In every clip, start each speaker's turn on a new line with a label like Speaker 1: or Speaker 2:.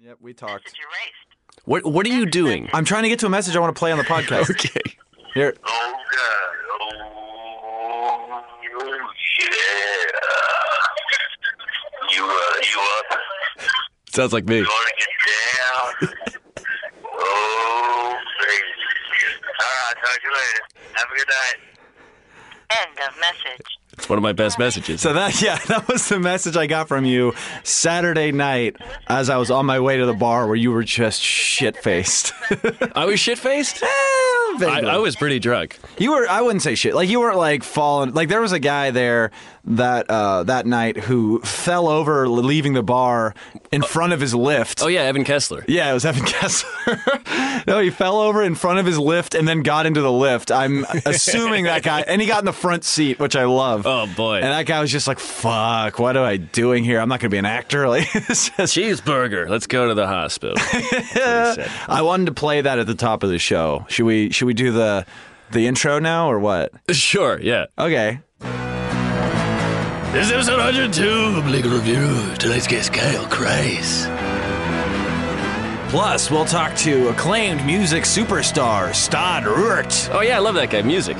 Speaker 1: Yep, we talked.
Speaker 2: Message erased.
Speaker 3: What What are you doing?
Speaker 1: I'm trying to get to a message I want to play on the podcast.
Speaker 3: Okay.
Speaker 1: Here,
Speaker 2: Oh, God. Oh, yeah. You, uh, you up?
Speaker 3: Sounds like me.
Speaker 2: Gonna get down? oh, baby. All right, talk to you later. Have a good night. End of message.
Speaker 3: It's one of my best messages.
Speaker 1: so that yeah, that was the message I got from you Saturday night as I was on my way to the bar where you were just shit faced.
Speaker 3: I was shit faced. I, I was pretty drunk.
Speaker 1: You were I wouldn't say shit. Like you weren't like falling like there was a guy there that uh that night who fell over leaving the bar in front of his lift.
Speaker 3: Oh yeah, Evan Kessler.
Speaker 1: Yeah, it was Evan Kessler. no, he fell over in front of his lift and then got into the lift. I'm assuming that guy and he got in the front seat, which I love.
Speaker 3: Oh, boy.
Speaker 1: And that guy was just like, fuck, what am I doing here? I'm not gonna be an actor. Like it's just
Speaker 3: Cheeseburger. Let's go to the hospital. That's what he said.
Speaker 1: I wanted to play that at the top of the show. Should we should we do the the intro now or what?
Speaker 3: Sure. Yeah.
Speaker 1: Okay.
Speaker 3: This is episode 102 of Legal Review. Tonight's guest, Kyle Kreis.
Speaker 1: Plus, we'll talk to acclaimed music superstar Stod Ruert.
Speaker 3: Oh yeah, I love that guy. Music.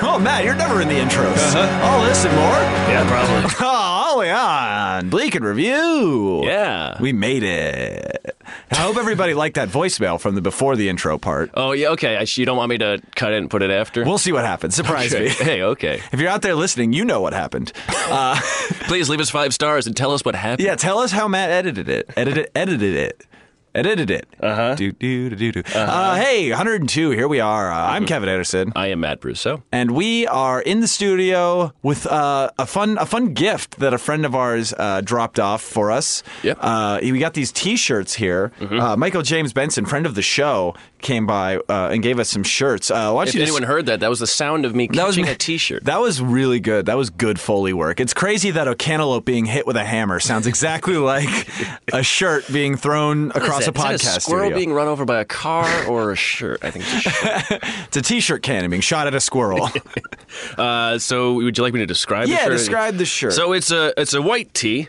Speaker 1: oh, Matt, you're never in the intros.
Speaker 3: Uh-huh.
Speaker 1: All this and more.
Speaker 3: Yeah, probably.
Speaker 1: Oh, all we on Bleak and Review.
Speaker 3: Yeah.
Speaker 1: Uh, We made it. I hope everybody liked that voicemail from the before the intro part.
Speaker 3: Oh yeah. Okay. I, sh- you don't want me to cut it and put it after?
Speaker 1: We'll see what happens. Surprise
Speaker 3: Okay.
Speaker 1: me.
Speaker 3: Hey. Okay.
Speaker 1: If you're out there listening, you know what happened. Uh,
Speaker 3: Please leave us five stars and tell us what happened.
Speaker 1: yeah, tell us how Matt edited it. Edited, edited it. Edited it. Uh-huh. Do, do, do, do, do. uh Hey, 102, here we are. Uh, I'm Kevin Anderson.
Speaker 3: I am Matt Brusso.
Speaker 1: and we are in the studio with uh, a fun a fun gift that a friend of ours uh, dropped off for us.
Speaker 3: Yep. Mm-hmm.
Speaker 1: Uh, we got these T-shirts here. Uh, Michael James Benson, friend of the show, came by uh, and gave us some shirts. Uh, why don't
Speaker 3: If
Speaker 1: you just-
Speaker 3: anyone heard that, that was the sound of me catching
Speaker 1: me-
Speaker 3: a T-shirt.
Speaker 1: That was really good. That was good Foley work. It's crazy that a cantaloupe being hit with a hammer sounds exactly like a shirt being thrown
Speaker 3: What
Speaker 1: across
Speaker 3: is
Speaker 1: a
Speaker 3: that?
Speaker 1: podcast
Speaker 3: Is that a squirrel
Speaker 1: studio.
Speaker 3: being run over by a car or a shirt? I think. It's a shirt.
Speaker 1: It's a T-shirt cannon being shot at a squirrel.
Speaker 3: uh, so, would you like me to describe?
Speaker 1: yeah,
Speaker 3: the shirt?
Speaker 1: describe the shirt.
Speaker 3: So it's a it's a white tee.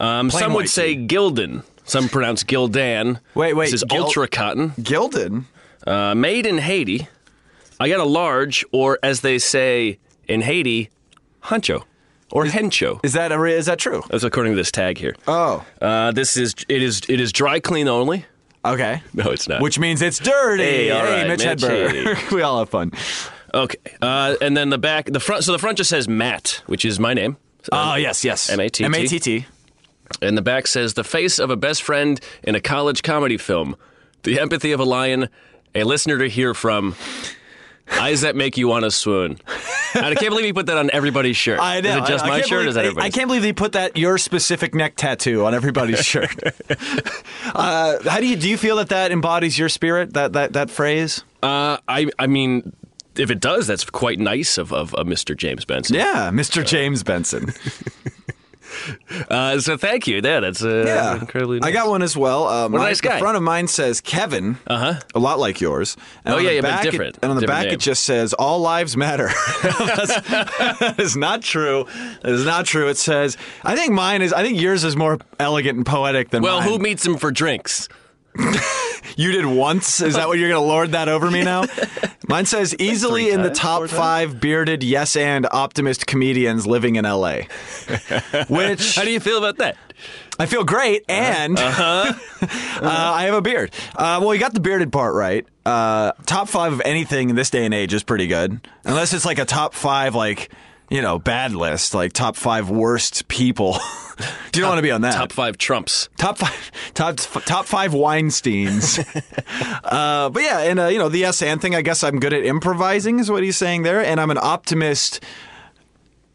Speaker 3: Um, some
Speaker 1: white
Speaker 3: would say Gildan. Some pronounce Gildan.
Speaker 1: Wait, wait,
Speaker 3: This is
Speaker 1: Gil-
Speaker 3: ultra cotton.
Speaker 1: Gildan.
Speaker 3: Uh, made in Haiti. I got a large, or as they say in Haiti, huncho, or hencho.
Speaker 1: Is that a re- is that true?
Speaker 3: That's according to this tag here.
Speaker 1: Oh,
Speaker 3: Uh, this is it is it is dry clean only.
Speaker 1: okay.
Speaker 3: No, it's not.
Speaker 1: Which means it's dirty.
Speaker 3: Hey, all right,
Speaker 1: Mitch,
Speaker 3: Mitch
Speaker 1: Hedberg. we all have fun.
Speaker 3: okay. Uh, and then the back, the front. So the front just says Matt, which is my name.
Speaker 1: Oh, yes, yes.
Speaker 3: M.A.T.T..
Speaker 1: M-A-T-T.
Speaker 3: And the back says the face of a best friend in a college comedy film, the empathy of a lion, a listener to hear from. Eyes that make you want to swoon. And I can't believe he put that on everybody's shirt.
Speaker 1: I know.
Speaker 3: Is it just
Speaker 1: I- I
Speaker 3: my
Speaker 1: can't
Speaker 3: shirt? or
Speaker 1: Believe,
Speaker 3: is that
Speaker 1: I-
Speaker 3: everybody's?
Speaker 1: I can't believe they put that your specific neck tattoo on everybody's shirt. uh, how do you do? You feel that that embodies your spirit? That that that phrase?
Speaker 3: Uh, I I mean, if it does, that's quite nice of of, of Mr. James Benson.
Speaker 1: Yeah, Mr. James Benson.
Speaker 3: Uh, so thank you. Yeah, that's uh,
Speaker 1: Yeah,
Speaker 3: incredibly. Nice.
Speaker 1: I got one as well. Um,
Speaker 3: What a
Speaker 1: mine-
Speaker 3: nice
Speaker 1: The
Speaker 3: guy. Uh-huh.
Speaker 1: front of mine says Kevin. Uh huh. A lot like yours. And
Speaker 3: Oh,
Speaker 1: on
Speaker 3: yeah,
Speaker 1: the
Speaker 3: yeah, but
Speaker 1: back it-
Speaker 3: different.
Speaker 1: and on the
Speaker 3: Different
Speaker 1: back,
Speaker 3: name.
Speaker 1: it just says "All lives matter." That's- that is not true. That is not true. It says. I think mine is. I think yours is more elegant and poetic than
Speaker 3: Well,
Speaker 1: mine.
Speaker 3: who meets him for drinks?
Speaker 1: You did once. Is that what you're going to lord that over me now? Mine says easily in the top five bearded yes and optimist comedians living in LA. Which
Speaker 3: How do you feel about that?
Speaker 1: I feel great,
Speaker 3: Uh-huh.
Speaker 1: and uh, I have a beard. Uh, well, you got the bearded part right. Uh, top five of anything in this day and age is pretty good, unless it's like a top five like. You know, bad list, like top five worst people. you don't want to be on that.
Speaker 3: Top five Trumps.
Speaker 1: Top five, top top five Weinstein's. uh, but yeah, and uh, you know the yes and thing. I guess I'm good at improvising, is what he's saying there. And I'm an optimist.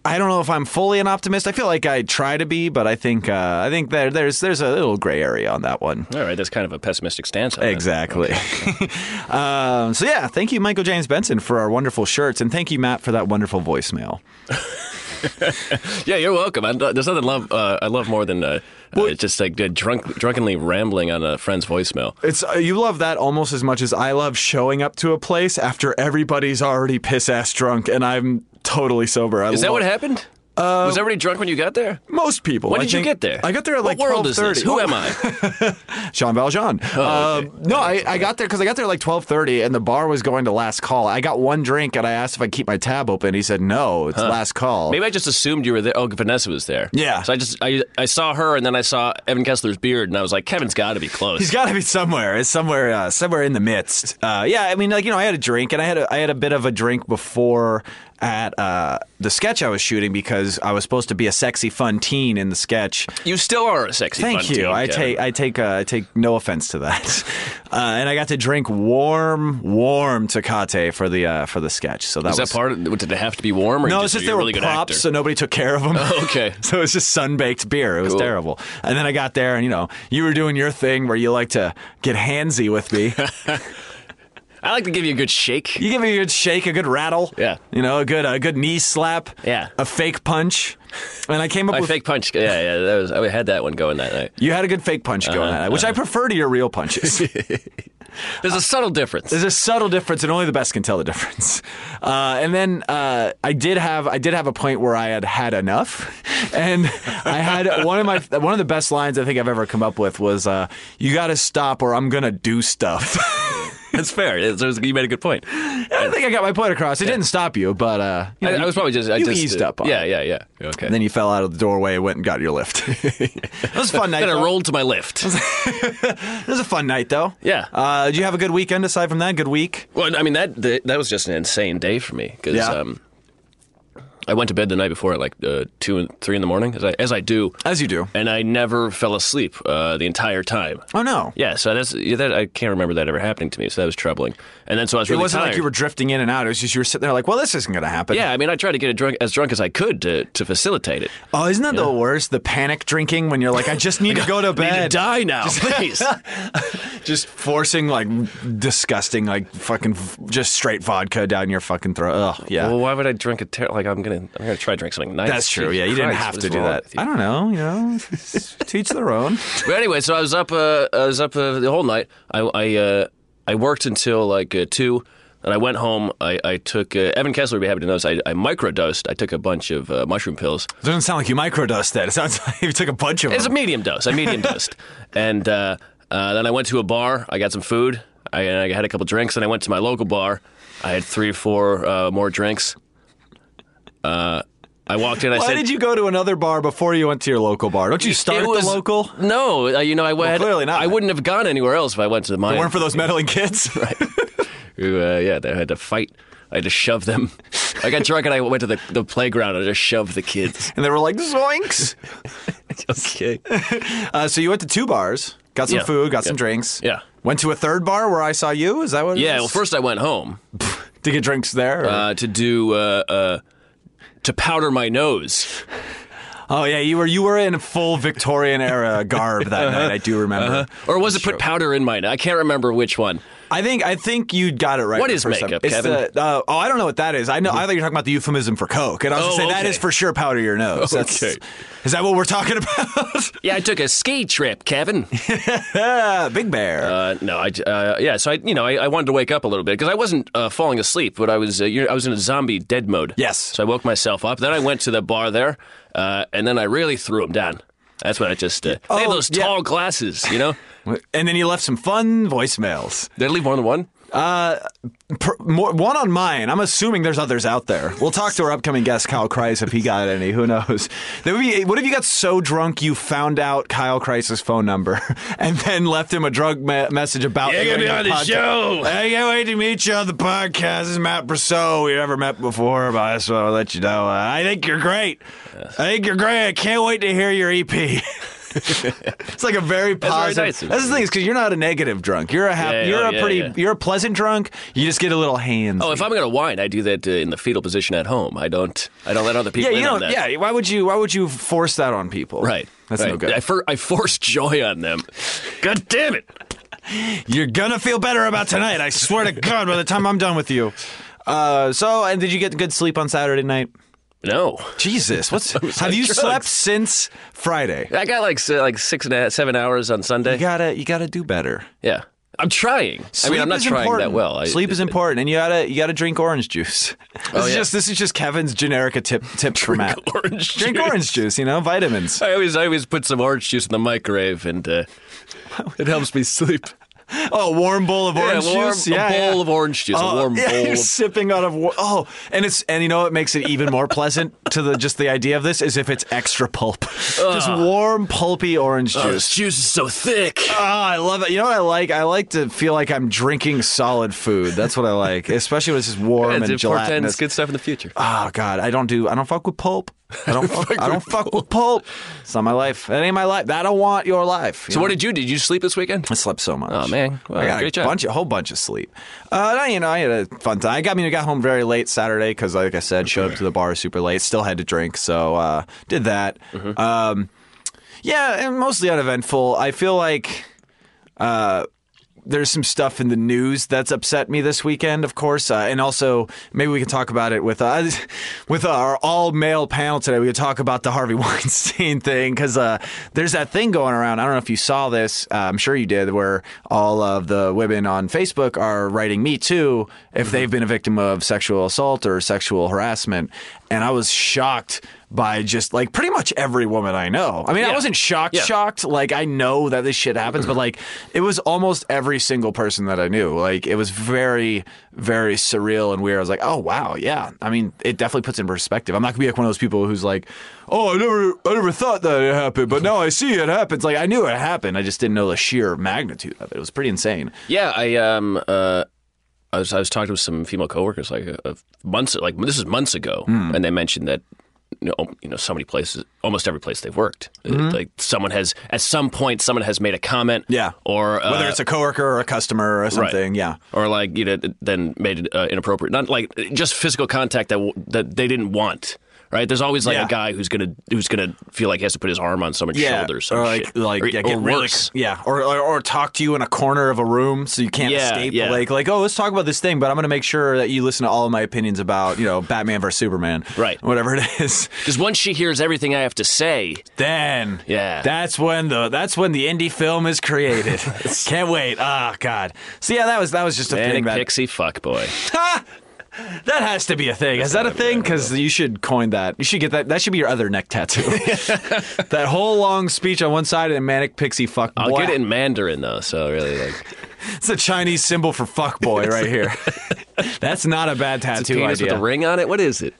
Speaker 1: I don't know if I'm fully an optimist. I feel like I try to be, but I think uh, I think there there's there's a little gray area on that one.
Speaker 3: All right, that's kind of a pessimistic stance. On that.
Speaker 1: Exactly. um, so yeah, thank you, Michael James Benson, for our wonderful shirts, and thank you, Matt, for that wonderful voicemail.
Speaker 3: Yeah, you're welcome. I, there's nothing love uh, I love more than uh, uh, just like uh, drunk, drunkenly rambling on a friend's voicemail.
Speaker 1: It's uh, you love that almost as much as I love showing up to a place after everybody's already piss ass drunk and I'm totally sober. I
Speaker 3: Is that
Speaker 1: lo-
Speaker 3: what happened? was everybody drunk uh, when you got there?
Speaker 1: Most people.
Speaker 3: When
Speaker 1: I
Speaker 3: did you
Speaker 1: think-
Speaker 3: get there?
Speaker 1: I got there at like
Speaker 3: what world is
Speaker 1: 12:30.
Speaker 3: this? Who am I?
Speaker 1: Sean Valjean.
Speaker 3: okay.
Speaker 1: Um, no, I, I got there because I got there like twelve thirty, and the bar was going to last call. I got one drink, and I asked if I keep my tab open. He said no, it's last call.
Speaker 3: Maybe I just assumed you were there. Oh, Vanessa was there.
Speaker 1: Yeah.
Speaker 3: So I just I, I saw her and then I saw Evan Kessler's beard and I was like, Kevin's got to be close.
Speaker 1: He's got to be somewhere. It's somewhere, uh, somewhere in the midst. Uh, yeah, I mean, like you know, I had a drink, and I had a, I had a bit of a drink before at uh, the sketch I was shooting because I was supposed to be a sexy, fun teen in the sketch.
Speaker 3: you still are a sexy.
Speaker 1: Thank
Speaker 3: fun
Speaker 1: you.
Speaker 3: teen,
Speaker 1: I
Speaker 3: Kevin.
Speaker 1: take I take uh, I take no offense to that, uh, and I got to drink warm, warm Tecate for the uh, for the sketch. So that
Speaker 3: Is
Speaker 1: was
Speaker 3: that part? Of, did it have to be warm? Or
Speaker 1: No,
Speaker 3: you
Speaker 1: it's
Speaker 3: just,
Speaker 1: just
Speaker 3: are
Speaker 1: they
Speaker 3: you a
Speaker 1: were
Speaker 3: really good
Speaker 1: props, so
Speaker 3: actor? Oh,
Speaker 1: nobody took care of them.
Speaker 3: okay.
Speaker 1: so it was just sun-baked beer. It was
Speaker 3: Cool.
Speaker 1: terrible. And then I got there, and you know, you were doing your thing where you like to get handsy with me.
Speaker 3: I like to give you a good shake.
Speaker 1: you give me a good shake, a good rattle.
Speaker 3: Yeah.
Speaker 1: You know, a good a good knee slap.
Speaker 3: Yeah.
Speaker 1: A fake punch. And I came up
Speaker 3: I
Speaker 1: with
Speaker 3: fake punch. Yeah, yeah. That was I had that one going that night.
Speaker 1: you had a good fake punch going
Speaker 3: Uh-huh.
Speaker 1: on, that, which I prefer to your real punches.
Speaker 3: There's a subtle difference.
Speaker 1: There's a subtle difference, and only the best can tell the difference. Uh, and then uh, I did have I did have a point where I had had enough, and I had one of my one of the best lines I think I've ever come up with was uh, "You got to stop, or I'm gonna do stuff."
Speaker 3: That's fair. It's- it's- you made a good point.
Speaker 1: I think I got my point across. It didn't stop you, but uh, you
Speaker 3: I,
Speaker 1: know,
Speaker 3: I was probably just I
Speaker 1: you
Speaker 3: just,
Speaker 1: eased up on
Speaker 3: Yeah,
Speaker 1: it.
Speaker 3: yeah, yeah. Okay.
Speaker 1: And then you fell out of the doorway, went and got your lift. it was a fun night.
Speaker 3: Then I
Speaker 1: though.
Speaker 3: rolled to my lift.
Speaker 1: It was a fun night, though.
Speaker 3: Yeah.
Speaker 1: Uh, did you have a good weekend aside from that? Good week.
Speaker 3: Well, I mean that that, that was just an insane day for me because
Speaker 1: Yeah.
Speaker 3: um, I went to bed the night before at like uh, two and three in the morning as I as I do,
Speaker 1: As you do.
Speaker 3: and I never fell asleep uh, the entire time.
Speaker 1: Oh no.
Speaker 3: Yeah, so that's yeah, that I can't remember that ever happening to me, so that was troubling. And then so I was
Speaker 1: It
Speaker 3: really
Speaker 1: wasn't
Speaker 3: tired.
Speaker 1: like you were drifting in and out. It was just you were sitting there like, well, this isn't going to happen.
Speaker 3: yeah, I mean, I tried to get it drunk, as drunk as I could to, to facilitate it.
Speaker 1: Oh, isn't that the worst? The panic drinking when you're like, I just need to go to
Speaker 3: I need to
Speaker 1: bed.
Speaker 3: die now, please.
Speaker 1: Just forcing like disgusting, like fucking v- just straight vodka down your fucking throat. Ugh, yeah.
Speaker 3: well, why would I drink a ter- like I'm gonna I'm gonna try to drink something nice.
Speaker 1: that's true. Yeah, you didn't
Speaker 3: Christ,
Speaker 1: have
Speaker 3: what
Speaker 1: to
Speaker 3: is
Speaker 1: do
Speaker 3: wrong
Speaker 1: that.
Speaker 3: with you?
Speaker 1: I don't know. You know, teach their own.
Speaker 3: But anyway, so I was up. Uh, I was up uh, the whole night. I I, uh, I worked until like uh, two, and I went home. I I took uh, Evan Kessler would be happy to know this. I, I microdosed. I took a bunch of uh, mushroom pills.
Speaker 1: Doesn't sound like you microdosed that. It sounds like you took a bunch of
Speaker 3: It's a
Speaker 1: them.
Speaker 3: medium dose. I medium dosed, and uh, uh, then I went to a bar. I got some food. I, I had a couple drinks, and I went to my local bar. I had three or four uh, more drinks. Uh, I walked in. I
Speaker 1: Why
Speaker 3: said,
Speaker 1: did you go to another bar before you went to your local bar? Don't you start
Speaker 3: It
Speaker 1: at
Speaker 3: was-
Speaker 1: the local?
Speaker 3: No, uh, you know I went.
Speaker 1: clearly not.
Speaker 3: I wouldn't have gone anywhere else if I went to mine.
Speaker 1: Weren't for those meddling kids.
Speaker 3: who, uh, yeah, they had to fight. I had to shove them. I got drunk and I went to the, the playground and I just shoved the kids.
Speaker 1: And they were like, zoinks.
Speaker 3: okay.
Speaker 1: Uh, so you went to two bars, got some
Speaker 3: Yeah.
Speaker 1: food, got some
Speaker 3: Yeah.
Speaker 1: drinks.
Speaker 3: Yeah.
Speaker 1: Went to a third bar where I saw you. Is that what? It
Speaker 3: Yeah,
Speaker 1: is?
Speaker 3: well, first I went home
Speaker 1: to get drinks there. or-
Speaker 3: uh, to do, uh, uh, to powder my nose.
Speaker 1: oh yeah, you were you were in full Victorian era garb that night. I do
Speaker 3: Uh-huh.
Speaker 1: remember.
Speaker 3: Or was it put powder in my nose? I can't remember which one.
Speaker 1: I think I think you got it right.
Speaker 3: What
Speaker 1: the
Speaker 3: is
Speaker 1: first time.
Speaker 3: makeup,
Speaker 1: It's
Speaker 3: Kevin? Mm-hmm.
Speaker 1: the- uh, oh, I don't know what that is. I know. I thought you were talking about the euphemism for coke, and I was
Speaker 3: Oh,
Speaker 1: going to say that
Speaker 3: okay.
Speaker 1: is for sure powder your nose.
Speaker 3: Okay.
Speaker 1: is that what we're talking about?
Speaker 3: Yeah, I took a ski trip, Kevin.
Speaker 1: Ah, Big Bear.
Speaker 3: Uh, no, I uh, yeah. So I, you know, I, I wanted to wake up a little bit because I wasn't uh, falling asleep, but I was uh, you know, I was in a zombie dead mode.
Speaker 1: Yes.
Speaker 3: So I woke myself up. Then I went to the bar there, uh, and then I really threw him down. That's when I just uh, they have
Speaker 1: Oh,
Speaker 3: those
Speaker 1: yeah.
Speaker 3: tall glasses, you know.
Speaker 1: and then you left some fun voicemails.
Speaker 3: Did I leave more than one?
Speaker 1: Per, more, one on mine. I'm assuming there's others out there. We'll talk to our upcoming guest, Kyle Kreis, if he got any. Who knows? That would be, what if you got so drunk you found out Kyle Kreis's phone number and then left him a drunk me- message about
Speaker 3: You're gonna
Speaker 1: doing
Speaker 3: be
Speaker 1: a
Speaker 3: on the
Speaker 1: podcast?
Speaker 3: show.
Speaker 1: I can't wait to meet you on the podcast. This is Matt Brousseau. We never met before, but I just want to let you know. uh, I think you're great. I think you're great. I can't wait to hear your EP. it's like a very
Speaker 3: very
Speaker 1: positive.
Speaker 3: nice of
Speaker 1: That's the
Speaker 3: you.
Speaker 1: thing is because you're not a negative drunk. You're a happy.
Speaker 3: Yeah,
Speaker 1: you're
Speaker 3: oh,
Speaker 1: a
Speaker 3: yeah,
Speaker 1: pretty.
Speaker 3: yeah.
Speaker 1: You're a pleasant drunk. You just get a little hands.
Speaker 3: Oh, if I'm gonna whine, I do that uh, in the fetal position at home. I don't. I don't let other
Speaker 1: yeah,
Speaker 3: people.
Speaker 1: you
Speaker 3: in on
Speaker 1: don't.
Speaker 3: that.
Speaker 1: Yeah, why would you? Why would you force that on people?
Speaker 3: Right.
Speaker 1: That's
Speaker 3: right.
Speaker 1: no good.
Speaker 3: I, for, I forced joy on them. God damn it!
Speaker 1: You're gonna feel better about tonight. I swear to God. By the time I'm done with you. Uh, so, and did you get good sleep on Saturday night?
Speaker 3: No,
Speaker 1: Jesus, what's have
Speaker 3: on
Speaker 1: you
Speaker 3: drugs.
Speaker 1: slept since Friday?
Speaker 3: I got like s- like six and a half, seven hours on Sunday.
Speaker 1: You gotta, you gotta do better.
Speaker 3: Yeah. I'm trying. I mean, I'm not
Speaker 1: is
Speaker 3: trying
Speaker 1: important.
Speaker 3: that well. I,
Speaker 1: Sleep is important, and you gotta you gotta drink orange juice. This is
Speaker 3: yeah.
Speaker 1: just this is just Kevin's generic a tip tip for Matt.
Speaker 3: orange
Speaker 1: Oh, drink
Speaker 3: juice.
Speaker 1: orange juice. You know, vitamins.
Speaker 3: I always, I always put some orange juice in the microwave, and uh, it helps me sleep.
Speaker 1: Oh, a warm bowl of orange
Speaker 3: yeah, warm,
Speaker 1: juice.
Speaker 3: a
Speaker 1: yeah,
Speaker 3: bowl
Speaker 1: yeah.
Speaker 3: of orange juice,
Speaker 1: Oh,
Speaker 3: a warm
Speaker 1: yeah,
Speaker 3: bowl.
Speaker 1: You're
Speaker 3: Of,
Speaker 1: sipping out of wa- oh, and it's and you know what makes it even more pleasant to the just the idea of this is if it's extra pulp, just warm pulpy orange
Speaker 3: Oh,
Speaker 1: juice.
Speaker 3: this juice is so thick.
Speaker 1: Oh, I love it. You know what I like? I like to feel like I'm drinking solid food. That's what I like, especially when it's just warm
Speaker 3: And
Speaker 1: and
Speaker 3: it portends
Speaker 1: gelatinous.
Speaker 3: good stuff in the future.
Speaker 1: Oh God, I don't do. I don't fuck with pulp. I don't. fuck, I don't fuck with pulp. It's not my life. That ain't my life. I don't want your life.
Speaker 3: So, what did you? Did you sleep this weekend?
Speaker 1: I slept so much.
Speaker 3: Oh, man. Well,
Speaker 1: I got
Speaker 3: great
Speaker 1: a
Speaker 3: job.
Speaker 1: bunch, a whole bunch of sleep. Uh, no, you know, I had a fun time. I got I mean, I got home very late Saturday because, like I said, showed up to the bar super late. Still had to drink, so uh, did that.
Speaker 3: Mm-hmm.
Speaker 1: Um, yeah, and mostly uneventful. I feel like there's some stuff in the news that's upset me this weekend, of course, uh, and also maybe we can talk about it with uh, with our all male panel today. We could talk about the Harvey Weinstein thing because uh, there's that thing going around. I don't know if you saw this. Uh, I'm sure you did, where all of the women on Facebook are writing "Me Too" if they've been a victim of sexual assault or sexual harassment, and I was shocked by just like pretty much every woman I know. I mean, I
Speaker 3: Yeah.
Speaker 1: wasn't shocked,
Speaker 3: Yeah.
Speaker 1: shocked shocked. Like I know that this shit happens, but like it was almost every single person that I knew. Like it was very, very surreal and weird. I was like, oh wow, yeah. I mean, it definitely puts in perspective. I'm not gonna be like one of those people who's like, oh, I never, I never thought that it happened, but now I see it happens. Like I knew it happened, I just didn't know the sheer magnitude of it. It was pretty insane.
Speaker 3: Yeah, I um uh I was I was talking to some female coworkers like uh, uh, months like this is months ago, and they mentioned that you know, you know so many places, almost every place they've worked, uh, like someone has at some point someone has made a comment,
Speaker 1: Yeah.
Speaker 3: or uh,
Speaker 1: Whether it's a coworker or a customer or something, yeah.
Speaker 3: or like you know then made it uh, inappropriate, not like just physical contact that w- that they didn't want. Right, there's always like
Speaker 1: Yeah.
Speaker 3: a guy who's gonna who's gonna feel like he has to put his arm on someone's
Speaker 1: Yeah,
Speaker 3: shoulder, or some
Speaker 1: or like,
Speaker 3: shit,
Speaker 1: like
Speaker 3: or,
Speaker 1: yeah,
Speaker 3: or
Speaker 1: get really-
Speaker 3: worse.
Speaker 1: yeah, or, or or talk to you in a corner of a room so you can't
Speaker 3: Yeah,
Speaker 1: escape.
Speaker 3: yeah.
Speaker 1: Like, like, oh, let's talk about this thing, but I'm going to make sure that you listen to all of my opinions about you know Batman versus Superman,
Speaker 3: Right.
Speaker 1: Whatever it is,
Speaker 3: Because once she hears everything I have to say,
Speaker 1: then
Speaker 3: Yeah.
Speaker 1: that's when the that's when the indie film is created. can't wait. Ah, God. So yeah, that was that was just a thing
Speaker 3: manic
Speaker 1: that
Speaker 3: pixie fuck boy.
Speaker 1: that has to be a thing. Is that a thing? Because you should coin that. You should get that. That should be your other neck tattoo. that whole long speech on one side and manic pixie fuck.
Speaker 3: I'll
Speaker 1: boy.
Speaker 3: get it in Mandarin though, so really like
Speaker 1: It's a Chinese symbol for fuckboy right here. That's not a bad
Speaker 3: it's
Speaker 1: tattoo
Speaker 3: a penis
Speaker 1: idea.
Speaker 3: with a ring on it. What is it?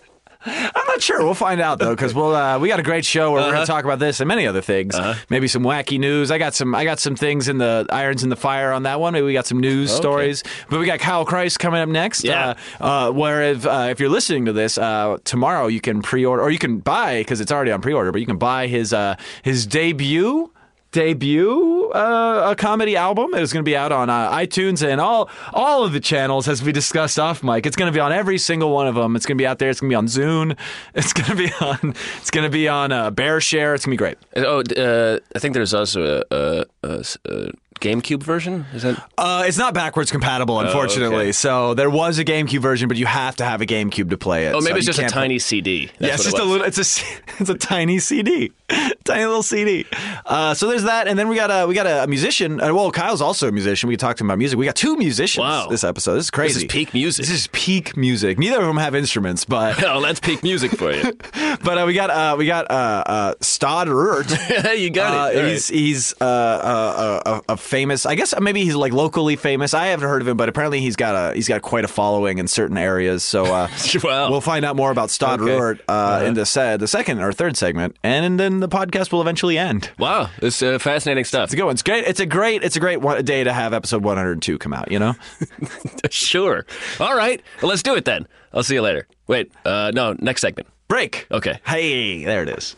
Speaker 1: I'm not sure. We'll find out though, because we'll uh, we got a great show where we're
Speaker 3: Uh-huh.
Speaker 1: going to talk about this and many other things. Maybe some wacky news. I got some I got some things in the irons in the fire on that one. Maybe we got some news stories. But we got Kyle Christ coming up next.
Speaker 3: Yeah.
Speaker 1: Uh, uh, where if uh, if you're listening to this uh, tomorrow, you can pre-order or you can buy because it's already on pre-order. But you can buy his uh, his debut debut uh, a comedy album. It is going to be out on uh, iTunes and all all of the channels as we discussed off mic. It's going to be on every single one of them. It's going to be out there. It's going to be on Zune. It's going to be on it's going to be on uh, Bear Share. It's going to be great.
Speaker 3: Oh, d- uh, I think there's also a, a, a s- a GameCube version. Is that? oh,
Speaker 1: Uh, it's not backwards compatible, unfortunately.
Speaker 3: okay.
Speaker 1: So there was a GameCube version, but you have to have a GameCube to play it.
Speaker 3: Oh, maybe
Speaker 1: So
Speaker 3: it's
Speaker 1: you
Speaker 3: just a
Speaker 1: can't play-
Speaker 3: tiny CD. That's
Speaker 1: Yeah,
Speaker 3: what
Speaker 1: it's
Speaker 3: it
Speaker 1: just a
Speaker 3: was.
Speaker 1: little. It's a c- it's a tiny CD, tiny little CD. Uh, so there's that, and then we got a we got a, musician. Uh, well, Kyle's also a musician. We talked to him about music. We got two musicians
Speaker 3: Wow.
Speaker 1: this episode. This is
Speaker 3: This
Speaker 1: crazy.
Speaker 3: is peak music.
Speaker 1: This is peak music. Neither of them have instruments, but
Speaker 3: oh, that's peak music for you.
Speaker 1: but uh, we got uh, we got uh, uh, Stoddard.
Speaker 3: you got it.
Speaker 1: Uh,
Speaker 3: All right.
Speaker 1: he's he's uh, uh, a, a famous. I guess maybe he's like locally famous. I haven't heard of him, but apparently he's got a he's got quite a following in certain areas. So uh,
Speaker 3: Wow.
Speaker 1: we'll find out more about Stodd
Speaker 3: Okay. Uh-huh.
Speaker 1: Ruart, uh, in the se- the second or third segment, and then the podcast will eventually end.
Speaker 3: Wow, it's uh, fascinating stuff.
Speaker 1: It's a good one. It's great. It's a great. It's a great one, day to have episode 102 come out. You know.
Speaker 3: sure. All right, well, let's do it then. I'll see you later. Wait, uh, no, next segment.
Speaker 1: Break.
Speaker 3: Okay.
Speaker 1: Hey, there it is.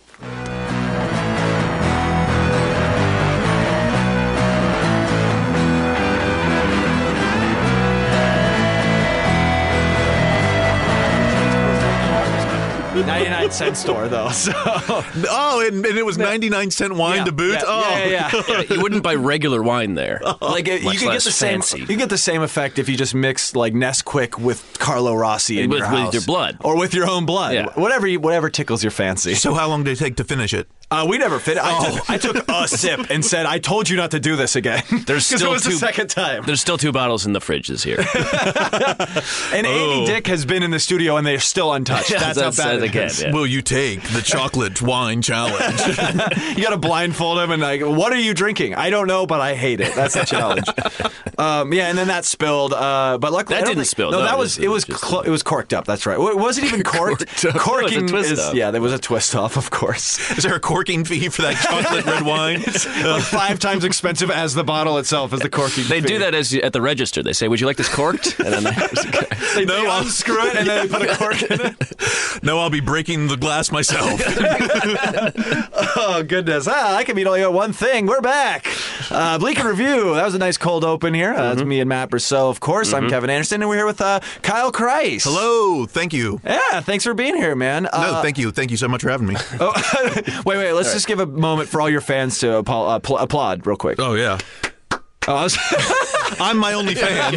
Speaker 1: Ninety-nine cent store though. So
Speaker 4: Oh, and, and it was 99 cent wine to boot?
Speaker 1: Yeah,
Speaker 4: oh.
Speaker 1: yeah, yeah, yeah.
Speaker 3: Yeah, you wouldn't buy regular wine there.
Speaker 1: Like uh, you
Speaker 3: Much
Speaker 1: can get
Speaker 3: less
Speaker 1: the same.
Speaker 3: fancy.
Speaker 1: You get the same effect if you just mix like Nesquik with Carlo Rossi in
Speaker 3: With-
Speaker 1: your
Speaker 3: with
Speaker 1: house.
Speaker 3: your blood.
Speaker 1: or with your own blood,
Speaker 3: Yeah.
Speaker 1: whatever you, whatever tickles your fancy.
Speaker 4: So how long did it take to finish it?
Speaker 1: Uh, we never fit. I, took,
Speaker 3: Oh.
Speaker 1: I took a sip and said, "I told you not to do this again."
Speaker 3: There's
Speaker 1: 'Cause
Speaker 3: still
Speaker 1: it was
Speaker 3: two-
Speaker 1: the second time.
Speaker 3: There's still two bottles in the fridge this year. Oh.
Speaker 1: And Andy Dick has been in the studio and they're still untouched. That's, how bad it
Speaker 3: again.
Speaker 1: is.
Speaker 3: yeah.
Speaker 4: Will you take the chocolate wine challenge?
Speaker 1: You got to blindfold him and like, what are you drinking? I don't know, but I hate it. That's the challenge. um, yeah, and then that spilled. Uh, but luckily,
Speaker 3: That
Speaker 1: I don't
Speaker 3: didn't
Speaker 1: think-
Speaker 3: spill,
Speaker 1: No,
Speaker 3: no,
Speaker 1: that
Speaker 3: it
Speaker 1: was
Speaker 3: was-
Speaker 1: it was
Speaker 3: it was just-
Speaker 1: clo- it was corked up. That's right. Well, it wasn't even corked.
Speaker 3: up.
Speaker 1: Corking
Speaker 3: It was a twist
Speaker 1: is
Speaker 3: up.
Speaker 1: yeah. There was a twist off, of course.
Speaker 4: Is there a corking fee for that chocolate red wine?
Speaker 1: like five times expensive as the bottle itself as the corking.
Speaker 3: They
Speaker 1: fee.
Speaker 3: do that as you, at the register. They say, "Would you like this corked?" And then they-
Speaker 1: They,
Speaker 4: No,
Speaker 1: they
Speaker 4: I'll-
Speaker 1: unscrew it and then they put a cork in it.
Speaker 4: no, I'll be breaking the glass myself.
Speaker 1: Oh goodness! Ah, I can beat only got one thing. We're back. Uh, Bleak and review. That was a nice cold open here. Uh,
Speaker 4: Mm-hmm.
Speaker 1: It's me and Matt Brousseau, of course. I'm Kevin Anderson, and we're here with uh, Kyle Kreis.
Speaker 4: Hello, thank you.
Speaker 1: Yeah, thanks for being here, man.
Speaker 4: No,
Speaker 1: Uh,
Speaker 4: thank you. Thank you so much for having me.
Speaker 1: oh, wait, wait. Let's just give a moment for all your fans to applaud, uh, pl- applaud real quick.
Speaker 4: Oh, yeah.
Speaker 1: Oh, I was-
Speaker 4: I'm my only fan.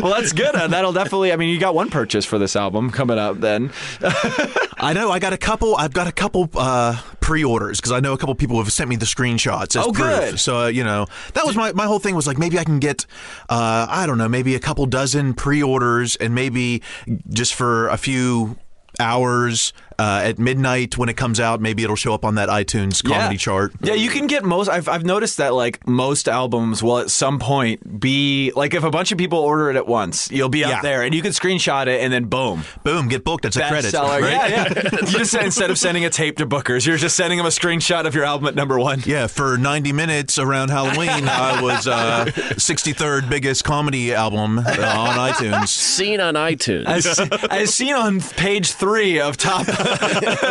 Speaker 1: well, that's good. Uh, that'll definitely. I mean, you got one purchase for this album coming up. Then
Speaker 4: I know. I got a couple. I've got a couple uh, pre-orders because I know a couple people have sent me the screenshots. As
Speaker 1: Oh,
Speaker 4: proof.
Speaker 1: good.
Speaker 4: So uh, you know, that was my my whole thing was like maybe I can get, uh, I don't know, maybe a couple dozen pre-orders and maybe just for a few hours uh, at midnight when it comes out, maybe it'll show up on that iTunes comedy
Speaker 1: yeah.
Speaker 4: chart.
Speaker 1: Yeah, you can get most. I've, I've noticed that like most albums will at some point be like if a bunch of people order it at once, you'll be out
Speaker 4: Yeah.
Speaker 1: there and you can screenshot it and then boom,
Speaker 4: Boom, get booked. That's a credit.
Speaker 1: bestseller.
Speaker 4: right?
Speaker 1: Yeah, yeah. you just instead of sending a tape to bookers, you're just sending them a screenshot of your album at number one.
Speaker 4: Yeah, for 90 minutes around Halloween, I was uh, 63rd biggest comedy album uh, on iTunes.
Speaker 3: seen on iTunes.
Speaker 1: as, as seen on page three of top.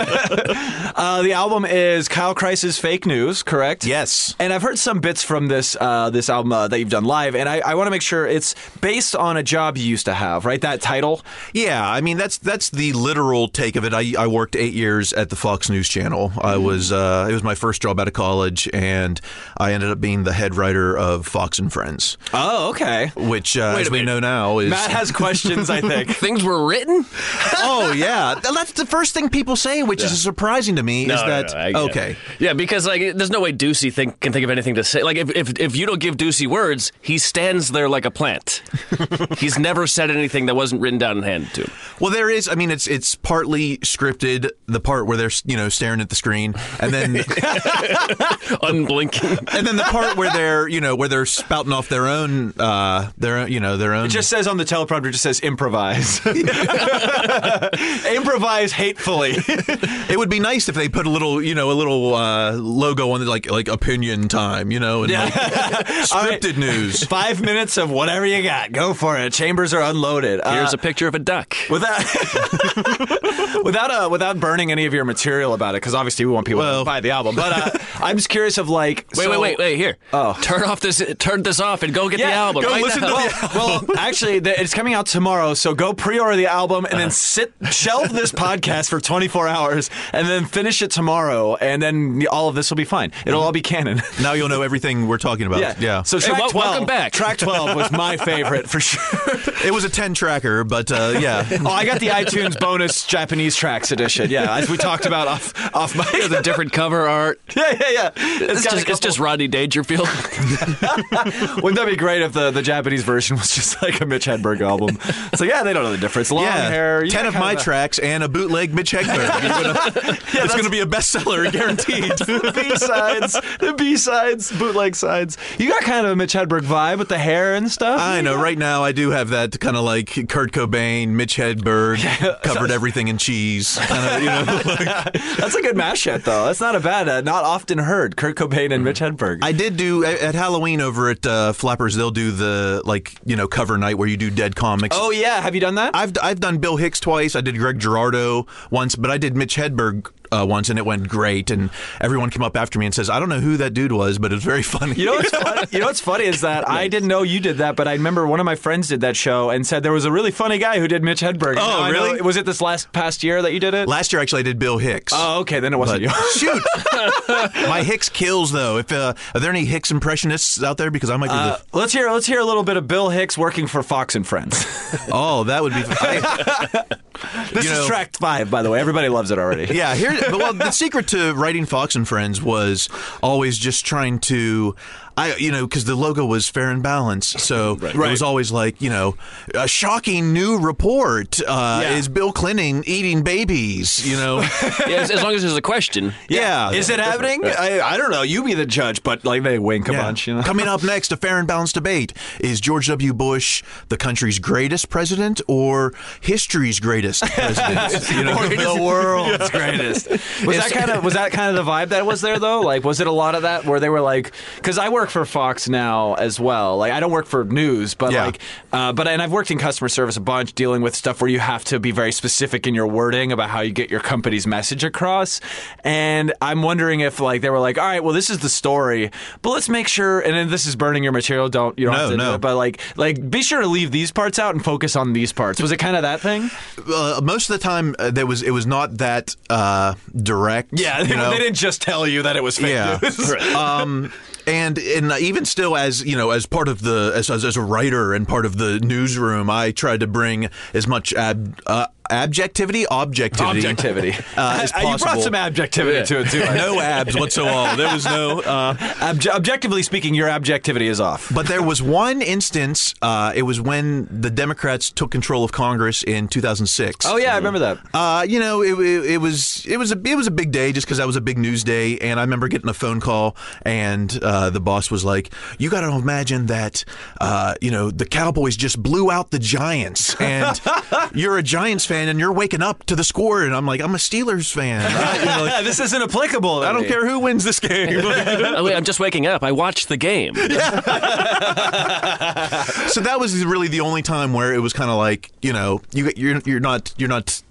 Speaker 1: uh, the album is Kyle Christ's Fake News, correct?
Speaker 4: Yes.
Speaker 1: And I've heard some bits from this uh, this album uh, that you've done live, and I, I want to make sure it's based on a job you used to have, right? That title.
Speaker 4: Yeah, I mean that's that's the literal take of it. I, I worked eight years at the Fox News Channel. I
Speaker 3: Mm-hmm.
Speaker 4: was uh, it was my first job out of college, and I ended up being the head writer of Fox and Friends,
Speaker 1: Oh, okay.
Speaker 4: which uh,
Speaker 3: Wait
Speaker 4: as
Speaker 3: a
Speaker 4: we
Speaker 3: minute.
Speaker 4: know now is
Speaker 1: Matt has questions, I think.
Speaker 3: Things were written.
Speaker 4: oh yeah, Th- that's the first thing people say, which is surprising to me. is that
Speaker 3: I get it.
Speaker 4: okay?
Speaker 3: Yeah, because like, there's no way Ducey think, can think of anything to say. Like, if, if if you don't give Ducey words, he stands there like a plant. He's never said anything that wasn't written down and handed to him.
Speaker 4: Well, there is. I mean, it's it's partly scripted. The part where they're you know staring at the screen, and then
Speaker 3: Unblinking.
Speaker 4: and then the part where they're you know where they're spouting off their own uh their own you know their own.
Speaker 1: Just says on the teleprompter, just says improvise. improvise hatefully.
Speaker 4: It would be nice if they put a little, you know, a little uh, logo on it, like like opinion time, you know, and like, scripted news.
Speaker 1: Five minutes of whatever you got. Go for it. Chambers are unloaded. Uh,
Speaker 3: Here's a picture of a duck.
Speaker 1: without without uh, without burning any of your material about it, because obviously we want people
Speaker 4: Well-
Speaker 1: to buy the album. But uh, I'm just curious of like,
Speaker 3: Wait,
Speaker 1: so-
Speaker 3: wait, wait, wait! Here,
Speaker 1: Oh.
Speaker 3: turn off this, turn this off, and go get
Speaker 1: Yeah,
Speaker 3: the album.
Speaker 1: go
Speaker 3: right
Speaker 1: listen
Speaker 3: now.
Speaker 1: to the album. Well, actually, the, it's coming out tomorrow, so go pre-order the album and then sit shelve this podcast for 24 hours and then finish it tomorrow, and then all of this will be fine. It'll all be canon.
Speaker 4: Now you'll know everything we're talking about. Yeah.
Speaker 1: So track
Speaker 3: wel-
Speaker 1: 12,
Speaker 3: welcome back.
Speaker 1: Track 12 was my favorite for sure.
Speaker 4: it was a ten tracker, but uh, yeah.
Speaker 1: Oh, I got the iTunes bonus Japanese tracks edition. Yeah, as we talked about off off mic.
Speaker 3: With a different cover art.
Speaker 1: Yeah, yeah, yeah. got
Speaker 3: It's,
Speaker 1: a
Speaker 3: just, it's
Speaker 1: couple-
Speaker 3: just Rodney Dangerfield.
Speaker 1: Wouldn't that be great if the, the Japanese version was just like a Mitch Hedberg album? It's like, yeah, they don't know the difference. Long
Speaker 4: Yeah,
Speaker 1: hair. you
Speaker 4: ten
Speaker 1: know,
Speaker 4: of my
Speaker 1: kinda-
Speaker 4: tracks and a bootleg Mitch Hedberg. It's gonna- it's going to be a bestseller, guaranteed.
Speaker 1: the B sides, the B sides, bootleg sides. You got kind of a Mitch Hedberg vibe with the hair and stuff.
Speaker 4: I know. Right now, I do have that kind of like Kurt Cobain, Mitch Hedberg, covered everything in cheese. Kinda, you know,
Speaker 1: That's a good mashup, though. That's not a bad, uh, not often heard. Kurt Cobain and Mitch Hedberg.
Speaker 4: I did do at, at Halloween over at uh, Flappers. They'll do the like you know cover night where you do dead comics.
Speaker 1: oh yeah, have you done that?
Speaker 4: I've I've done Bill Hicks twice. I did Greg Girardo once, but I did Mitch Hedberg uh, once, and it went great. And everyone came up after me and says, "I don't know who that dude was, but it was very funny."
Speaker 1: You know what's funny? You know what's funny is that I didn't know you did that, but I remember one of my friends did that show and said there was a really funny guy who did Mitch Hedberg.
Speaker 4: Oh,
Speaker 1: Now I
Speaker 4: really?
Speaker 1: Know, was it this last past year that you did it?
Speaker 4: Last year, actually, I did Bill Hicks.
Speaker 1: oh, okay, then it wasn't you.
Speaker 4: Shoot, my Hicks kills though. If uh, are there any Hicks impressionists out there? Because I might be.
Speaker 1: Uh, let's hear let's hear a little bit of Bill Hicks working for Fox and Friends.
Speaker 4: the, oh, that would be. I-
Speaker 1: this
Speaker 4: You know-
Speaker 1: is track five, by the way. Everybody loves it already.
Speaker 4: yeah, here, here's- well, the secret to writing Fox and Friends was always just trying to, I you know, because the logo was fair and balanced, so it was always like you know, a shocking new report uh,
Speaker 1: Yeah.
Speaker 4: is Bill Clinton eating babies, you know.
Speaker 3: Yeah, as, as long as there's a question.
Speaker 1: Yeah.
Speaker 4: Yeah.
Speaker 1: Is it happening? I, I don't know. You be the judge, but like they wink a
Speaker 4: Yeah.
Speaker 1: bunch, you know.
Speaker 4: Coming up next, a fair and balanced debate. Is George W. Bush the country's greatest president or history's greatest president? you know,
Speaker 1: the world's greatest. Was that kind of was that kind of the vibe that was there though? Like, was it a lot of that where they were like, because I work for Fox now as well. Like, I don't work for news, but
Speaker 4: Yeah.
Speaker 1: like, uh, but and I've worked in customer service a bunch, dealing with stuff where you have to be very specific in your wording about how you get your company's message across. And I'm wondering if like they were like, all right, well, this is the story, but let's make sure. And then this is burning your material. Don't you don't
Speaker 4: No,
Speaker 1: have to
Speaker 4: no.
Speaker 1: do it, but like like be sure to leave these parts out and focus on these parts. Was it kind of that thing?
Speaker 4: uh, most of the time, uh, there was it was not that uh, direct.
Speaker 1: Yeah, they,
Speaker 4: you know?
Speaker 1: they didn't just tell you that it was fake
Speaker 4: Yeah.
Speaker 1: news.
Speaker 4: um, and and even still, as you know, as part of the as as, as a writer and part of the newsroom, I tried to bring as much ab, uh, objectivity, objectivity,
Speaker 1: Objectivity.
Speaker 4: uh, as possible.
Speaker 1: you brought some objectivity to it too.
Speaker 4: no abs whatsoever. There was no. Uh,
Speaker 1: Obje- objectively speaking, your objectivity is off.
Speaker 4: But there was one instance. Uh, it was when the Democrats took control of Congress in 2006.
Speaker 1: Oh yeah, I remember that.
Speaker 4: Uh, you know, it, it, it was it was a it was a big day just because that was a big news day, and I remember getting a phone call, and uh, the boss was like, "You got to imagine that, uh, you know, the Cowboys just blew out the Giants, and you're a Giants fan, and you're waking up to the score, and I'm like, I'm a Steelers fan, I, you know, like,
Speaker 1: this isn't applicable.
Speaker 4: I don't care who wins this game.
Speaker 3: Oh, wait, I'm just waking up. I watched the game.
Speaker 4: so that was really the only time where it was kind of like, you know, you you're you're not you're not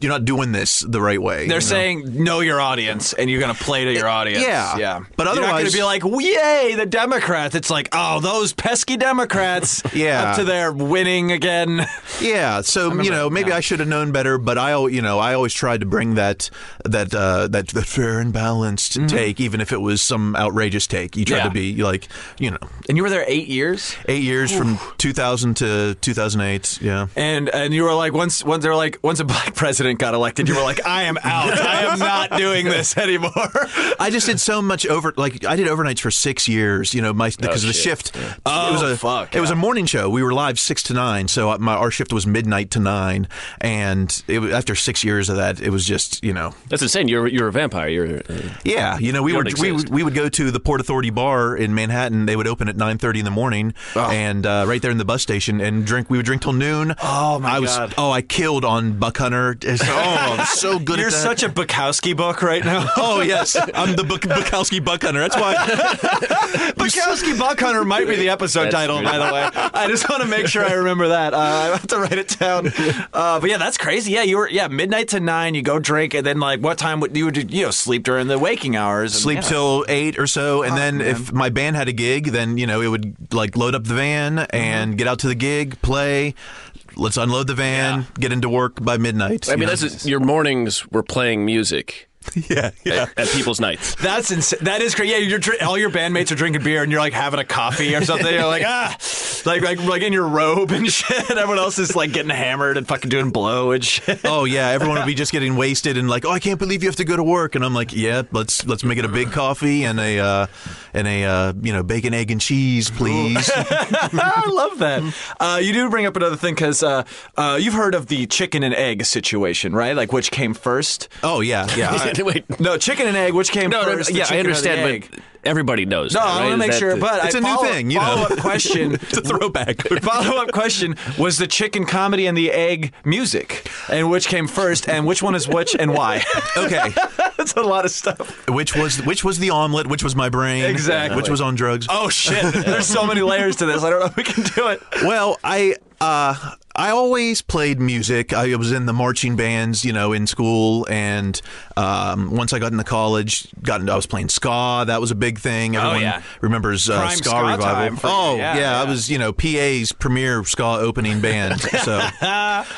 Speaker 4: you're not doing this the right way.
Speaker 1: They're
Speaker 4: you know?
Speaker 1: saying know your audience, and you're going to play to your audience.
Speaker 4: yeah.
Speaker 1: yeah.
Speaker 4: But
Speaker 1: You're not going
Speaker 4: otherwise-
Speaker 1: to be like, "Yay, the Democrats!" It's like, "Oh, those pesky Democrats!"
Speaker 4: Yeah.
Speaker 1: up to their winning again.
Speaker 4: Yeah, so you know, maybe I should have known better, but I, al- you know, I always tried to bring that that uh, that, that fair and balanced take, even if it was some outrageous take. You tried
Speaker 1: Mm-hmm. Yeah.
Speaker 4: to be like, you know,
Speaker 1: And you were there eight years.
Speaker 4: eight years from 2000 to 2008. Yeah,
Speaker 1: And and you were like once once they were like once a black president got elected, you were like, I am out. I am not doing this anymore.
Speaker 4: I just did so much over, like I did overnights for six years. You know, my because of the
Speaker 3: shit.
Speaker 4: shift. Uh,
Speaker 1: Oh,
Speaker 4: it was a,
Speaker 1: fuck,
Speaker 4: It was
Speaker 1: yeah.
Speaker 4: a morning show. We were live six to nine, so my our shift was midnight to nine, and it, was- after six years of that, it was just you know.
Speaker 3: That's insane. You're you're a vampire. You're uh,
Speaker 4: Yeah, you know, we
Speaker 3: You
Speaker 4: were
Speaker 3: don't
Speaker 4: we,
Speaker 3: exist.
Speaker 4: we would go to the Port Authority bar in Manhattan. They would open at nine thirty in the morning, and uh, right there in the bus station, and drink. We would drink till noon.
Speaker 1: Oh, my
Speaker 4: I was,
Speaker 1: God.
Speaker 4: Oh, I killed on Buck Hunter. It's- oh, I'm so good.
Speaker 1: You're
Speaker 4: at that.
Speaker 1: such a Bukowski book right now.
Speaker 4: Oh yes, I'm the Buk- Bukowski Buck Hunter. That's why.
Speaker 1: Bukowski Buck Hunter might be the episode
Speaker 3: That's
Speaker 1: title,
Speaker 3: weird.
Speaker 1: by the way. I just want to make sure I remember that. Uh, I have to write it down. Uh, but yeah, that's crazy. Yeah, you were yeah midnight to nine. You go drink, and then like what time would you would you know sleep during the waking hours? and-
Speaker 4: Sleep
Speaker 1: yeah.
Speaker 4: till eight or so, and then if my band had a gig, then you know it would like load up the van and get out to the gig, play. Let's unload the van, get into work by midnight.
Speaker 3: I
Speaker 4: you
Speaker 3: mean,
Speaker 4: know.
Speaker 3: that's your mornings were playing music
Speaker 4: yeah, yeah.
Speaker 3: at people's nights.
Speaker 1: That's insane. That is crazy. Yeah, you're dr- all your bandmates are drinking beer, and you're like having a coffee or something. You're like ah, like like like in your robe and shit. Everyone else is like getting hammered and fucking doing blow and shit.
Speaker 4: Oh yeah, everyone would be just getting wasted and like, oh, I can't believe you have to go to work. And I'm like, yeah, let's let's make it a big coffee and a uh, and a uh, you know bacon, egg, and cheese, please.
Speaker 1: I love that. Uh, you do bring up another thing because uh, uh, you've heard of the chicken and egg situation, right? Like which came first?
Speaker 4: oh yeah, yeah.
Speaker 3: Wait,
Speaker 1: No, chicken and egg. Which came
Speaker 3: no, no, no,
Speaker 1: first? the
Speaker 3: yeah, I
Speaker 1: chicken or the
Speaker 3: understand,
Speaker 1: egg?
Speaker 3: but everybody knows.
Speaker 1: no,
Speaker 3: that,
Speaker 1: I want
Speaker 3: right?
Speaker 1: to
Speaker 3: Is
Speaker 1: make
Speaker 3: that
Speaker 1: sure.
Speaker 3: the-
Speaker 1: But
Speaker 4: It's
Speaker 1: a
Speaker 4: a new thing, you know.
Speaker 1: Follow up question.
Speaker 4: it's a throwback.
Speaker 1: follow up question was the chicken comedy and the egg music, and which came first, and which one is which, and why?
Speaker 4: okay,
Speaker 1: That's a lot of stuff.
Speaker 4: which was which was the omelet? Which was my brain?
Speaker 1: Exactly.
Speaker 4: Which was on drugs?
Speaker 1: Oh shit! There's so many layers to this. I don't know if we can do it.
Speaker 4: Well, I uh, I always played music. I was in the marching bands, you know, in school, and um, once I got into college, got into, I was playing ska. That was a big thing. Everyone
Speaker 1: Oh, yeah.
Speaker 4: remembers uh,
Speaker 1: Prime
Speaker 4: ska,
Speaker 1: ska
Speaker 4: revival.
Speaker 1: time for-
Speaker 4: oh
Speaker 1: yeah,
Speaker 4: yeah, I
Speaker 1: yeah.
Speaker 4: was you know PA's premier ska opening band. so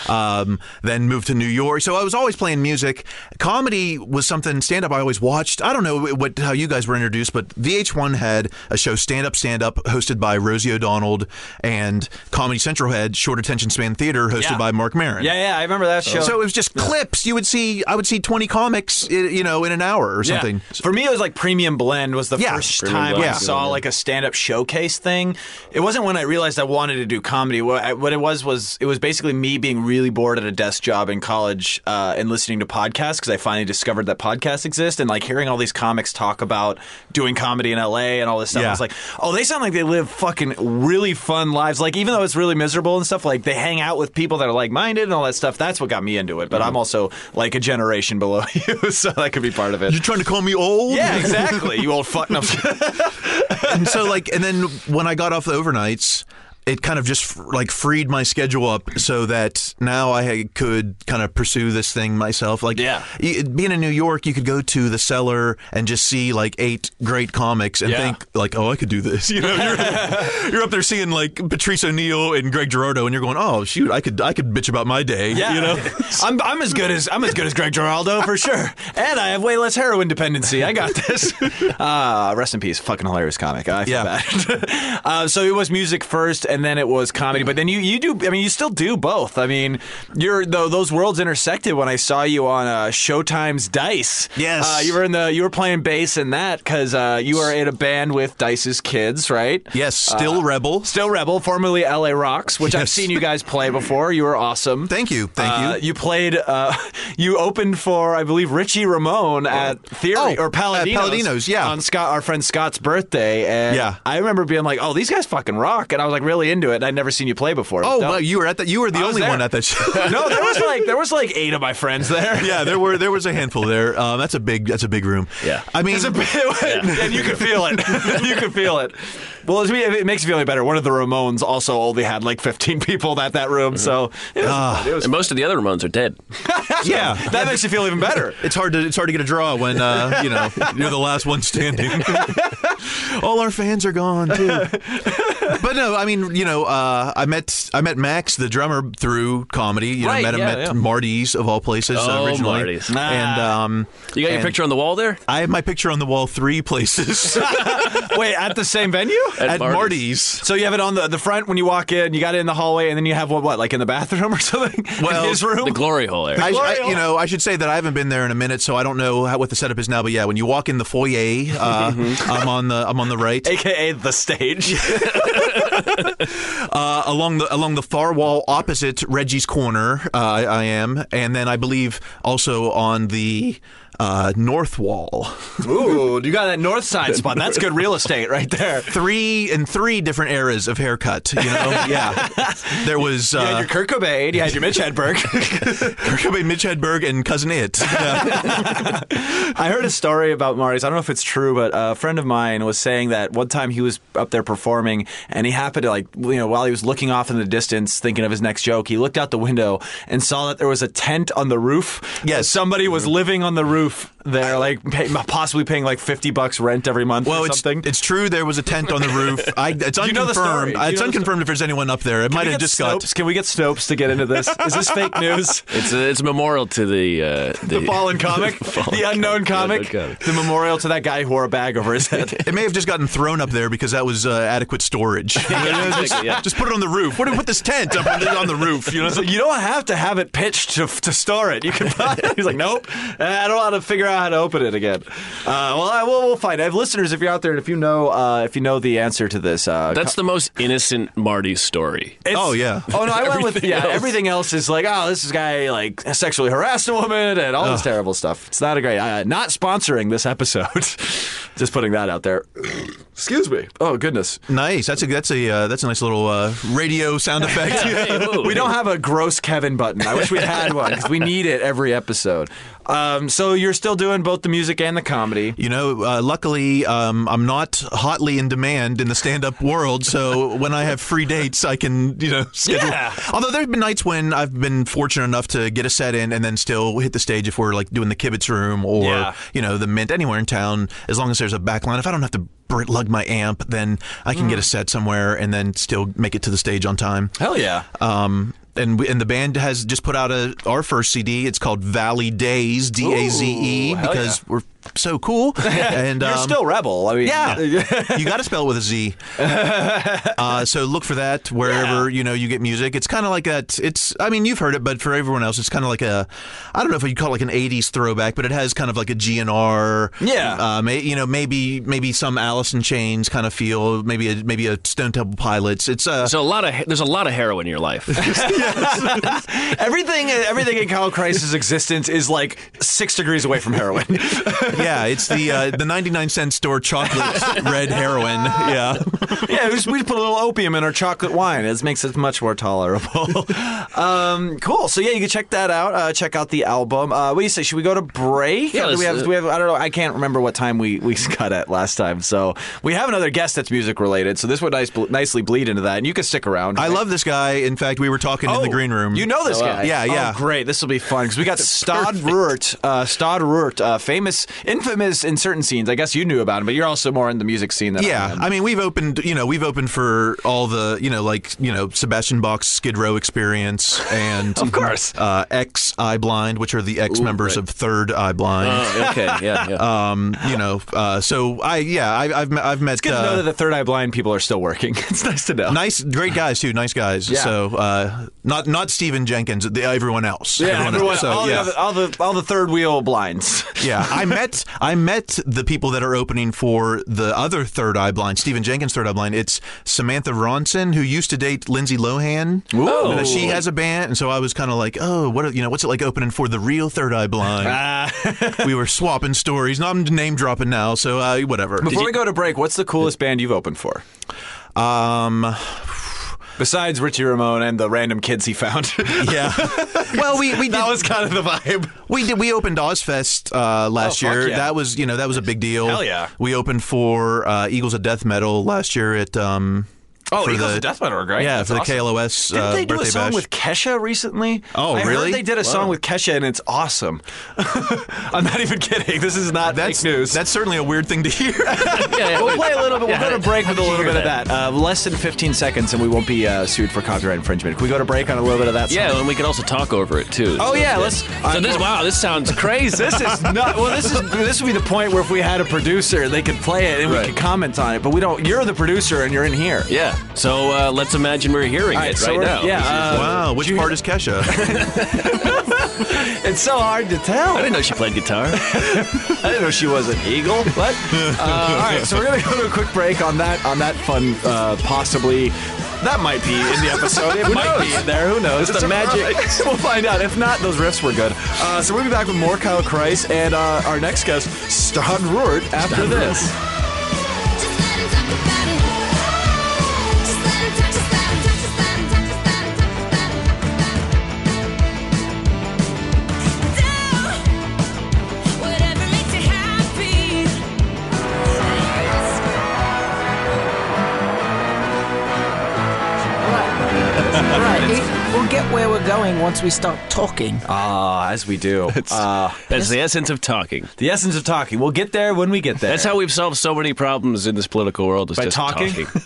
Speaker 4: um, then moved to New York. So I was always playing music. Comedy was something stand up I always watched. I don't know what how you guys were introduced, but VH1 had a show Stand Up Stand Up hosted by Rosie O'Donnell and Comedy Central had Short Attention Span Caravan Theater hosted
Speaker 1: Yeah.
Speaker 4: by Mark Maron.
Speaker 1: Yeah, yeah, I remember that show.
Speaker 4: So it was just clips. You would see, I would see 20 comics, i- you know, in an hour or
Speaker 1: Yeah.
Speaker 4: something.
Speaker 1: For me, it was like Premium Blend was the
Speaker 4: Yeah.
Speaker 1: first
Speaker 3: Premium
Speaker 1: time
Speaker 3: Blend,
Speaker 1: I
Speaker 3: yeah.
Speaker 1: saw like a stand-up showcase thing. It wasn't when I realized I wanted to do comedy. What, I, what it was was it was basically me being really bored at a desk job in college uh, and listening to podcasts because I finally discovered that podcasts exist and like hearing all these comics talk about doing comedy in LA and all this stuff.
Speaker 4: Yeah.
Speaker 1: I was like, oh, they sound like they live fucking really fun lives. Like even though it's really miserable and stuff, like they hang out with people that are like-minded and all that stuff. That's what got me into it. But
Speaker 4: Mm-hmm.
Speaker 1: I'm also like a generation below you, so that could be part of it.
Speaker 4: You're trying to call me old?
Speaker 1: Yeah, exactly. You old fuck. No,
Speaker 4: and so like and then when i got off the overnights it kind of just like freed my schedule up so that now i had- could kind of pursue this thing myself like
Speaker 1: Yeah.
Speaker 4: y- being in new york you could go to the cellar and just see like eight great comics and
Speaker 1: Yeah.
Speaker 4: think like oh i could do this you know you're, you're up there seeing like patrice o'neill and greg gerardo and you're going oh shoot i could i could bitch about my day
Speaker 1: yeah,
Speaker 4: you know
Speaker 1: I'm I'm as good as I'm as good as Greg Giraldo for sure, and I have way less heroin dependency. I got this. Uh, rest in peace. Fucking hilarious comic. I feel
Speaker 4: Yeah.
Speaker 1: bad. uh, so it was music first, and then it was comedy. But then you you do. I mean, you still do both. I mean, you're though those worlds intersected when I saw you on uh, Showtime's Dice.
Speaker 4: Yes.
Speaker 1: uh, you were in the you were playing bass in that because uh, you were in a band with Dice's kids, right?
Speaker 4: yes
Speaker 1: Uh,
Speaker 4: still rebel
Speaker 1: Still Rebel, formerly LA Rocks, which I've
Speaker 4: Yes.
Speaker 1: seen you guys play before. You were awesome.
Speaker 4: thank you thank
Speaker 1: Uh,
Speaker 4: you
Speaker 1: You played. Uh, you opened for, I believe, Richie Ramone at Theory
Speaker 4: Oh,
Speaker 1: or
Speaker 4: at
Speaker 1: Paladino's.
Speaker 4: Paladino's, yeah.
Speaker 1: On Scott, our friend Scott's birthday, and
Speaker 4: Yeah.
Speaker 1: I remember being like, "Oh, these guys fucking rock," and I was like really into it. and I'd never seen you play before.
Speaker 4: oh
Speaker 1: No.
Speaker 4: wow you were at that you were the
Speaker 1: I was
Speaker 4: only
Speaker 1: there.
Speaker 4: one at that show
Speaker 1: no, there was like there was like eight of my friends there.
Speaker 4: yeah, there were there was a handful there. Um, that's a big that's a big room.
Speaker 3: Yeah.
Speaker 4: I mean,
Speaker 1: It's a bit, and you could feel it. you could feel it. Well, it's, it makes me feel better. One of the Ramones also only had like 15 people at that
Speaker 4: Mm-hmm.
Speaker 1: room, so it was, it was
Speaker 3: And most of the other Ramones are dead.
Speaker 4: yeah.
Speaker 1: that makes you feel even better.
Speaker 4: It's hard to it's hard to get a draw when uh, you know you're the last one standing. All our fans are gone too. But no, I mean you know uh, I met I met Max the drummer through comedy. You know,
Speaker 1: Right,
Speaker 4: met him
Speaker 1: yeah,
Speaker 4: at
Speaker 1: yeah.
Speaker 4: Marty's of all places
Speaker 3: Oh,
Speaker 4: originally.
Speaker 3: Marty's.
Speaker 4: And um,
Speaker 3: You got your
Speaker 4: And-
Speaker 3: picture on the wall there?
Speaker 4: I have my picture on the wall three places
Speaker 1: Wait, at the same venue?
Speaker 3: At
Speaker 4: at
Speaker 3: Marty's.
Speaker 4: Marty's.
Speaker 1: So you have it on the, the front when you walk in, you got it in the hallway, and then you have one, what, like in the bathroom or something?
Speaker 4: Well,
Speaker 1: in his room?
Speaker 3: The glory hole area.
Speaker 4: I, I,
Speaker 1: Gloria.
Speaker 4: you know, I should say that I haven't been there in a minute, so I don't know how, what the setup is now. But yeah, when you walk in the foyer, uh,
Speaker 1: Mm-hmm.
Speaker 4: I'm on the I'm on the right,
Speaker 1: AKA the stage.
Speaker 4: uh, along the along the far wall opposite Reggie's corner. Uh, I, I am, and then I believe also on the uh, north wall.
Speaker 1: Ooh, you got that north side spot. That's good real estate right there.
Speaker 4: Three in three different eras of haircut. You know, yeah. There was
Speaker 1: You had
Speaker 4: uh,
Speaker 1: your Kurt Cobain, you had your Mitch Hedberg.
Speaker 4: Kurt Cobain, Mitch Hedberg, and cousin It. Yeah.
Speaker 1: I heard a story about Marty's. I don't know if it's true, but a friend of mine was saying that one time he was up there performing, and he happened to like, you know, while he was looking off in the distance, thinking of his next joke, he looked out the window and saw that there was a tent on the roof.
Speaker 4: Yes. Mm-hmm.
Speaker 1: somebody was living on the roof there, like pay, possibly paying like fifty bucks rent every month
Speaker 4: Well,
Speaker 1: or
Speaker 4: it's
Speaker 1: something.
Speaker 4: it's true. There was a tent on the roof. I, it's
Speaker 1: You know the story.
Speaker 4: unconfirmed. Uh,
Speaker 1: You
Speaker 4: It's
Speaker 1: know the
Speaker 4: unconfirmed if there's anyone up there. It might
Speaker 1: Can we
Speaker 4: have
Speaker 1: get
Speaker 4: just got
Speaker 1: Snopes? Can we get Snopes to get into this? Is this fake news?
Speaker 3: It's a, it's a memorial to the uh, the,
Speaker 1: The fallen comic, the, unknown
Speaker 3: comic,
Speaker 1: comic,
Speaker 3: the unknown comic.
Speaker 1: the memorial to that guy who wore a bag over his head.
Speaker 4: It may have just gotten thrown up there because that was uh, adequate storage. You know, just,
Speaker 3: exactly, yeah.
Speaker 4: just put it on the roof. What do we put this tent up on the, on the roof? You know,
Speaker 1: So you don't have to have it pitched to, to store it. You can buy it. He's like, nope. I don't know how to figure out how to open it again. Uh, well, I, we'll, we'll find. I have listeners if you're out there and if you know uh, if you know the answer to this. Uh,
Speaker 3: That's the most innocent Marty story.
Speaker 1: it's-
Speaker 4: Oh, yeah.
Speaker 1: Oh no, I went with
Speaker 3: Everything
Speaker 1: yeah.
Speaker 3: else.
Speaker 1: Everything else is like, oh, this guy like sexually harassed a woman and all this terrible stuff. It's not a great. Uh, not sponsoring this episode. Just putting that out there. Excuse me. Oh goodness.
Speaker 4: nice. That's a that's a uh, that's a nice little uh, radio sound effect.
Speaker 1: We don't have a gross Kevin button. I wish we had one because we need it every episode. Um, so you're still doing both the music and the comedy.
Speaker 4: You know, uh, luckily um, I'm not hotly in demand in the stand-up world, so when I have free dates, I can you know schedule.
Speaker 1: Yeah.
Speaker 4: Although there's been nights when I've been fortunate enough to get a set in and then still hit the stage if we're like doing the Kibitz Room or
Speaker 1: Yeah.
Speaker 4: you know the Mint anywhere in town. As long as there's a back line, if I don't have to br- lug my amp, then I can
Speaker 1: Mm.
Speaker 4: get a set somewhere and then still make it to the stage on time.
Speaker 1: Hell yeah.
Speaker 4: Um, and we, and the band has just put out a our first CD. It's called Valley Days, D A Z E,
Speaker 1: hell
Speaker 4: because we're so cool. And
Speaker 1: You're
Speaker 4: um,
Speaker 1: still rebel. I mean,
Speaker 4: yeah, you got to spell it with a Z. Uh, so look for that wherever you know you get music. It's kind of like that. It's I mean you've heard it, but for everyone else, it's kind of like a I don't know if you call it like an '80s throwback, but it has kind of like a GNR.
Speaker 1: Yeah.
Speaker 4: uh, may, you know maybe maybe some Alice in Chains kind of feel. Maybe a, maybe a Stone Temple Pilots. It's uh,
Speaker 3: So a lot of there's a lot of heroin in your life.
Speaker 1: everything everything in Kyle Christ's existence is like six degrees away from heroin.
Speaker 4: yeah, it's the uh, the 99 cent store chocolate red heroin. Yeah.
Speaker 1: yeah, we just, we just put a little opium in our chocolate wine. It makes it much more tolerable. um, cool. So yeah, you can check that out. Uh, check out the album. Uh, what do you say? Should we go to break?
Speaker 3: Yeah,
Speaker 1: Or do we
Speaker 3: let's,
Speaker 1: have?
Speaker 3: uh,
Speaker 1: Do we have? I don't know. I can't remember what time we we cut at last time. So we have another guest that's music related. So this would nice, nicely bleed into that, and you can stick around. Oh,
Speaker 4: I love this guy. In fact, we were talking in the green room.
Speaker 1: You know this
Speaker 4: Oh, wow.
Speaker 1: guy.
Speaker 4: Yeah, yeah.
Speaker 1: Oh, great. This will be fun because we got Stod Ruert. Uh, Stod Ruert, uh, famous, infamous in certain scenes. I guess you knew about him, but you're also more in the music scene than I
Speaker 4: Yeah,
Speaker 1: am.
Speaker 4: I mean, we've opened, you know, we've opened for all the, you know, like, you know, Sebastian Bach's Skid Row experience and,
Speaker 1: Of course.
Speaker 4: uh, X Eye Blind, which are the ex members of Third Eye Blind.
Speaker 3: Oh, okay, yeah,
Speaker 1: Uh-huh.
Speaker 3: yeah.
Speaker 4: um, you know, uh, so I, yeah, I, I've, met- I've met
Speaker 1: Good to know
Speaker 4: uh,
Speaker 1: that the Third Eye Blind people are still working. it's nice to know.
Speaker 4: nice, great guys too, nice guys.
Speaker 1: Yeah.
Speaker 4: So, uh, not not Stephen Jenkins, the, everyone else.
Speaker 1: Yeah, everyone,
Speaker 4: else. So,
Speaker 1: all,
Speaker 4: yeah.
Speaker 1: the, other- all the all the third wheel blinds.
Speaker 4: yeah, I met I met the people that are opening for the other Third Eye Blind, Stephen Jenkins Third Eye Blind. It's Samantha Ronson, who used to date Lindsay Lohan.
Speaker 1: Ooh.
Speaker 4: And she has a band, and so I was kind of like, oh, what are, you know, what's it like opening for the real Third Eye Blind?
Speaker 1: Uh,
Speaker 4: we were swapping stories. Now I'm name dropping now, so uh, whatever.
Speaker 1: before we go to break, what's the coolest band you've opened for?
Speaker 4: Um,
Speaker 1: Besides Richie Ramone and the random kids he found. Uh,
Speaker 4: yeah. well, we we did,
Speaker 1: that was kind of the vibe.
Speaker 4: We did. We opened Ozfest uh, last
Speaker 1: Oh, fuck
Speaker 4: year.
Speaker 1: yeah.
Speaker 4: That was you know that was a big deal.
Speaker 1: Hell yeah.
Speaker 4: We opened for uh, Eagles of Death Metal last year at um.
Speaker 1: Oh,
Speaker 4: for
Speaker 1: Eagles
Speaker 4: the,
Speaker 1: of Death Metal are great.
Speaker 4: Yeah,
Speaker 1: That's
Speaker 4: for the
Speaker 1: awesome.
Speaker 4: KLOS
Speaker 1: Didn't
Speaker 4: uh,
Speaker 1: they do a
Speaker 4: birthday
Speaker 1: song
Speaker 4: bash.
Speaker 1: with Kesha recently?
Speaker 4: Oh,
Speaker 1: I heard
Speaker 4: really?
Speaker 1: they did a song with Kesha, and it's awesome. I'm not even kidding. This is not
Speaker 4: that's
Speaker 1: fake news.
Speaker 4: That's certainly a weird thing to hear.
Speaker 3: yeah, yeah,
Speaker 1: we'll
Speaker 3: wait.
Speaker 1: play a little bit. We'll
Speaker 3: Yeah,
Speaker 1: go to break
Speaker 3: how
Speaker 1: with a
Speaker 3: did you
Speaker 1: little
Speaker 3: hear
Speaker 1: bit of that. Uh, less than 15 seconds, and we won't be uh, sued for copyright infringement. Can we go to break on a little bit of that? song?
Speaker 3: Yeah, and we can also talk over it too.
Speaker 1: Oh yeah. Let's.
Speaker 3: So this wow, this sounds crazy.
Speaker 1: This is not well. This is this would be the point where if we had a producer, they could play it and
Speaker 3: Right.
Speaker 1: we could comment on it. But we don't. You're the producer, and you're in here.
Speaker 3: yeah. So uh, let's imagine we're hearing
Speaker 1: All
Speaker 3: it
Speaker 1: right, so
Speaker 3: right
Speaker 1: we're-
Speaker 3: now.
Speaker 1: yeah, uh,
Speaker 4: wow, which part is Kesha?
Speaker 1: It's so hard to tell.
Speaker 3: I didn't know she played guitar.
Speaker 1: I didn't know she was an eagle. What? uh, all right, so we're gonna go to a quick break on that on that fun uh, possibly. That might be in the episode. It might be in there. Who knows? It's, the magic. We'll find out. If not, those riffs were good. Uh, so we'll be back with more Kyle Christ and uh, our next guest, Stan Roort, after this.
Speaker 5: Just let him talk about it. Just let him talk, just let him talk, just let him talk, just let him talk about it. Do whatever makes you happy.
Speaker 6: Right, it- we'll get where we're going once we start talking.
Speaker 1: Ah, as we do. Uh,
Speaker 3: That's the essence of talking.
Speaker 1: the essence of talking. We'll get there when we get there.
Speaker 3: That's how we've solved so many problems in this political world. Is
Speaker 1: By
Speaker 3: just
Speaker 1: talking?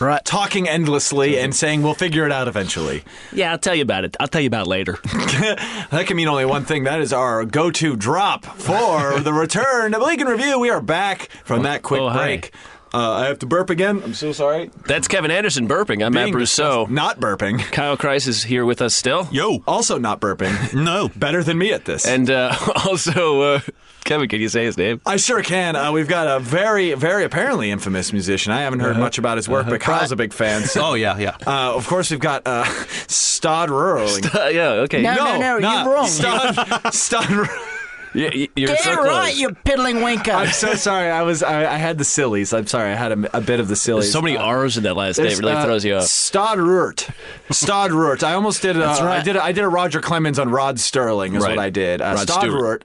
Speaker 6: Right.
Speaker 1: talking endlessly and saying we'll figure it out eventually.
Speaker 3: yeah, I'll tell you about it. I'll tell you about it later.
Speaker 1: That can mean only one thing. That is our go-to drop for the return of League and Review. We are back from that quick
Speaker 3: oh, hi.
Speaker 1: break. Uh, I have to burp again. I'm so sorry.
Speaker 3: That's Kevin Anderson burping. I'm Matt
Speaker 1: Being
Speaker 3: Brousseau.
Speaker 1: disgust- Not burping.
Speaker 3: Kyle Kreis is here with us still.
Speaker 4: Yo,
Speaker 1: Also not burping.
Speaker 4: no.
Speaker 1: Better than me at this.
Speaker 3: And uh, also, uh, Kevin, can you say his name?
Speaker 1: I sure can. Uh, we've got a very, very apparently infamous musician. I haven't heard much about his work, but Kyle's a big fan. So,
Speaker 4: Oh yeah, yeah.
Speaker 1: uh, of course, we've got uh, Stod Rurling.
Speaker 3: Uh, yeah, okay.
Speaker 6: No, no, no,
Speaker 1: not
Speaker 6: you're wrong.
Speaker 1: Stod, Stod Rurling.
Speaker 3: You, you're
Speaker 6: Get
Speaker 3: so
Speaker 6: it
Speaker 3: close.
Speaker 6: right, you piddling
Speaker 1: I'm
Speaker 6: winker.
Speaker 1: so sorry. I was I, I had the sillies. I'm sorry. I had a, a bit of the sillies.
Speaker 3: so many R's in that last name. It really
Speaker 1: uh,
Speaker 3: throws you off.
Speaker 1: Stodrert. Stodrert. I almost did. A, I
Speaker 6: right.
Speaker 1: did. A, I did a Roger Clemens on Rod Sterling. Is
Speaker 3: Right.
Speaker 1: what I did. Uh,
Speaker 3: Rod Stewart.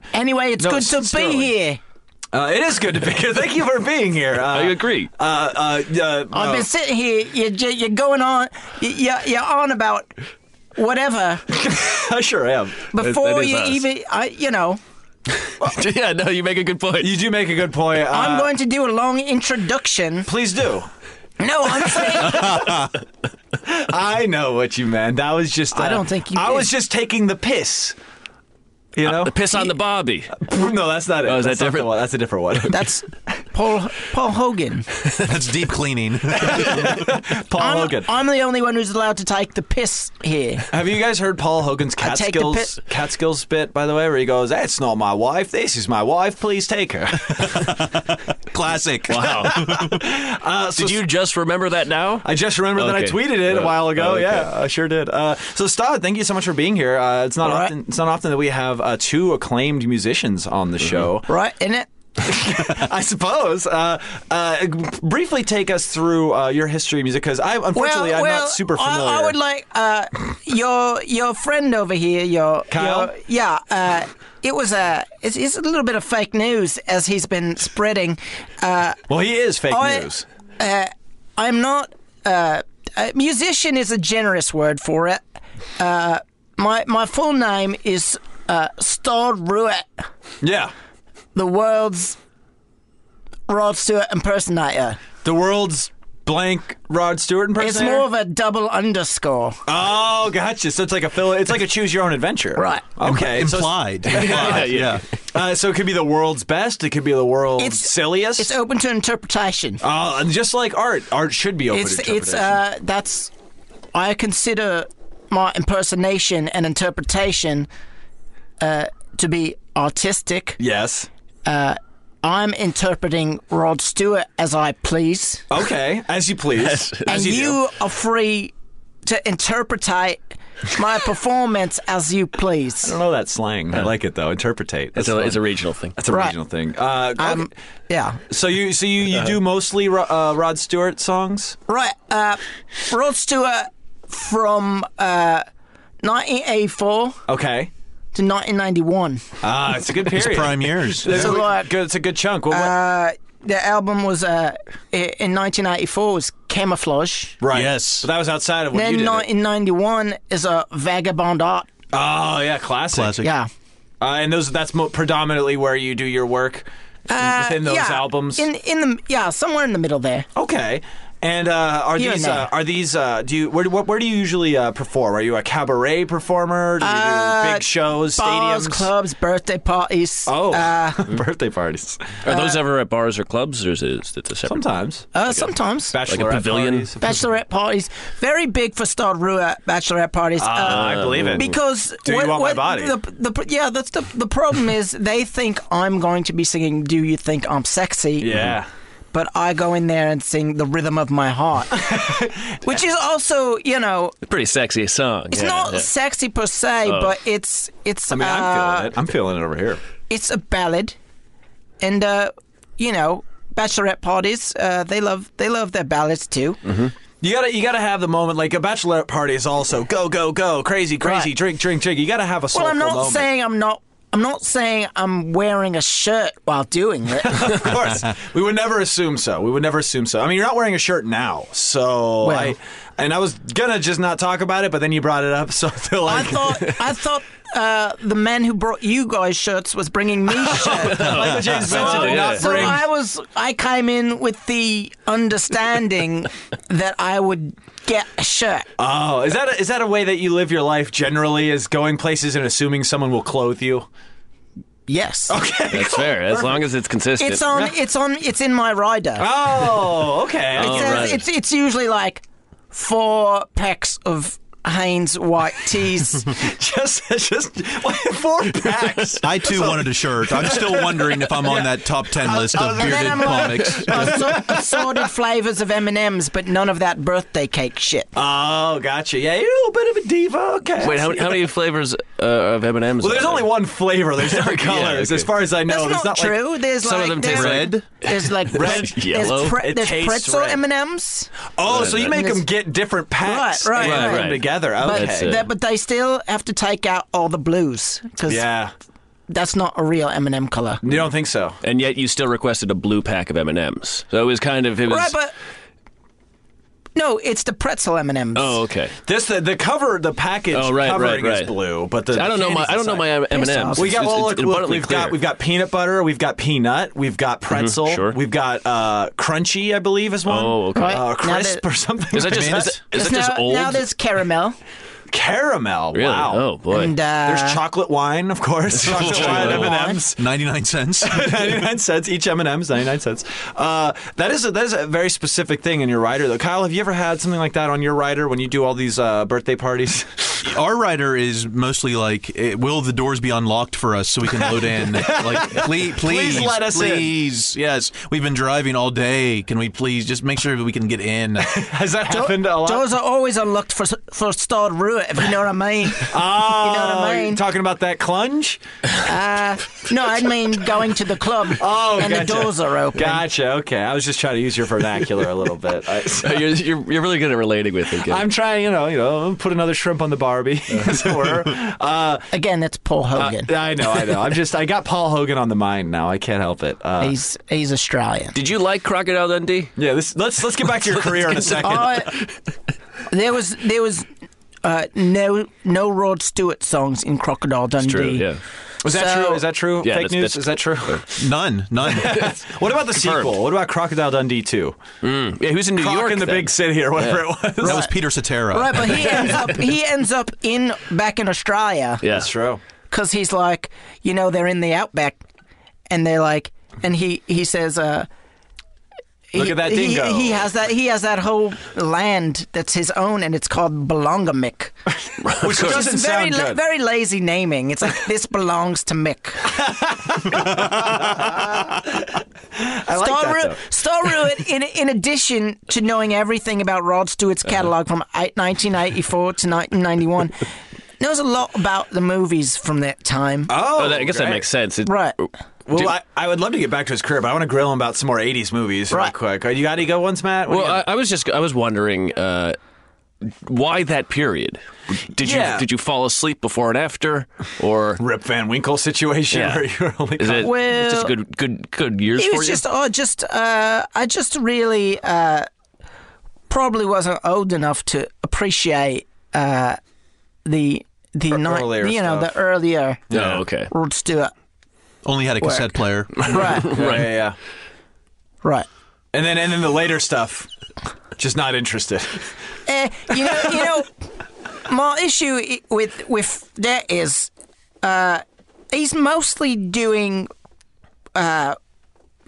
Speaker 1: Stodrert.
Speaker 6: Anyway, it's
Speaker 1: No,
Speaker 6: good to
Speaker 1: Sterling.
Speaker 6: be here.
Speaker 1: Uh, it is good to be here. Thank you for being here. Uh,
Speaker 3: I agree.
Speaker 1: Uh, uh, uh,
Speaker 6: I've been sitting here. You're, ju- you're going on. you- You're, you're on about whatever
Speaker 1: I sure am.
Speaker 6: before
Speaker 3: is
Speaker 6: you
Speaker 3: us.
Speaker 6: even. I, you know,
Speaker 3: yeah, no, you make a good point.
Speaker 1: You do make a good point. Uh,
Speaker 6: I'm going to do a long introduction.
Speaker 1: Please do.
Speaker 6: No, I'm saying
Speaker 1: I know what you meant. That was just. Uh,
Speaker 6: I don't think you
Speaker 1: I
Speaker 6: did.
Speaker 1: was just taking the piss. You know?
Speaker 3: Uh, The piss on the Bobby.
Speaker 1: no, that's not it.
Speaker 3: Oh, is that
Speaker 1: That's not the
Speaker 3: different?
Speaker 1: one. That's a different one.
Speaker 6: That's Paul Paul Hogan.
Speaker 4: That's deep cleaning.
Speaker 1: Paul
Speaker 6: I'm,
Speaker 1: Hogan.
Speaker 6: I'm the only one who's allowed to take the piss here.
Speaker 1: Have you guys heard Paul Hogan's
Speaker 6: take the
Speaker 1: Catskills Catskills bit? By the way, where he goes, "That's not my wife. This is my wife. Please take her."
Speaker 4: Classic.
Speaker 3: Wow.
Speaker 1: Uh, so
Speaker 3: Did you just remember that now?
Speaker 1: I just remembered that I
Speaker 3: Okay.
Speaker 1: tweeted it a
Speaker 3: Uh,
Speaker 1: while ago.
Speaker 3: okay.
Speaker 1: Yeah, I sure did. Uh, so, Stod, thank you so much for being here. Uh, it's not
Speaker 6: All right.
Speaker 1: often it's not often that we have uh, two acclaimed musicians on the show.
Speaker 6: Mm-hmm. Right, in it?
Speaker 1: I suppose. Uh, uh, briefly take us through uh, your history of music because I unfortunately I'm
Speaker 6: well,
Speaker 1: not super
Speaker 6: I-
Speaker 1: familiar.
Speaker 6: I, would like uh, your your friend over here, your
Speaker 1: Kyle?
Speaker 6: your- yeah, uh, it was a it's, it's a little bit of fake news as he's been spreading. Uh,
Speaker 1: well, he is fake
Speaker 6: I-
Speaker 1: news.
Speaker 6: uh, I'm not. Uh, uh, musician is a generous word for it. Uh, my my full name is uh, Stod Ruett,
Speaker 1: Yeah,
Speaker 6: the world's Rod Stewart impersonator.
Speaker 1: the world's blank Rod Stewart
Speaker 6: It's
Speaker 1: impersonator.
Speaker 6: more of a double underscore.
Speaker 1: Oh, gotcha. So it's like a fill. It's like a choose your own adventure.
Speaker 6: Right.
Speaker 1: Okay. so it's-
Speaker 4: Implied. Implied.
Speaker 3: yeah.
Speaker 1: uh, so it could be the world's best. It could be the world's
Speaker 6: It's-
Speaker 1: silliest.
Speaker 6: It's open to interpretation.
Speaker 1: uh, and just like art, art should be open
Speaker 6: it's
Speaker 1: to
Speaker 6: it's
Speaker 1: interpretation.
Speaker 6: uh that's I consider my impersonation and interpretation uh, to be artistic.
Speaker 1: yes.
Speaker 6: I'm interpreting Rod Stewart as I please,
Speaker 1: Okay. As you please.
Speaker 6: and
Speaker 1: As
Speaker 6: you,
Speaker 1: you, do.
Speaker 6: are free to interpretate my performance as you please.
Speaker 1: I don't know that slang. I like it though. Interpretate. That's
Speaker 3: It's a,
Speaker 1: fun.
Speaker 3: it's a regional thing.
Speaker 1: That's a
Speaker 6: Right.
Speaker 1: regional thing. Uh,
Speaker 6: Um,
Speaker 1: okay.
Speaker 6: yeah,
Speaker 1: So you so you, you do mostly Ro- uh, Rod Stewart songs.
Speaker 6: right. Uh, Rod Stewart from uh, 1984
Speaker 1: Okay.
Speaker 6: to 1991.
Speaker 1: Ah, it's a good period.
Speaker 4: It's prime years.
Speaker 1: It's a,
Speaker 6: So, like-
Speaker 1: good, it's a good chunk. Well, what-
Speaker 6: Uh, the album was uh, i- in 1984 was Camouflage.
Speaker 1: right.
Speaker 4: yes.
Speaker 1: But that was outside of what you
Speaker 6: Then
Speaker 1: did.
Speaker 6: 1991 is a Vagabond Art.
Speaker 1: oh yeah, classic.
Speaker 4: Classic.
Speaker 6: Yeah.
Speaker 1: Uh, and those that's mo- predominantly where you do your work
Speaker 6: Uh,
Speaker 1: within those
Speaker 6: yeah,
Speaker 1: albums.
Speaker 6: In in the yeah somewhere in the middle there.
Speaker 1: okay. And uh, are
Speaker 6: Here and
Speaker 1: these
Speaker 6: there.
Speaker 1: uh, are these uh, do you where, do- where do you usually uh, perform? Are you a cabaret performer? Do you do
Speaker 6: Uh,
Speaker 1: big shows,
Speaker 6: Bars,
Speaker 1: stadiums,
Speaker 6: clubs, birthday parties.
Speaker 1: Oh,
Speaker 6: Uh,
Speaker 1: birthday parties.
Speaker 3: Are those ever at bars or clubs, or is it it's a separate?
Speaker 1: Sometimes
Speaker 6: uh, sometimes.
Speaker 1: bachelorette
Speaker 3: pavilion?
Speaker 1: parties.
Speaker 6: Bachelorette parties, very big for Star Rua bachelorette parties. Uh,
Speaker 1: Ah, I believe it.
Speaker 6: Because
Speaker 1: Do you
Speaker 6: what-
Speaker 1: want my
Speaker 6: what
Speaker 1: body?
Speaker 6: The, the, pr- yeah, that's the the problem is they think I'm going to be singing "Do You Think I'm Sexy?"
Speaker 1: yeah.
Speaker 6: but I go in there and sing "The Rhythm of My Heart," which is also you know
Speaker 3: Pretty sexy song.
Speaker 6: It's not sexy per se, but it's it's
Speaker 1: Oh. I mean,
Speaker 6: uh,
Speaker 1: I'm feeling it. I'm feeling it over here.
Speaker 6: it's a ballad, and uh, you know, bachelorette parties uh, they love they love their ballads too.
Speaker 1: Mhm. You gotta, you gotta have the moment. Like a bachelorette party is also go, go, go, crazy, crazy,
Speaker 6: Right.
Speaker 1: drink, drink, drink. You gotta have a soulful
Speaker 6: Well, I'm not
Speaker 1: moment.
Speaker 6: saying I'm not. I'm not saying I'm wearing a shirt while doing it.
Speaker 1: of course, we would never assume so. We would never assume so. I mean, you're not wearing a shirt now, so
Speaker 6: Well.
Speaker 1: I. And I was gonna just not talk about it, but then you brought it up, so I feel
Speaker 6: I
Speaker 1: like
Speaker 6: thought I thought uh, the man who brought you guys shirts was bringing me shirts.
Speaker 1: Michael James
Speaker 3: So
Speaker 1: Benson did
Speaker 3: I-
Speaker 1: not
Speaker 6: So
Speaker 1: bring.
Speaker 6: I was I came in with the understanding that I would get a shirt.
Speaker 1: oh, is that a, is that a way that you live your life generally? Is going places and assuming someone will clothe you?
Speaker 6: Yes.
Speaker 3: That's fair, as long as it's consistent.
Speaker 6: It's on. It's on. It's in my rider.
Speaker 1: Oh, okay.
Speaker 6: it
Speaker 3: Oh,
Speaker 6: says
Speaker 3: right.
Speaker 6: it's it's usually like four packs of Heinz white teas.
Speaker 1: just just four packs.
Speaker 4: I too wanted a shirt. I'm still wondering if I'm on that top ten list of
Speaker 6: and then
Speaker 4: bearded
Speaker 6: I'm like
Speaker 4: comics.
Speaker 6: assor- assorted flavors of M and M's, but none of that birthday cake shit.
Speaker 1: Oh, gotcha. Yeah, you're a little bit of a diva. Okay.
Speaker 3: Wait, how, how many flavors uh, of M and M's?
Speaker 1: well, there's only one flavor. There's different
Speaker 3: Yeah,
Speaker 1: colors,
Speaker 3: okay.
Speaker 1: as far as I know.
Speaker 6: That's
Speaker 1: There's
Speaker 6: not,
Speaker 1: not,
Speaker 6: true.
Speaker 1: Like,
Speaker 6: there's
Speaker 3: some of them
Speaker 6: like there's,
Speaker 3: taste
Speaker 4: red.
Speaker 6: There's like red,
Speaker 3: yellow.
Speaker 6: There's, pre-
Speaker 1: It
Speaker 6: there's
Speaker 1: tastes
Speaker 6: pretzel
Speaker 1: red.
Speaker 6: M and M's.
Speaker 1: oh, so you make
Speaker 6: Yes.
Speaker 1: them get different packs
Speaker 6: Right,
Speaker 1: and
Speaker 6: right,
Speaker 1: put
Speaker 6: right.
Speaker 1: them together.
Speaker 6: But,
Speaker 1: Okay.
Speaker 3: That's it.
Speaker 6: that- but they still have to take out all the blues because
Speaker 1: yeah.
Speaker 6: that's not a real M and M color.
Speaker 1: You don't think so?
Speaker 3: and yet you still requested a blue pack of M and M's. So it was kind of it was.
Speaker 6: Right, but no, it's the pretzel M and M's.
Speaker 3: oh, okay.
Speaker 1: This the, the cover, the package
Speaker 3: Oh, right,
Speaker 1: covering
Speaker 3: right,
Speaker 1: is
Speaker 3: right.
Speaker 1: blue, but the
Speaker 3: I don't know my I don't know my M and M's.
Speaker 6: off.
Speaker 1: We got well, look, look, we've got we've got peanut butter, we've got peanut, we've got pretzel,
Speaker 3: Mm-hmm, sure.
Speaker 1: we've got uh, crunchy, I believe is one.
Speaker 3: Oh, okay.
Speaker 6: Right.
Speaker 1: Uh,
Speaker 6: Now
Speaker 1: crisp
Speaker 6: that-
Speaker 1: or something.
Speaker 3: Is that
Speaker 1: like
Speaker 3: just is that, is that
Speaker 6: now,
Speaker 3: just old?
Speaker 6: now there's caramel.
Speaker 1: caramel.
Speaker 3: Really?
Speaker 1: Wow.
Speaker 3: Oh boy.
Speaker 6: And, uh,
Speaker 1: There's chocolate wine, of course. chocolate wine
Speaker 3: Chocolate
Speaker 1: M
Speaker 3: wine.
Speaker 1: and M's.
Speaker 4: 99 cents.
Speaker 1: 99 cents each M&M's 99 cents uh, that is a, that is a very specific thing in your rider though Kyle have you ever had something like that on your rider when you do all these uh, birthday parties
Speaker 4: Our rider is mostly like, eh, will the doors be unlocked for us so we can load in? like, please, please,
Speaker 1: Please let us in.
Speaker 4: please. Yes, we've been driving all day. Can we please just make sure that we can get in?
Speaker 1: has that happened a lot
Speaker 6: Doors are always unlocked for for starred root, if you know what I mean.
Speaker 1: oh,
Speaker 6: you know what I mean?
Speaker 1: talking about that clunge
Speaker 6: Uh, no, I mean going to the club.
Speaker 1: oh
Speaker 6: and
Speaker 1: gotcha.
Speaker 6: the doors are open.
Speaker 1: gotcha okay I was just trying to use your vernacular a little bit I,
Speaker 3: you're, you're, you're really good at relating with it. kid.
Speaker 1: am trying you know you know put another shrimp on the Barbie as it were uh,
Speaker 6: Again, that's Paul Hogan.
Speaker 1: I know I know I'm just I got Paul Hogan on the mind now I can't help it uh,
Speaker 6: he's he's Australian.
Speaker 3: Did you like Crocodile Dundee?
Speaker 1: yeah this, let's let's get back to your career in a second
Speaker 6: I, there was there was uh, no no Rod Stewart songs in Crocodile Dundee.
Speaker 3: True. Yeah.
Speaker 1: Was that
Speaker 6: So-
Speaker 1: true? Is that true? Fake
Speaker 3: Yeah, that's-
Speaker 1: news?
Speaker 3: that's-
Speaker 1: Is that true?
Speaker 4: none, none.
Speaker 1: What about the
Speaker 3: Confirmed. Mm,
Speaker 1: sequel? What about Crocodile Dundee 2?
Speaker 3: Yeah. Who's in New
Speaker 1: Croc
Speaker 3: York?
Speaker 1: in the
Speaker 3: then?
Speaker 1: Big City or whatever it was.
Speaker 4: That was Peter Cetera.
Speaker 6: Right, but he ends up he ends up in back in Australia
Speaker 3: Yeah.
Speaker 1: That's true.
Speaker 6: because he's like, you know, they're in the outback, and they're like, and he he says, uh,
Speaker 1: Look
Speaker 6: he-
Speaker 1: at that
Speaker 6: he-
Speaker 1: dingo.
Speaker 6: He, has that he has that whole land that's his own, and it's called Belongamick.
Speaker 1: Which doesn't
Speaker 6: It's very
Speaker 1: sound
Speaker 6: la-
Speaker 1: good.
Speaker 6: very lazy naming. It's like this belongs to Mick.
Speaker 1: I like
Speaker 6: Star,
Speaker 1: that,
Speaker 6: Ru-
Speaker 1: though.
Speaker 6: Star Ruud, in, in addition to knowing everything about Rod Stewart's
Speaker 1: Uh-huh.
Speaker 6: catalog from eight- 1984 to 1991, knows a lot about the movies from that time.
Speaker 1: Oh,
Speaker 3: Oh, that, I guess that
Speaker 1: great.
Speaker 3: makes sense. It-
Speaker 6: right.
Speaker 1: oh, Well, I, I would love to get back to his career, but I want to grill him about some more 80s movies
Speaker 6: Right.
Speaker 1: real quick. You got any good ones, Matt? What
Speaker 3: Well,
Speaker 1: do you
Speaker 3: I, I was just I was wondering uh, why that period. Did
Speaker 1: Yeah.
Speaker 3: you did you fall asleep before and after, or
Speaker 1: Rip Van Winkle situation
Speaker 3: Yeah.
Speaker 1: where you're only.
Speaker 3: is it
Speaker 6: Well-
Speaker 3: it's just good good good years
Speaker 6: It
Speaker 3: for
Speaker 6: was
Speaker 3: you?
Speaker 6: just, oh, just, uh, I just really uh, probably wasn't old enough to appreciate uh, the, the, night,
Speaker 1: earlier
Speaker 6: you know,
Speaker 1: stuff.
Speaker 6: the earlier
Speaker 3: No, Oh, okay.
Speaker 6: Rod Stewart.
Speaker 4: Only had a cassette player.
Speaker 6: Right,
Speaker 1: Yeah, yeah, yeah.
Speaker 6: right.
Speaker 1: And then, and then the later stuff. Just not interested.
Speaker 6: Eh, you know, you know, my issue i- with with that is, uh, he's mostly doing, uh,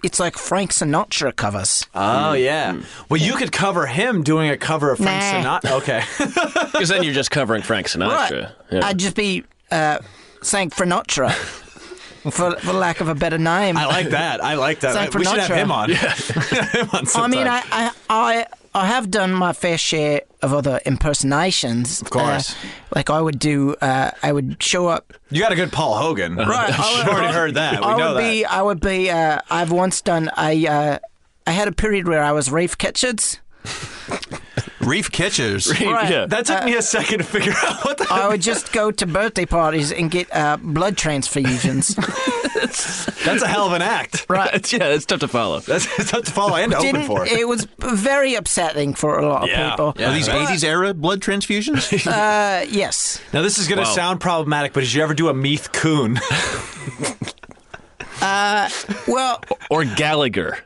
Speaker 6: it's like Frank Sinatra covers.
Speaker 1: Oh, yeah. Well, you could cover him doing a cover of Frank
Speaker 6: Nah.
Speaker 1: Sinatra. Okay.
Speaker 3: Because then you're just covering Frank Sinatra.
Speaker 6: Right.
Speaker 3: Yeah.
Speaker 6: I'd just be uh, saying Sinatra, for for lack of a better name.
Speaker 1: I like that. I like that.
Speaker 6: Frank
Speaker 1: we should have
Speaker 6: Sinatra.
Speaker 1: him on. Him on
Speaker 6: I mean,
Speaker 1: sometime.
Speaker 6: I, I I I have done my fair share of other impersonations. Of
Speaker 1: course.
Speaker 6: like I would do, uh, I would show up
Speaker 1: You got a good Paul Hogan.
Speaker 3: Uh-huh.
Speaker 6: Right, I
Speaker 1: I've
Speaker 6: would-
Speaker 1: already heard that. We
Speaker 6: I
Speaker 1: know
Speaker 6: would
Speaker 1: that.
Speaker 6: be. I would be. Uh, I've once done. I uh, I had a period where I was Rafe Kitchens.
Speaker 4: Reef Kitchers.
Speaker 6: Right.
Speaker 3: yeah.
Speaker 1: That
Speaker 6: Uh,
Speaker 1: took me a second to figure out what the.
Speaker 6: I would just go to birthday parties and get uh, blood transfusions.
Speaker 1: That's a hell of an act.
Speaker 3: right. yeah, it's tough to follow.
Speaker 1: That's, that's tough to follow and to open
Speaker 6: Didn't
Speaker 1: for.
Speaker 6: it was very upsetting for a lot of
Speaker 1: Yeah.
Speaker 6: people.
Speaker 1: Yeah.
Speaker 4: Are these
Speaker 1: But-
Speaker 4: 80s era blood transfusions?
Speaker 6: Uh, yes.
Speaker 1: Now this is going to
Speaker 3: Wow.
Speaker 1: sound problematic, but did you ever do a Meath Coon?
Speaker 6: Well,
Speaker 3: Or Gallagher.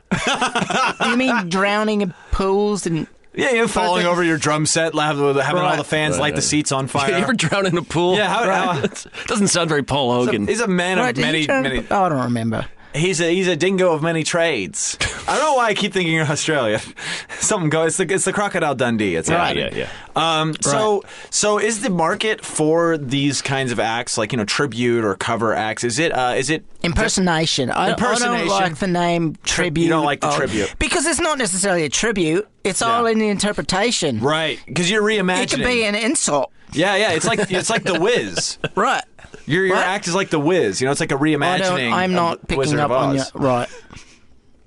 Speaker 6: you mean drowning in pools and
Speaker 1: yeah, you know, falling over your drum set, laugh- having all
Speaker 6: Right.
Speaker 1: the fans light the seats on fire.
Speaker 3: you ever drown in a pool?
Speaker 1: Yeah, how- how- uh,
Speaker 3: It's- doesn't sound very Paul
Speaker 1: He's
Speaker 3: Hogan.
Speaker 1: a- he's a man of
Speaker 6: Right, did you
Speaker 1: many,
Speaker 6: drown-
Speaker 1: many.
Speaker 6: I don't remember.
Speaker 1: He's a he's a dingo of many trades. I don't know why I keep thinking you're Australian. Something go. It's the it's the crocodile Dundee. It's
Speaker 3: yeah,
Speaker 1: happening.
Speaker 3: yeah, yeah.
Speaker 1: Um, so, so is the market for these kinds of acts, like you know, tribute or cover acts? Is it? Uh, is it?
Speaker 6: Impersonation. I, I
Speaker 1: Impersonation.
Speaker 6: don't like the name tribute.
Speaker 1: you don't like the
Speaker 6: or-
Speaker 1: tribute.
Speaker 6: because it's not necessarily a tribute. It's all in the interpretation.
Speaker 1: Right, because you're reimagining.
Speaker 6: It could be an insult.
Speaker 1: yeah, yeah. It's like it's like the Wiz.
Speaker 6: Right.
Speaker 1: Your your
Speaker 6: What?
Speaker 1: act is like the Wiz. You know, it's like a reimagining.
Speaker 6: I don't, I'm
Speaker 1: of
Speaker 6: not picking
Speaker 1: Wizard
Speaker 6: up
Speaker 1: of
Speaker 6: on you.
Speaker 1: Oz.
Speaker 6: Right.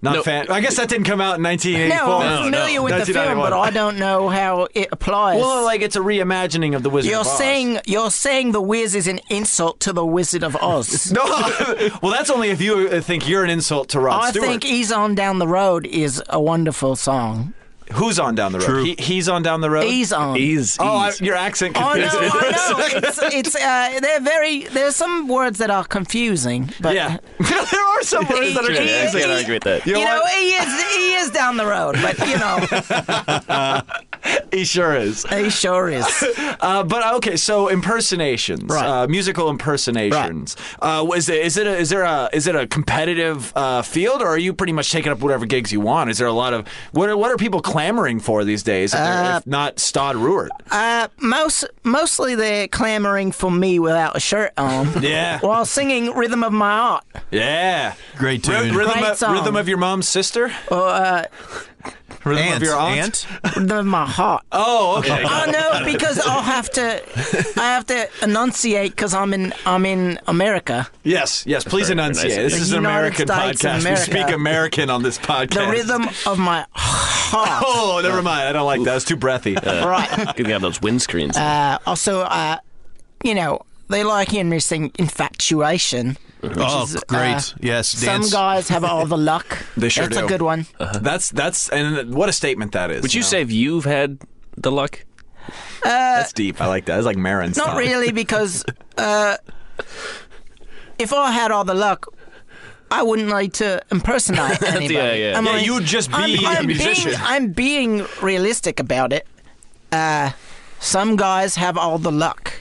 Speaker 1: Not
Speaker 3: No.
Speaker 1: fan. I guess that didn't come out in
Speaker 6: No,
Speaker 1: 1984.
Speaker 6: I'm familiar with the film, but I don't know how it applies.
Speaker 1: Well, like it's a reimagining of the Wizard
Speaker 6: you're
Speaker 1: of Oz.
Speaker 6: saying you're saying the Wiz is an insult to the Wizard of Oz.
Speaker 1: No, well, that's only if you uh, think you're an insult to Rod
Speaker 6: I
Speaker 1: Stewart.
Speaker 6: think "Ease On Down the Road" is a wonderful song.
Speaker 1: Who's on down the road? He, he's on down the road.
Speaker 6: "Ease On."
Speaker 3: He's,
Speaker 1: Oh, I,
Speaker 3: he's-
Speaker 1: your accent
Speaker 6: Oh no,
Speaker 1: confused me.
Speaker 6: I know. It's it's uh, they're very there's some words that are confusing, but
Speaker 1: Yeah, there are some words that are
Speaker 3: Sure, yeah, I
Speaker 1: confusing.
Speaker 3: can't argue with that.
Speaker 1: You
Speaker 6: You,
Speaker 1: know
Speaker 6: know,
Speaker 1: what?
Speaker 6: he is he is down the road, but you know,
Speaker 1: he sure is.
Speaker 6: He sure is.
Speaker 1: Uh, but okay, so impersonations,
Speaker 6: Right.
Speaker 1: uh, musical impersonations. Uh, is it is it a, is there a is it a competitive uh, field, or are you pretty much taking up whatever gigs you want? Is there a lot of what are, what are people clamoring for these days? If, they're- if not Stod Ruart,
Speaker 6: Uh, most mostly they're clamoring for me without a shirt on.
Speaker 1: Yeah.
Speaker 6: While singing "Rhythm of My Heart."
Speaker 1: yeah,
Speaker 4: Great
Speaker 1: Ry-
Speaker 4: tune.
Speaker 1: rhythm,
Speaker 6: Great
Speaker 1: of,
Speaker 6: song.
Speaker 1: rhythm of your mom's sister,
Speaker 6: Or uh,
Speaker 1: rhythm
Speaker 4: Aunt,
Speaker 1: of your aunt.
Speaker 4: aunt?
Speaker 6: "Rhythm of My Heart."
Speaker 1: Oh, okay.
Speaker 6: Oh no, because I'll have to, I have to enunciate because I'm in, I'm in America.
Speaker 1: yes, yes. Please
Speaker 3: very
Speaker 1: enunciate.
Speaker 3: nice.
Speaker 1: This is an
Speaker 6: United
Speaker 1: American
Speaker 6: States of
Speaker 1: podcast.
Speaker 6: America.
Speaker 1: We speak American on this podcast.
Speaker 6: The rhythm of my heart.
Speaker 1: Oh, never mind. I don't like that. It's too breathy.
Speaker 6: right.
Speaker 3: You can have those windscreens.
Speaker 6: Uh, also, uh, you know, they like hearing me sing "Infatuation."
Speaker 4: Oh,
Speaker 6: is,
Speaker 4: great.
Speaker 6: uh,
Speaker 4: yes, dance.
Speaker 6: Some guys have all the luck.
Speaker 1: They sure
Speaker 6: That's
Speaker 1: do.
Speaker 6: a good one.
Speaker 1: That's that's and what a statement that is.
Speaker 3: Would you
Speaker 1: know?
Speaker 3: say if you've had the luck?
Speaker 1: That's deep. I like that. It's like Marin's.
Speaker 6: Not really, because uh, if I had all the luck, I wouldn't like to impersonate anybody.
Speaker 3: yeah.
Speaker 6: I'm
Speaker 1: Yeah,
Speaker 6: like-
Speaker 1: you would just be
Speaker 6: I'm,
Speaker 1: a
Speaker 6: I'm
Speaker 1: musician.
Speaker 6: Being, I'm being realistic about it. Uh, some guys have all the luck.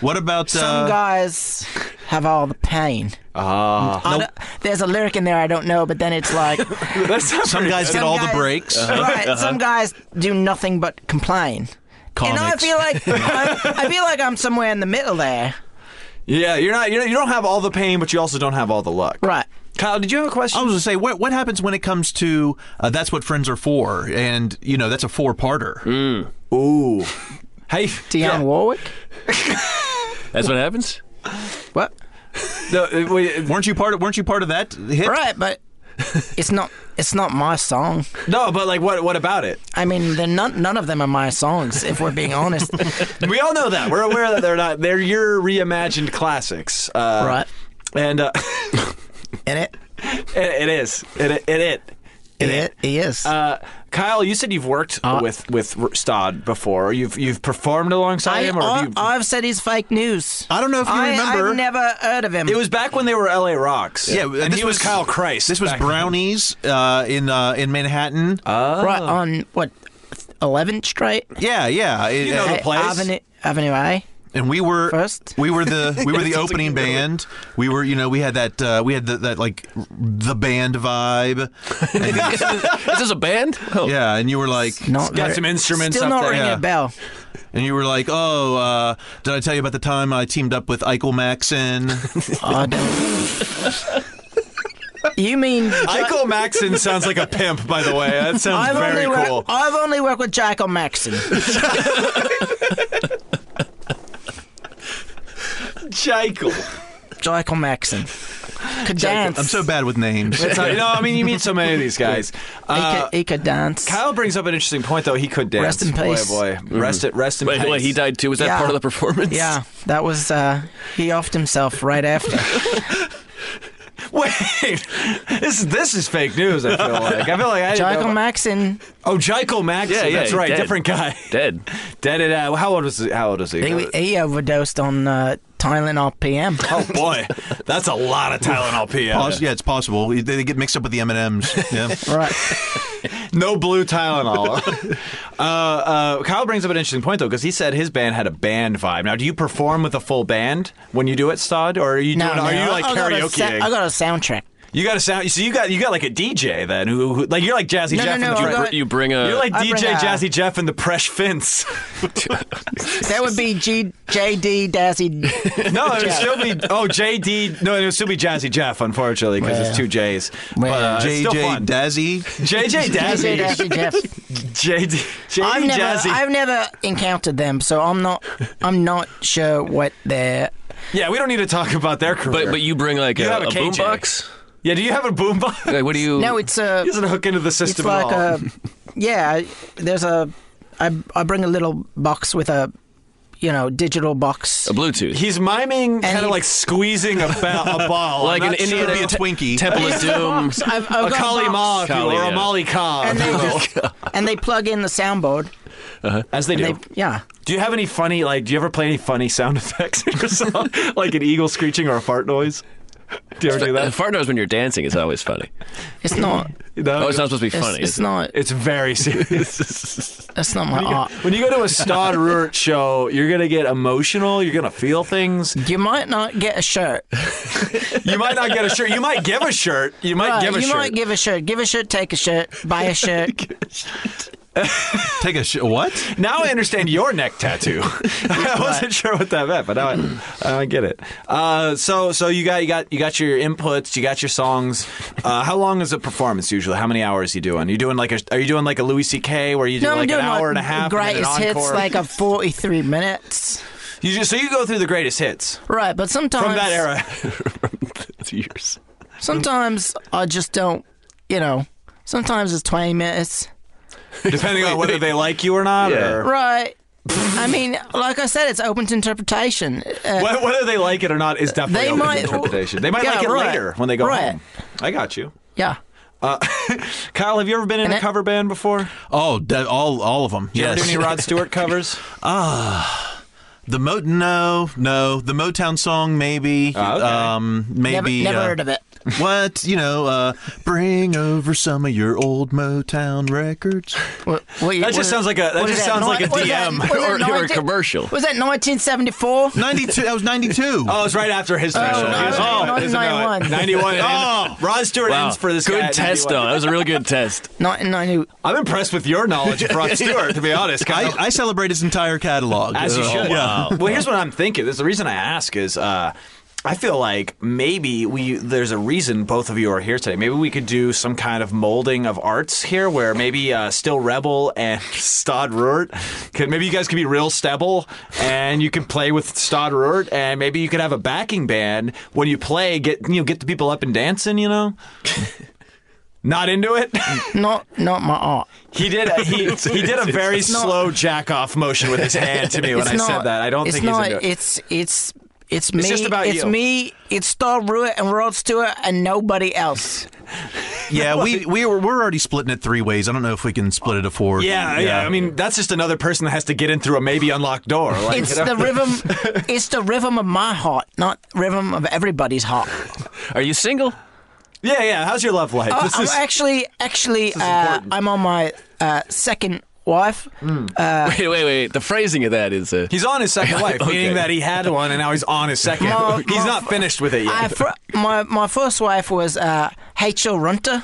Speaker 4: What about
Speaker 6: Some
Speaker 4: uh,
Speaker 6: guys have all the pain. I don't- There's a lyric in there I don't know, but then it's like
Speaker 4: some guys get
Speaker 6: Some
Speaker 4: all
Speaker 6: guys-
Speaker 4: the breaks?
Speaker 1: Uh-huh.
Speaker 6: right. Some guys do nothing but complain.
Speaker 4: Comics.
Speaker 6: And I feel like I'm, I feel like I'm somewhere in the middle there.
Speaker 1: Yeah, you're not. You're, not- you don't have all the pain, but you also don't have all the luck.
Speaker 6: Right.
Speaker 1: Kyle, did you have a question?
Speaker 4: I was gonna say, what what happens when it comes to uh, that's what friends are for, and you know that's a four parter.
Speaker 1: Ooh. Hey,
Speaker 6: Dionne Warwick.
Speaker 3: That's what happens?
Speaker 6: What?
Speaker 1: no, uh, wait,
Speaker 4: weren't you part of Weren't you part of that hit?
Speaker 6: Right, but it's not it's not my song.
Speaker 1: no, but like, what? What about it?
Speaker 6: I mean, they're none none of them are my songs. If we're being honest,
Speaker 1: We all know that. We're aware that they're not. They're your reimagined classics. Uh,
Speaker 6: right?
Speaker 1: And uh,
Speaker 6: In it,
Speaker 1: it, it is. It it it.
Speaker 6: in it, he is.
Speaker 1: Uh, Kyle, you said you've worked
Speaker 6: Uh,
Speaker 1: with with R- Stod before. You've you've performed alongside
Speaker 6: I,
Speaker 1: him, or have you,
Speaker 6: have said he's fake news.
Speaker 4: I don't know if you
Speaker 6: I,
Speaker 4: remember.
Speaker 6: I've never heard of him.
Speaker 1: it was back when they were L.A. Rocks.
Speaker 4: Yeah,
Speaker 1: and
Speaker 4: this
Speaker 1: he was,
Speaker 4: was-
Speaker 1: Kyle Christ.
Speaker 4: This was
Speaker 1: back
Speaker 4: Brownies uh, in uh, in Manhattan.
Speaker 6: right
Speaker 1: Oh.
Speaker 6: on what Eleventh Street,
Speaker 4: yeah, yeah. It-
Speaker 1: You know
Speaker 4: uh,
Speaker 1: the place.
Speaker 6: Avenue, Avenue A.
Speaker 4: and we were
Speaker 6: First?
Speaker 4: we were the we were the opening band. We were you know we had that uh, we had the, that like the band vibe. And-
Speaker 3: Is this a band? Oh.
Speaker 4: yeah, and you were like
Speaker 6: Not
Speaker 1: got
Speaker 6: very-
Speaker 1: some instruments
Speaker 6: Still
Speaker 1: up
Speaker 6: not
Speaker 1: there.
Speaker 6: ringing
Speaker 4: Yeah.
Speaker 6: a bell.
Speaker 4: and you were like oh uh, did I tell you about the time I teamed up with Eichel Maxon?
Speaker 6: I don't. you mean
Speaker 1: Michael Maxon sounds like a pimp, by the way. That sounds
Speaker 6: I've
Speaker 1: very
Speaker 6: only worked,
Speaker 1: cool.
Speaker 6: I've only worked with Jack on Maxon.
Speaker 1: Jacob.
Speaker 6: Jack on Maxon. Could dance.
Speaker 4: I'm so bad with names.
Speaker 1: you know, I mean, you meet so many of these guys.
Speaker 6: He,
Speaker 1: Uh,
Speaker 6: could, he could dance.
Speaker 1: Kyle brings up an interesting point, though. He could dance.
Speaker 6: Rest in peace.
Speaker 1: boy,
Speaker 6: Mm-hmm.
Speaker 1: boy. Rest it. Rest in
Speaker 3: Wait,
Speaker 1: peace.
Speaker 3: wait, he died too. Was that
Speaker 6: Yeah.
Speaker 3: part of the performance?
Speaker 6: Yeah, that was uh, he offed himself right after.
Speaker 1: Wait, this is this is fake news. I feel like. I feel like I. didn't
Speaker 6: Jack
Speaker 1: know-
Speaker 6: on Maxon.
Speaker 1: Oh, Jacob Maxon.
Speaker 3: Yeah, yeah,
Speaker 1: that's right.
Speaker 3: dead.
Speaker 1: Different guy.
Speaker 3: Dead.
Speaker 1: Dead. It. Uh, how old is he? How old is he?
Speaker 6: He, he overdosed on uh, Tylenol PM.
Speaker 1: oh boy, that's a lot of Tylenol PM.
Speaker 4: Poss- yeah, it's possible. They, they get mixed up with the M and M's. Yeah.
Speaker 6: Right.
Speaker 1: No blue Tylenol. uh, uh, Kyle brings up an interesting point though, because he said his band had a band vibe. Now, do you perform with a full band when you do it, Stod, or are you
Speaker 6: No,
Speaker 1: doing? Are
Speaker 6: no,
Speaker 1: you like
Speaker 6: I got a
Speaker 1: karaoke?
Speaker 6: sa- I got a soundtrack.
Speaker 1: you got a sound. So you got you got like a DJ then, who, who like you're like Jazzy
Speaker 6: No,
Speaker 1: Jeff.
Speaker 6: no,
Speaker 1: and
Speaker 6: no,
Speaker 1: the
Speaker 6: I
Speaker 1: Pre-
Speaker 6: got-
Speaker 3: You bring a.
Speaker 1: you're like
Speaker 6: I bring
Speaker 1: DJ
Speaker 6: a-
Speaker 1: Jazzy Jeff and the Presh Finns.
Speaker 6: That would be G- JD Dazzy.
Speaker 1: No, it would
Speaker 6: Yeah.
Speaker 1: still be oh JD. No, it would still be Jazzy Jeff, unfortunately, because it's two J's. But uh, it's still
Speaker 4: JJ
Speaker 1: fun.
Speaker 4: Dazzy.
Speaker 1: JJ
Speaker 6: JD
Speaker 1: Dazzy,
Speaker 6: Dazzy Jeff.
Speaker 1: JD,
Speaker 6: I've
Speaker 1: JD
Speaker 6: never,
Speaker 1: Jazzy.
Speaker 6: I've never encountered them, so I'm not, I'm not sure what they're.
Speaker 1: Yeah, we don't need to talk about their career.
Speaker 3: But but you bring like
Speaker 1: You
Speaker 3: a,
Speaker 1: have a
Speaker 3: a
Speaker 1: KJ.
Speaker 3: boombox.
Speaker 1: yeah, do you have a boombox?
Speaker 3: Like, what do you?
Speaker 6: No, it's uh, a.
Speaker 1: He doesn't hook into the
Speaker 6: it's
Speaker 1: system
Speaker 6: like
Speaker 1: at all.
Speaker 6: a yeah there's a I, I bring a little box with a you know digital box
Speaker 3: a Bluetooth.
Speaker 1: He's miming, kind of
Speaker 6: he-
Speaker 1: like squeezing a, ba- a ball.
Speaker 3: like
Speaker 1: I'm
Speaker 3: an
Speaker 1: not
Speaker 3: Indian
Speaker 1: sure.
Speaker 4: It'd be a Twinkie.
Speaker 3: Temple of Doom. Oh,
Speaker 6: I've, I've
Speaker 1: a
Speaker 6: got
Speaker 1: Kali
Speaker 6: box.
Speaker 1: Ma, if you will,
Speaker 3: Kali,
Speaker 1: or a
Speaker 3: yeah.
Speaker 1: Molly Ka.
Speaker 6: and
Speaker 1: if
Speaker 6: they,
Speaker 1: you will,
Speaker 6: just, and they plug in the soundboard
Speaker 1: As they do.
Speaker 6: they yeah
Speaker 1: do you have any funny, like, do you ever play any funny sound effects in your song? like an eagle screeching or a fart noise? Do you ever do
Speaker 3: The
Speaker 1: that?
Speaker 3: fart noise when you're dancing is always funny.
Speaker 6: It's not.
Speaker 1: No,
Speaker 3: Oh, it's not supposed to be
Speaker 6: It's,
Speaker 3: funny.
Speaker 6: it's
Speaker 3: is it?
Speaker 6: not.
Speaker 1: It's very serious.
Speaker 6: That's not my art.
Speaker 1: when you go to a Stod Ruert show, you're gonna get emotional. You're gonna feel things.
Speaker 6: You might not get a shirt.
Speaker 1: You might not get a shirt. You might give a shirt. You might
Speaker 6: Right,
Speaker 1: give a
Speaker 6: you
Speaker 1: shirt.
Speaker 6: might give a shirt. Give a shirt. Take a shirt. Buy a shirt.
Speaker 4: Take a sh- what?
Speaker 1: now I understand your neck tattoo. I wasn't sure what that meant, but now I, now I get it. Uh, so so you got you got you got your inputs. You got your songs. Uh, how long is a performance usually? How many hours you doing? you doing like a are you doing like a Louis C.K. where you do
Speaker 6: No, I'm
Speaker 1: like
Speaker 6: doing
Speaker 1: an hour
Speaker 6: like
Speaker 1: and a half? and then an
Speaker 6: greatest hits,
Speaker 1: encore?
Speaker 6: like a 43 minutes.
Speaker 1: you just, so you go through the greatest hits
Speaker 6: Right, but sometimes
Speaker 1: from that era.
Speaker 3: It's years.
Speaker 6: Sometimes I just don't. You know, sometimes it's 20 minutes.
Speaker 1: depending on whether they like you or not.
Speaker 3: Yeah.
Speaker 1: Or,
Speaker 6: Right. I mean, like I said, it's open to interpretation. Uh,
Speaker 1: Wh- whether they like it or not is definitely
Speaker 6: They
Speaker 1: open to
Speaker 6: might-
Speaker 1: interpretation. They might
Speaker 6: Yeah,
Speaker 1: like it
Speaker 6: right.
Speaker 1: later when they go
Speaker 6: Right.
Speaker 1: home. I got you.
Speaker 6: yeah.
Speaker 1: Kyle, have you ever been in
Speaker 6: And
Speaker 1: a
Speaker 6: it-
Speaker 1: cover band before?
Speaker 4: Oh, de- all all of them.
Speaker 1: You ever
Speaker 4: Yes.
Speaker 1: do any Rod Stewart covers?
Speaker 4: The Mo no no the Motown song maybe
Speaker 1: Oh, okay.
Speaker 4: um maybe
Speaker 6: never
Speaker 4: uh,
Speaker 6: heard of it.
Speaker 4: What you know? Uh, bring over some of your old Motown records.
Speaker 6: What, what,
Speaker 1: That just sounds like a- that
Speaker 6: what is
Speaker 1: just sounds like a
Speaker 6: What is
Speaker 1: DM
Speaker 6: what is
Speaker 3: or- or a
Speaker 6: 19
Speaker 3: commercial.
Speaker 6: Was that 1974?
Speaker 4: Ninety two. That was ninety two.
Speaker 1: Oh, it's right after his special. Oh,
Speaker 6: no,
Speaker 1: He doesn't
Speaker 6: no,
Speaker 1: know it.
Speaker 6: no,
Speaker 1: He doesn't know it.
Speaker 6: 91.
Speaker 1: 91. Oh, Rod Stewart ends for this
Speaker 3: good
Speaker 1: guy at
Speaker 3: test
Speaker 1: 91.
Speaker 3: though. That was a really good test.
Speaker 6: 1990.
Speaker 1: I'm impressed with your knowledge of Rod Stewart, to be honest. Kyle.
Speaker 4: I, I celebrate his entire catalog.
Speaker 1: As you
Speaker 4: Uh,
Speaker 1: should.
Speaker 4: Yeah.
Speaker 1: Well, here's what I'm thinking. This, the reason I ask is uh, I feel like maybe we there's a reason both of you are here today. Maybe we could do some kind of molding of arts here where maybe uh, Still Rebel and Stod Ruert could maybe you guys could be real stebble and you could play with Stod Ruert and maybe you could have a backing band when you play get you know get the people up and dancing, you know? Not into it.
Speaker 6: Not, not my art.
Speaker 1: He did. A, he he did a very
Speaker 6: not-
Speaker 1: slow jack off motion with his hand to me when
Speaker 6: It's
Speaker 1: I said
Speaker 6: not-
Speaker 1: that. I don't
Speaker 6: it's
Speaker 1: think
Speaker 6: not,
Speaker 1: he's into it.
Speaker 6: It's it's it's me.
Speaker 1: just about
Speaker 6: it's
Speaker 1: you.
Speaker 6: me. It's Star Ruett and Rod Stewart and nobody else.
Speaker 4: Yeah. We we were, we're already splitting it three ways. I don't know if we can split it a four.
Speaker 1: Yeah, yeah, I mean, that's just another person that has to get in through a maybe unlocked door. Like,
Speaker 6: It's
Speaker 1: you know?
Speaker 6: the rhythm. It's the rhythm of my heart, not rhythm of everybody's heart.
Speaker 3: Are you single?
Speaker 1: yeah, yeah. How's your love life?
Speaker 6: Oh,
Speaker 1: This
Speaker 6: I'm
Speaker 1: is-
Speaker 6: actually actually uh, I'm on my uh, second wife.
Speaker 1: Uh,
Speaker 3: Wait, wait, wait. The phrasing of that is uh,
Speaker 1: he's on his second wife, meaning
Speaker 3: Okay.
Speaker 1: that he had one and now he's on his second.
Speaker 6: Well,
Speaker 1: he's
Speaker 6: well,
Speaker 1: not finished with it yet.
Speaker 6: I fir- my my first wife was uh, H.L. Runter.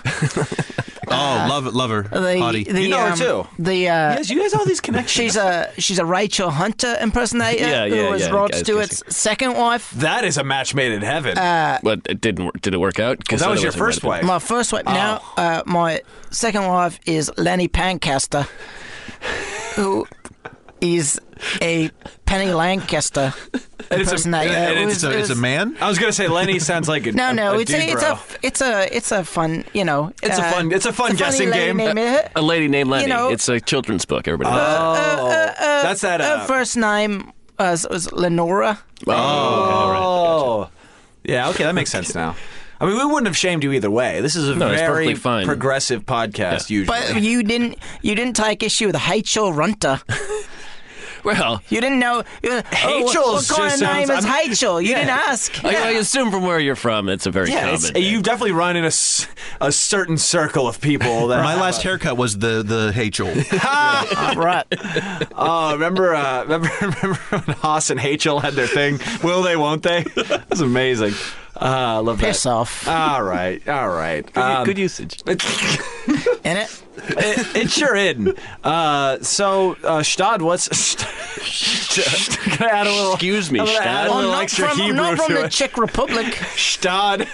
Speaker 4: Oh, love it, love her,
Speaker 6: The,
Speaker 4: Hottie.
Speaker 6: the,
Speaker 1: You know her
Speaker 6: um,
Speaker 1: too.
Speaker 6: The uh,
Speaker 1: yes, you guys all these connections.
Speaker 6: She's a she's a Rachel Hunter impersonator
Speaker 3: Yeah, yeah,
Speaker 6: who was
Speaker 3: yeah,
Speaker 6: Rod
Speaker 3: I was
Speaker 6: Stewart's second wife.
Speaker 1: that is a match made in heaven.
Speaker 6: Uh,
Speaker 3: But it didn't. wor- Did it work out? 'Cause
Speaker 1: Uh, that was your
Speaker 3: otherwise it would've
Speaker 1: first
Speaker 3: been-
Speaker 1: wife.
Speaker 6: My first wife. Now
Speaker 1: Oh.
Speaker 6: uh, my second wife is Lenny Pancaster, who is a Penny Lancaster
Speaker 1: And it's a-
Speaker 6: impersonator.
Speaker 1: and it's
Speaker 6: It uh, was-
Speaker 4: so
Speaker 6: it
Speaker 4: it's a
Speaker 6: was-
Speaker 4: man.
Speaker 1: I was gonna say Lenny sounds like a
Speaker 6: No, no,
Speaker 1: a
Speaker 6: it's
Speaker 1: dude
Speaker 6: a uh, it's
Speaker 1: bro.
Speaker 6: a it's a it's a fun you know. uh,
Speaker 1: It's a fun- it's a fun
Speaker 6: funny
Speaker 1: guessing
Speaker 6: lady
Speaker 1: game.
Speaker 6: name, uh,
Speaker 3: A lady named Lenny.
Speaker 6: know-
Speaker 3: it's a children's book. Everybody.
Speaker 1: oh,
Speaker 3: knows
Speaker 1: that's that.
Speaker 6: Her
Speaker 1: Uh,
Speaker 6: first name was, was Lenora.
Speaker 3: that. oh, okay, all right.
Speaker 1: oh, yeah. Okay, that makes sense now. I mean, we wouldn't have shamed you either way. This is a
Speaker 3: it's
Speaker 1: very
Speaker 3: perfectly fine.
Speaker 1: progressive podcast. Usually,
Speaker 6: But you didn't you didn't take issue with H.L. Runter.
Speaker 3: Well,
Speaker 6: You didn't know. You were, oh, what,
Speaker 1: Hachel's
Speaker 6: what kind
Speaker 1: just
Speaker 6: of name
Speaker 1: sounds- Oh,
Speaker 6: is
Speaker 1: I'm-
Speaker 6: Hachel? You didn't ask.
Speaker 3: I, I assume from where you're from, it's a very
Speaker 1: Yeah,
Speaker 3: common.
Speaker 1: it's,
Speaker 3: name.
Speaker 1: you've definitely run in a, s- a certain circle of people. That
Speaker 4: My last haircut was the the Hachel.
Speaker 6: All Ah, right.
Speaker 1: Oh, remember, uh, remember, remember when Haas and Hachel had their thing? Will they? Won't they? That was amazing. Uh, I love that.
Speaker 6: Piss off.
Speaker 1: All right, all right. Um,
Speaker 3: good usage.
Speaker 1: it,
Speaker 6: In it.
Speaker 1: it, it sure is. Uh, so, uh, Stad, what's Stad- Can I add a little?
Speaker 3: Excuse me,
Speaker 1: I'm gonna add
Speaker 3: Stad.
Speaker 1: a
Speaker 6: I'm
Speaker 1: little
Speaker 6: not
Speaker 1: extra
Speaker 6: from, I'm
Speaker 1: Hebrew
Speaker 6: not from
Speaker 1: to
Speaker 6: the
Speaker 1: it.
Speaker 6: Czech Republic.
Speaker 1: Stad.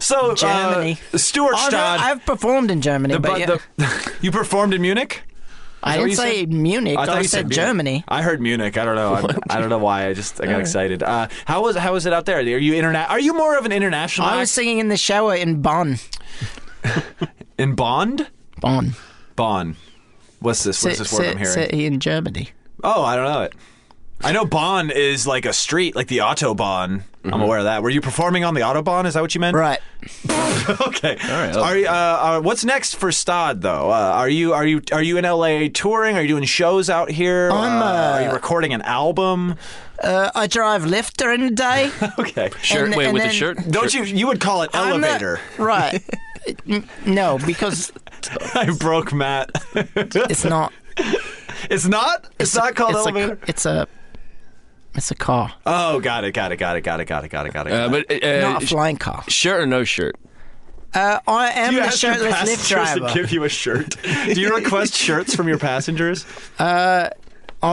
Speaker 1: So, uh,
Speaker 6: Germany.
Speaker 1: Stuart
Speaker 6: I've,
Speaker 1: Stad.
Speaker 6: I've performed in Germany,
Speaker 1: the-
Speaker 6: but yeah,
Speaker 1: the- you performed in Munich.
Speaker 6: I
Speaker 1: what
Speaker 6: didn't
Speaker 1: you
Speaker 6: say
Speaker 1: said?
Speaker 6: Munich. I,
Speaker 1: thought you
Speaker 6: said,
Speaker 1: Munich.
Speaker 6: Germany.
Speaker 1: I heard Munich. I don't know. I'm, I do not know why. I just I got excited. Uh, how was how was it out there? Are you interna- Are you more of an international?
Speaker 6: I was
Speaker 1: act
Speaker 6: singing in the shower in Bonn.
Speaker 1: in Bond.
Speaker 6: Bonn.
Speaker 1: Bonn. What's this? What's
Speaker 6: Ci-
Speaker 1: this word
Speaker 6: ci-
Speaker 1: I'm hearing?
Speaker 6: City in Germany.
Speaker 1: Oh, I don't know it. I know Bonn is like a street, like the Autobahn. I'm aware of that. Were you performing on the Autobahn? Is that what you meant?
Speaker 6: Mm-hmm. Right.
Speaker 1: okay. All right. Are you, uh, uh, what's next for Stod though? Uh, are you are you are you in LA touring? Are you doing shows out here? Uh,
Speaker 6: I'm,
Speaker 1: are you recording an album?
Speaker 6: Uh, I drive Lyft during the day.
Speaker 1: Okay.
Speaker 3: Shirt,
Speaker 6: And-
Speaker 3: wait,
Speaker 6: and
Speaker 3: with the
Speaker 6: then-
Speaker 3: shirt?
Speaker 1: Don't you? You would call it
Speaker 6: I'm not-
Speaker 1: elevator.
Speaker 6: right. N- No, because
Speaker 1: I broke Matt.
Speaker 6: it's not.
Speaker 1: it's not. It's, not called
Speaker 6: it's
Speaker 1: elevator.
Speaker 6: A, it's a. It's a car,
Speaker 1: oh, got it. Got it. Got it. Got it. Got it. Got it. Got it.
Speaker 3: Uh, but uh,
Speaker 6: not a flying car.
Speaker 3: shirt or no shirt?
Speaker 6: Uh, I am
Speaker 1: Do you
Speaker 6: the
Speaker 1: ask your
Speaker 6: shirtless Lyft
Speaker 1: passengers to
Speaker 6: driver.
Speaker 1: give you a shirt? Do you request shirts from your passengers?
Speaker 6: I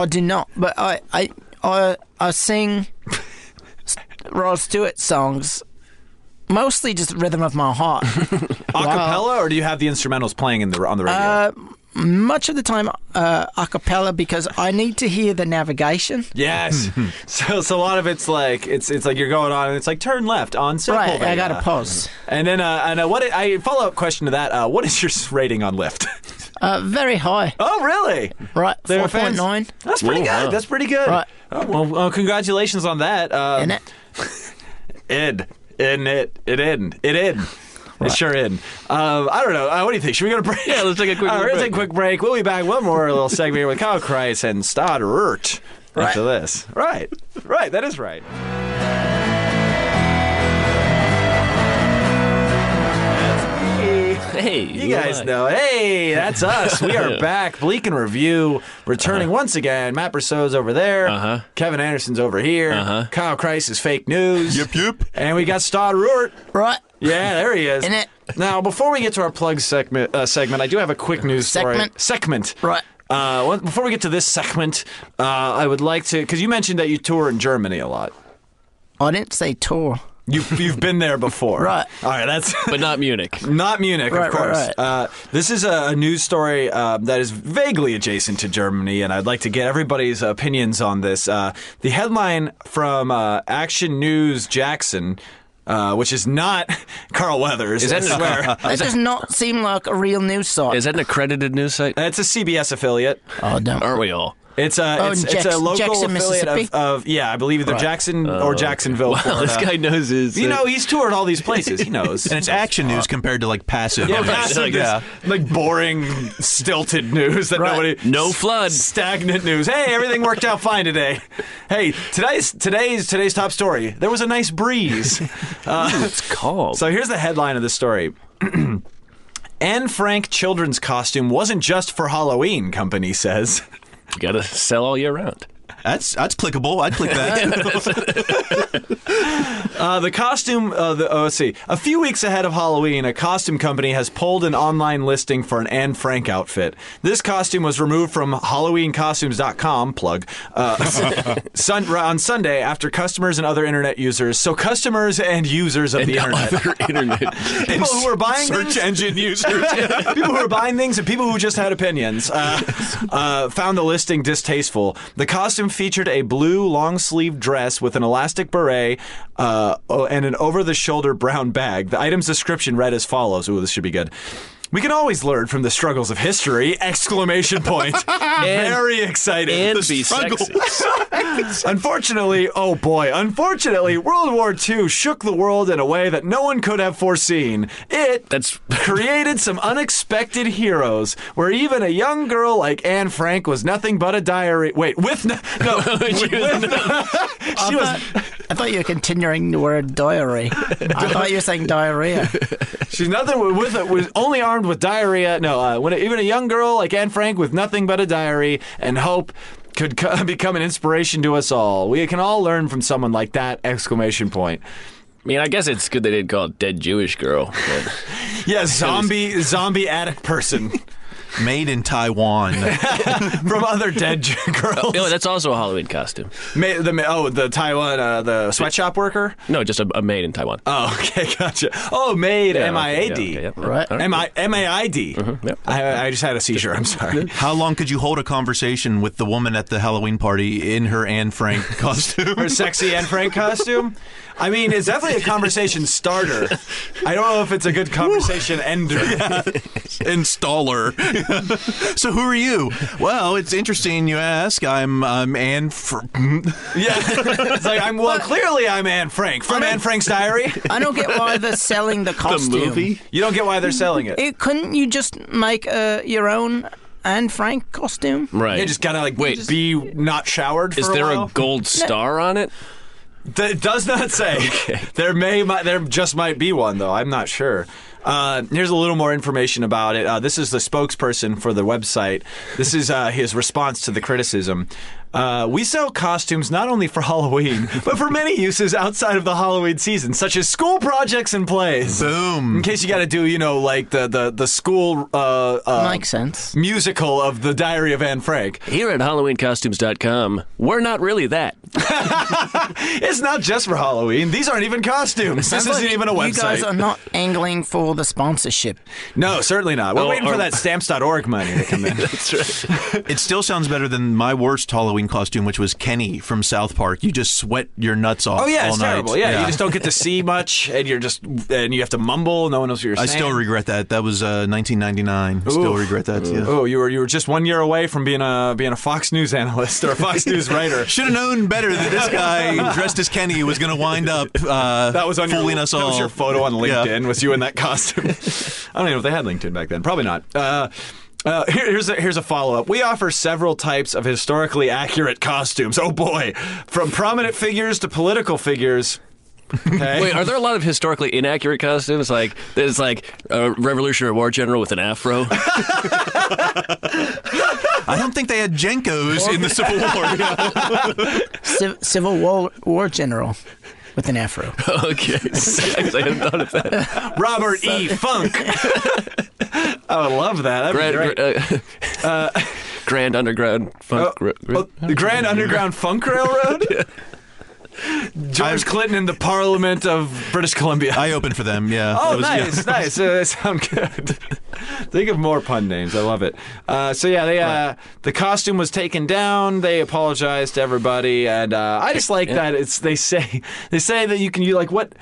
Speaker 6: do not, but I I I, I sing Rod Stewart songs, mostly just rhythm of my heart.
Speaker 1: Acapella, or do you have the instrumentals playing in the on the radio?
Speaker 6: Uh, Much of the time, uh, a cappella because I need to hear the navigation.
Speaker 1: Yes.
Speaker 6: Hmm.
Speaker 1: so, so a lot of it's like it's it's like you're going on and it's like uh, turn left on
Speaker 6: Right,
Speaker 1: Sepulveda.
Speaker 6: I got to pause.
Speaker 1: And then uh, and uh, what i- I follow up question to that: uh, What is your s- rating on Lyft?
Speaker 6: Uh, very high,
Speaker 1: oh, really?
Speaker 6: right?
Speaker 1: There
Speaker 6: Four
Speaker 1: are fans-
Speaker 6: point nine.
Speaker 1: That's pretty
Speaker 3: Ooh,
Speaker 1: good.
Speaker 3: wow.
Speaker 1: That's pretty good.
Speaker 6: Right.
Speaker 1: Oh, well, well, congratulations on that. Uh,
Speaker 6: In it.
Speaker 1: Ed. In it. It in. It in. It sure in. Um, I don't know. Uh, what do you think? Should we go to break?
Speaker 3: Yeah, let's take a quick
Speaker 1: All right,
Speaker 3: little
Speaker 1: let's take a
Speaker 3: break.
Speaker 1: quick break. We'll be back. One more little segment here with Kyle Kreis and Stoddert after this. Right. Right. That is right.
Speaker 3: Hey,
Speaker 1: You guys know. Hey, that's us. We are back. Bleak and Review returning once again. Matt Brousseau's over there.
Speaker 3: Uh-huh.
Speaker 1: Kevin Anderson's over here.
Speaker 3: Uh-huh.
Speaker 1: Kyle Kreis is fake news.
Speaker 4: Yep, yep.
Speaker 1: And we got Stoddert.
Speaker 6: Right.
Speaker 1: Yeah, there he is.
Speaker 6: In it.
Speaker 1: Now, before we get to our plug segment, uh, segment, I do have a quick news story.
Speaker 6: Segment.
Speaker 1: Segment.
Speaker 6: Right.
Speaker 1: Uh, well, before we get to this segment, uh, I would like to because you mentioned that you tour in Germany a lot.
Speaker 6: I didn't say tour.
Speaker 1: You, you've been there before,
Speaker 6: Right.
Speaker 1: All right, that's
Speaker 3: but not Munich.
Speaker 1: not Munich,
Speaker 6: Right,
Speaker 1: of
Speaker 6: right,
Speaker 1: course.
Speaker 6: right.
Speaker 1: Uh, this is a, a news story um, that is vaguely adjacent to Germany, and I'd like to get everybody's opinions on this. Uh, the headline from uh, Action News Jackson. Uh, which is not Carl Weathers.
Speaker 3: Is that-
Speaker 1: I swear.
Speaker 6: That does not seem like a real news site.
Speaker 3: Is that an accredited news site?
Speaker 1: It's a CBS affiliate.
Speaker 6: oh, don't.
Speaker 3: Aren't we all?
Speaker 1: It's a
Speaker 6: Oh,
Speaker 1: it's,
Speaker 6: in
Speaker 1: it's a
Speaker 6: Jackson-
Speaker 1: local
Speaker 6: Jackson,
Speaker 1: affiliate of,
Speaker 6: Mississippi?
Speaker 1: of yeah, I believe either Jackson or Jacksonville.
Speaker 3: Oh, Wow,
Speaker 1: Florida.
Speaker 3: this guy knows his.
Speaker 1: uh,
Speaker 3: uh,
Speaker 1: you know, he's toured all these places. He knows.
Speaker 4: And it's action news compared to like passive.
Speaker 1: yeah,
Speaker 4: news.
Speaker 1: passive,
Speaker 3: like
Speaker 1: this, like boring, stilted news that
Speaker 6: Right.
Speaker 1: nobody.
Speaker 3: No flood.
Speaker 1: Stagnant news. Hey, everything worked out fine today. Hey, today's today's today's top story. There was a nice breeze. Uh,
Speaker 3: it's called.
Speaker 1: So here's the headline of the story. Anne Frank children's costume wasn't just for Halloween, company says.
Speaker 3: you gotta sell all year round.
Speaker 4: That's that's clickable. I'd click that.
Speaker 1: Uh, the costume, uh, the, oh, let's see. A few weeks ahead of Halloween, a costume company has pulled an online listing for an Anne Frank outfit. This costume was removed from HalloweenCostumes.com, plug, uh, sun, on Sunday after customers and other internet users. So, customers and users of the internet.
Speaker 3: Other internet.
Speaker 1: People who were buying
Speaker 4: Search
Speaker 1: things,
Speaker 4: engine users.
Speaker 1: people who were buying things and people who just had opinions uh, uh, found the listing distasteful. The costume featured a blue long sleeve dress with an elastic beret uh, oh, and an over the shoulder brown bag. The item's description read as follows. Ooh, this should be good. We can always learn from the struggles of history! Exclamation point! Very exciting.
Speaker 3: and
Speaker 4: The
Speaker 3: be
Speaker 4: struggle.
Speaker 3: sexy.
Speaker 1: Unfortunately, oh boy, unfortunately, World War II shook the world in a way that no one could have foreseen. It
Speaker 3: That's-
Speaker 1: created some unexpected heroes, where even a young girl like Anne Frank was nothing but a diary. Wait, with no, no
Speaker 3: She
Speaker 1: with,
Speaker 3: was-
Speaker 1: she was
Speaker 6: I thought you were continuing the word diary. I thought you were saying diarrhea.
Speaker 1: She's nothing with, with was only armed with diarrhea. No, uh, when even a young girl like Anne Frank with nothing but a diary and hope could co- become an inspiration to us all. We can all learn from someone like that! Exclamation point.
Speaker 3: I mean, I guess it's good they didn't call it dead Jewish girl. but-
Speaker 1: Yeah, zombie zombie addict person
Speaker 4: Made in Taiwan.
Speaker 1: from other dead girls.
Speaker 3: No, that's also a Halloween costume.
Speaker 1: Ma- the ma- oh, the Taiwan, uh, the sweatshop worker.
Speaker 3: No, just a, a maid in Taiwan.
Speaker 1: Oh, okay, gotcha. Oh, made
Speaker 3: Yeah, okay,
Speaker 1: M I A
Speaker 3: yeah, okay,
Speaker 1: D.
Speaker 3: yep, yep.
Speaker 6: Right.
Speaker 3: All
Speaker 1: M I M A I D.
Speaker 3: yep.
Speaker 1: I I just had a seizure. I'm sorry.
Speaker 4: How long could you hold a conversation with the woman at the Halloween party in her Anne Frank costume?
Speaker 1: Her sexy Anne Frank costume. I mean, it's definitely a conversation starter. I don't know if it's a good conversation ender.
Speaker 4: Installer. So who are you? Well, it's interesting you ask. I'm I'm Anne. Fr-
Speaker 1: Yeah, it's like I'm well. Clearly, I'm Anne Frank from Anne Frank's Diary.
Speaker 6: I don't get why they're selling the costume.
Speaker 1: You don't get why they're selling it.
Speaker 6: It, Eh, couldn't you just make uh, your own Anne Frank costume?
Speaker 3: Right.
Speaker 1: You just gotta like wait. Be not showered. For
Speaker 3: Is there
Speaker 1: a,
Speaker 3: a gold star on it?
Speaker 1: Th- It does not say. There may, might, there just might be one though. I'm not sure. Uh, here's a little more information about it. Uh, this is the spokesperson for the website. This is uh, his response to the criticism. Uh, we sell costumes not only for Halloween, but for many uses outside of the Halloween season, such as school projects and plays.
Speaker 4: Boom.
Speaker 1: In case you got to do, you know, like the the the school uh, uh,
Speaker 6: Makes sense.
Speaker 1: musical of the Diary of Anne Frank.
Speaker 3: Here at HalloweenCostumes.com, we're not really that.
Speaker 1: It's not just for Halloween. These aren't even costumes. This
Speaker 6: Sounds
Speaker 1: isn't
Speaker 6: like
Speaker 1: even a website.
Speaker 6: You guys are not angling for the sponsorship.
Speaker 1: No, certainly not. We're
Speaker 3: Oh,
Speaker 1: waiting
Speaker 3: or-
Speaker 1: for that stamps.org money to come in.
Speaker 3: That's right.
Speaker 4: It still sounds better than my worst Halloween costume, which was Kenny from South Park. You just sweat your nuts off.
Speaker 1: oh yeah,
Speaker 4: all
Speaker 1: it's
Speaker 4: night.
Speaker 1: terrible. Yeah, you just don't get to see much, and you're just and you have to mumble. No one knows what you're
Speaker 4: I
Speaker 1: saying.
Speaker 4: still regret that. That was uh, 1999. I Still
Speaker 1: Oof.
Speaker 4: regret that. Yeah.
Speaker 1: Oh, you were you were just one year away from being a being a Fox News analyst or a Fox News writer.
Speaker 4: Should have known better that this guy dressed as Kenny was going to wind up uh,
Speaker 1: That was on your-
Speaker 4: fooling us all.
Speaker 1: That was your photo on
Speaker 4: Yeah.
Speaker 1: LinkedIn. Was you in that costume? I don't even know if they had LinkedIn back then. Probably not. Uh, uh, here- here's a, here's a follow up. We offer several types of historically accurate costumes. Oh boy, from prominent figures to political figures. Okay.
Speaker 3: Wait, are there a lot of historically inaccurate costumes? Like, there's like a Revolutionary War general with an afro.
Speaker 4: I don't think they had Jenkos in the Civil War.
Speaker 6: Civ- Civil War, War general with an afro.
Speaker 3: okay. I hadn't thought of that.
Speaker 1: Robert E. Funk. Oh, I would love that. That'd be
Speaker 3: Grand,
Speaker 1: great.
Speaker 3: uh, grand Underground Funk.
Speaker 1: Oh, oh, the Grand Underground Funk Railroad? George Clinton in the Parliament of British Columbia.
Speaker 4: I opened for them. Yeah.
Speaker 1: Oh,
Speaker 4: That was- yeah.
Speaker 1: nice, nice. Uh, they sound good. Think of more pun names. I love it. Uh, so yeah, they uh, the costume was taken down. They apologized to everybody, and uh, I just like that. It's they say they say that you can you like what.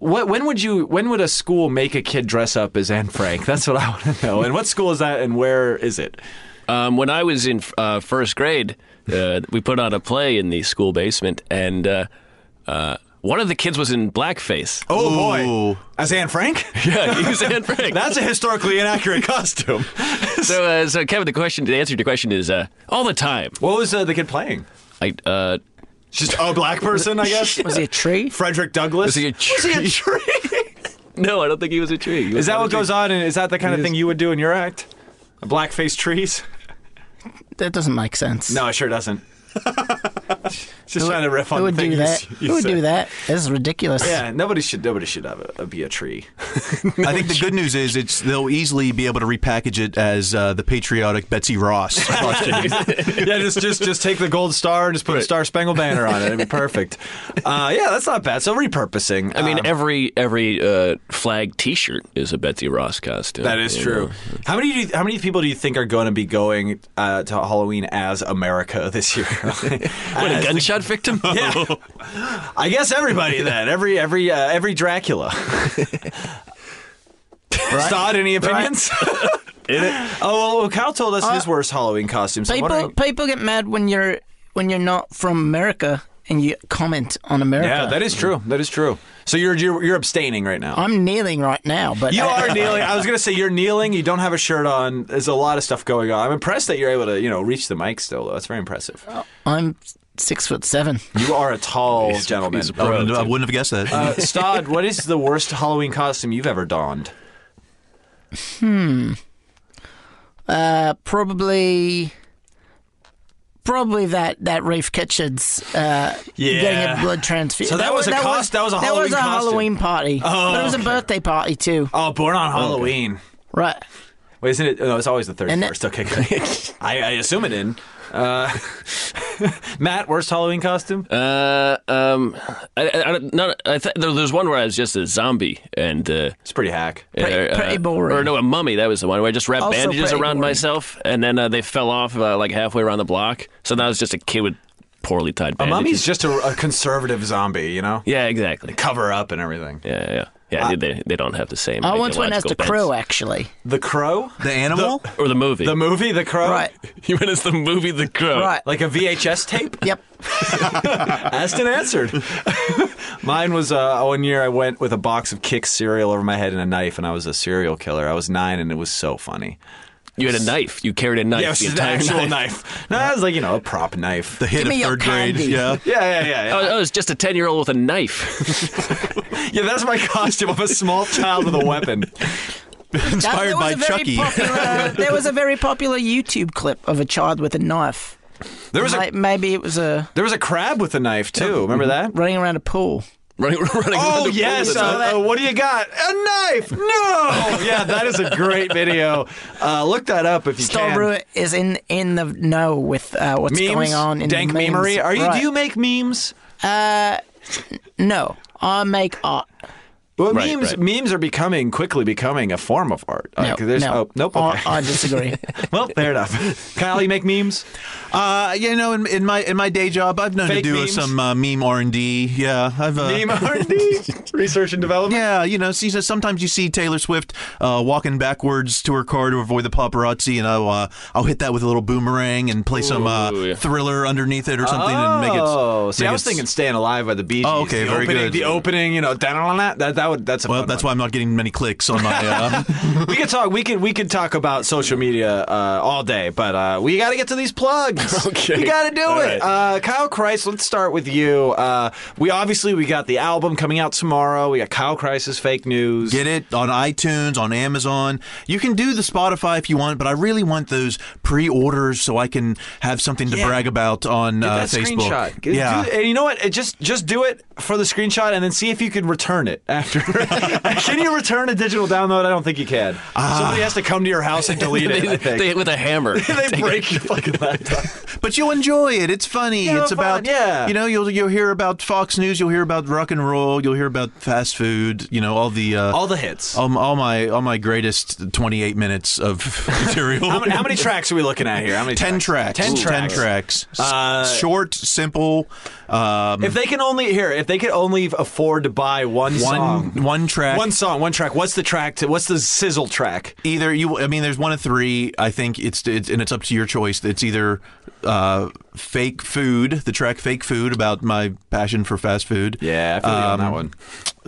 Speaker 1: What, when would you? When would a school make a kid dress up as Anne Frank? That's what I want to know. And what school is that? And where is it?
Speaker 3: Um, when I was in uh, first grade, uh, we put on a play in the school basement, and uh, uh, one of the kids was in blackface.
Speaker 1: Oh
Speaker 4: Ooh.
Speaker 1: boy, as Anne Frank?
Speaker 3: yeah, he was Anne Frank.
Speaker 1: That's a historically inaccurate costume.
Speaker 3: so, uh, so Kevin, the question, the answer to your question is uh, all the time.
Speaker 1: what was uh, the kid playing?
Speaker 3: I, uh,
Speaker 1: Just a black person, I guess.
Speaker 6: Was he a tree?
Speaker 1: Frederick Douglass?
Speaker 3: Was he a tree? no, I don't think he was a tree. He was
Speaker 1: Is that
Speaker 3: not a
Speaker 1: what
Speaker 3: tree.
Speaker 1: goes on? And is that the kind of thing you would do in your act? Blackface trees?
Speaker 6: That doesn't make sense.
Speaker 1: No, it sure doesn't. Just trying to riff on
Speaker 6: Who would
Speaker 1: things.
Speaker 6: do that?
Speaker 1: you
Speaker 6: Who would
Speaker 1: said.
Speaker 6: do that? This is ridiculous.
Speaker 1: Yeah, nobody should. Nobody should have a, be a tree.
Speaker 4: I think the good news is it's they'll easily be able to repackage it as uh, the patriotic Betsy Ross.
Speaker 1: yeah, just just just take the gold star and just put a Star Spangled Banner on it. It'd be perfect. Uh, yeah, that's not bad. So repurposing.
Speaker 3: I mean,
Speaker 1: um,
Speaker 3: every every uh, flag T-shirt is a Betsy Ross costume.
Speaker 1: that is
Speaker 3: you
Speaker 1: true.
Speaker 3: know.
Speaker 1: How many do you, how many people do you think are going to be going uh, to Halloween as America this year?
Speaker 3: What
Speaker 1: As
Speaker 3: a
Speaker 1: the-
Speaker 3: gunshot victim!
Speaker 1: Yeah. I guess everybody then. Every every uh, every Dracula. Todd, any opinions? Oh, well, Kyle told us his worst Halloween costume. So I'm
Speaker 6: People
Speaker 1: wondering-
Speaker 6: people get mad when you're when you're not from America and you comment on America.
Speaker 1: yeah, that is true. That is true. So you're you're, you're abstaining right now.
Speaker 6: I'm kneeling right now, but
Speaker 1: you are kneeling. I was gonna say you're kneeling. You don't have a shirt on. There's a lot of stuff going on. I'm impressed that you're able to you know reach the mic still. Though that's very impressive.
Speaker 6: I'm six foot seven.
Speaker 1: You are a tall gentleman.
Speaker 3: he's a
Speaker 4: I
Speaker 3: pro.
Speaker 4: wouldn't- I wouldn't have guessed that.
Speaker 1: Uh, Stod, what is the worst Halloween costume you've ever donned?
Speaker 6: Uh, probably. Probably that that Rafe Kitchens uh,
Speaker 1: Yeah.
Speaker 6: getting a blood transfusion.
Speaker 1: So that was a cost- that was a
Speaker 6: that was a
Speaker 1: Halloween costume.
Speaker 6: Halloween party,
Speaker 1: Oh,
Speaker 6: but it was
Speaker 1: okay.
Speaker 6: a birthday party too.
Speaker 1: Oh, born on Halloween.
Speaker 6: Right?
Speaker 1: Wait, isn't it? No, it's always the
Speaker 6: And
Speaker 1: 31st.
Speaker 6: that-
Speaker 1: Okay, good. I, I assume it in. Uh, Matt, worst Halloween costume?
Speaker 3: Uh, um, I, I, I don't- no, I th- there, there's one where I was just a zombie and uh,
Speaker 1: It's pretty hack.
Speaker 6: Pretty-
Speaker 3: uh,
Speaker 6: pretty boring.
Speaker 3: Or no, a mummy. That was the one where I just wrapped
Speaker 6: Also
Speaker 3: bandages
Speaker 6: pretty
Speaker 3: around
Speaker 6: boring.
Speaker 3: myself, and then uh, they fell off uh, like halfway around the block. So now I was just a kid with poorly tied
Speaker 1: A
Speaker 3: bandages.
Speaker 1: mummy's just a, a conservative zombie, you know?
Speaker 3: yeah, exactly.
Speaker 1: Cover up and everything.
Speaker 3: Yeah, yeah. Yeah, they, they don't have the same.
Speaker 6: I once went as the
Speaker 3: ideological
Speaker 6: crow,
Speaker 3: bent.
Speaker 6: actually.
Speaker 1: The Crow,
Speaker 4: The animal?
Speaker 3: or the movie.
Speaker 1: the movie, The Crow,
Speaker 6: Right.
Speaker 3: you went as the movie The Crow.
Speaker 6: Right.
Speaker 1: Oh. Like a VHS tape.
Speaker 6: Yep.
Speaker 1: Asked and answered. Mine was uh, one year I went with a box of Kix cereal over my head and a knife, and I was a serial killer. I was nine, and it was so funny.
Speaker 3: You had a knife. You carried a knife
Speaker 1: Yeah, it was
Speaker 3: the
Speaker 1: an
Speaker 3: entire
Speaker 1: actual
Speaker 3: time.
Speaker 1: knife. No, it was like you know a prop knife.
Speaker 4: The hit
Speaker 6: Give
Speaker 4: of
Speaker 6: me your
Speaker 4: third grade.
Speaker 6: candy.
Speaker 4: Yeah.
Speaker 1: Yeah, yeah, yeah,
Speaker 3: I
Speaker 1: yeah.
Speaker 3: was- I was Oh, just a ten-year-old with a knife.
Speaker 1: Yeah, that's my costume. I'm a small child with a weapon.
Speaker 4: Inspired
Speaker 6: That-
Speaker 4: by
Speaker 6: there was a very
Speaker 4: Chucky.
Speaker 6: popular- uh, there was a very popular YouTube clip of a child with a knife.
Speaker 1: There was
Speaker 6: Like,
Speaker 1: a
Speaker 6: maybe it was a
Speaker 1: there was a crab with a knife too. Remember that?
Speaker 6: running around a pool.
Speaker 3: running, running.
Speaker 1: Oh
Speaker 3: around the
Speaker 1: yes!
Speaker 3: pool with a knife.
Speaker 1: Uh, uh, what do you got? A knife? No! yeah, that is a great video. Uh, look that up if you can.
Speaker 6: Stolbrew is in in the know with uh, what's
Speaker 1: Memes,
Speaker 6: going on in
Speaker 1: dank
Speaker 6: memes.
Speaker 1: memery. Are you?
Speaker 6: Right.
Speaker 1: Do you make memes?
Speaker 6: Uh, No, I make art.
Speaker 1: Well,
Speaker 3: Right,
Speaker 1: memes
Speaker 3: right.
Speaker 1: memes are becoming quickly becoming a form of art.
Speaker 6: No,
Speaker 1: Like, there's,
Speaker 6: no. Uh,
Speaker 1: Oh, nope.
Speaker 6: I-
Speaker 1: Okay.
Speaker 6: I, disagree.
Speaker 1: well, fair enough. Kyle, you make memes?
Speaker 4: Uh, you know, in, in my in my day job, I've known
Speaker 1: Fake
Speaker 4: to do
Speaker 1: memes.
Speaker 4: some uh, meme R and D. Yeah, I've uh,
Speaker 1: Meme R and D, research and development.
Speaker 4: Yeah, you know, see, so sometimes you see Taylor Swift uh, walking backwards to her car to avoid the paparazzi, and I'll uh, I'll hit that with a little boomerang and play some uh,
Speaker 3: Ooh, yeah.
Speaker 4: Thriller underneath it or something, and make it.
Speaker 1: Oh, see,
Speaker 4: make
Speaker 1: I was
Speaker 4: it-
Speaker 1: thinking "Staying Alive" by the Bee Gees.
Speaker 4: Oh, okay,
Speaker 1: the
Speaker 4: very
Speaker 1: opening,
Speaker 4: good.
Speaker 1: The opening, you know, that that would that's a
Speaker 4: Well,
Speaker 1: fun
Speaker 4: that's
Speaker 1: one.
Speaker 4: why I'm not getting many clicks on my. Uh,
Speaker 1: we could talk. We could we could talk about social media uh, all day, but uh, we got to get to these plugs.
Speaker 3: Okay.
Speaker 1: we got to do
Speaker 3: All
Speaker 1: it.
Speaker 3: right.
Speaker 1: Uh, Kyle Christ, let's start with you. Uh, we obviously we got the album coming out tomorrow. We got Kyle Christ's fake news.
Speaker 4: Get it on iTunes, on Amazon. You can do the Spotify if you want, but I really want those pre-orders so I can have something to
Speaker 1: Yeah.
Speaker 4: brag about on
Speaker 1: Get
Speaker 4: uh,
Speaker 1: that
Speaker 4: Facebook.
Speaker 1: screenshot. Get-
Speaker 4: Yeah.
Speaker 1: do- and you know what? It- Just just do it for the screenshot, and then see if you can return it after. can you return a digital download? I don't think you can. Somebody has to come to your house and delete it. I
Speaker 3: they,
Speaker 1: think.
Speaker 3: they hit with a hammer.
Speaker 1: they break your fucking laptop.
Speaker 4: But you'll enjoy it. It's funny.
Speaker 1: Yeah,
Speaker 4: it's
Speaker 1: fun,
Speaker 4: about
Speaker 1: yeah.
Speaker 4: You know, you'll you'll hear about Fox News. You'll hear about rock and roll. You'll hear about fast food. You know, all the uh,
Speaker 1: All the hits.
Speaker 4: all, all my all my greatest twenty eight minutes of material.
Speaker 1: How many, how many tracks are we looking at here? How many?
Speaker 4: Ten tracks.
Speaker 1: Ten
Speaker 4: Ten
Speaker 1: tracks.
Speaker 4: tracks. S-
Speaker 1: Uh,
Speaker 4: Short, simple. Um,
Speaker 1: If they can only here, if they could only afford to buy Hmm. one,
Speaker 4: one
Speaker 1: song,
Speaker 4: one track.
Speaker 1: one song, one track. What's the track? To, what's the sizzle track?
Speaker 4: either you i mean there's one of three i think it's, it's and it's up to your choice it's either uh, fake food the track fake food about my passion for fast food Um,
Speaker 1: Yeah, I feel you on that one.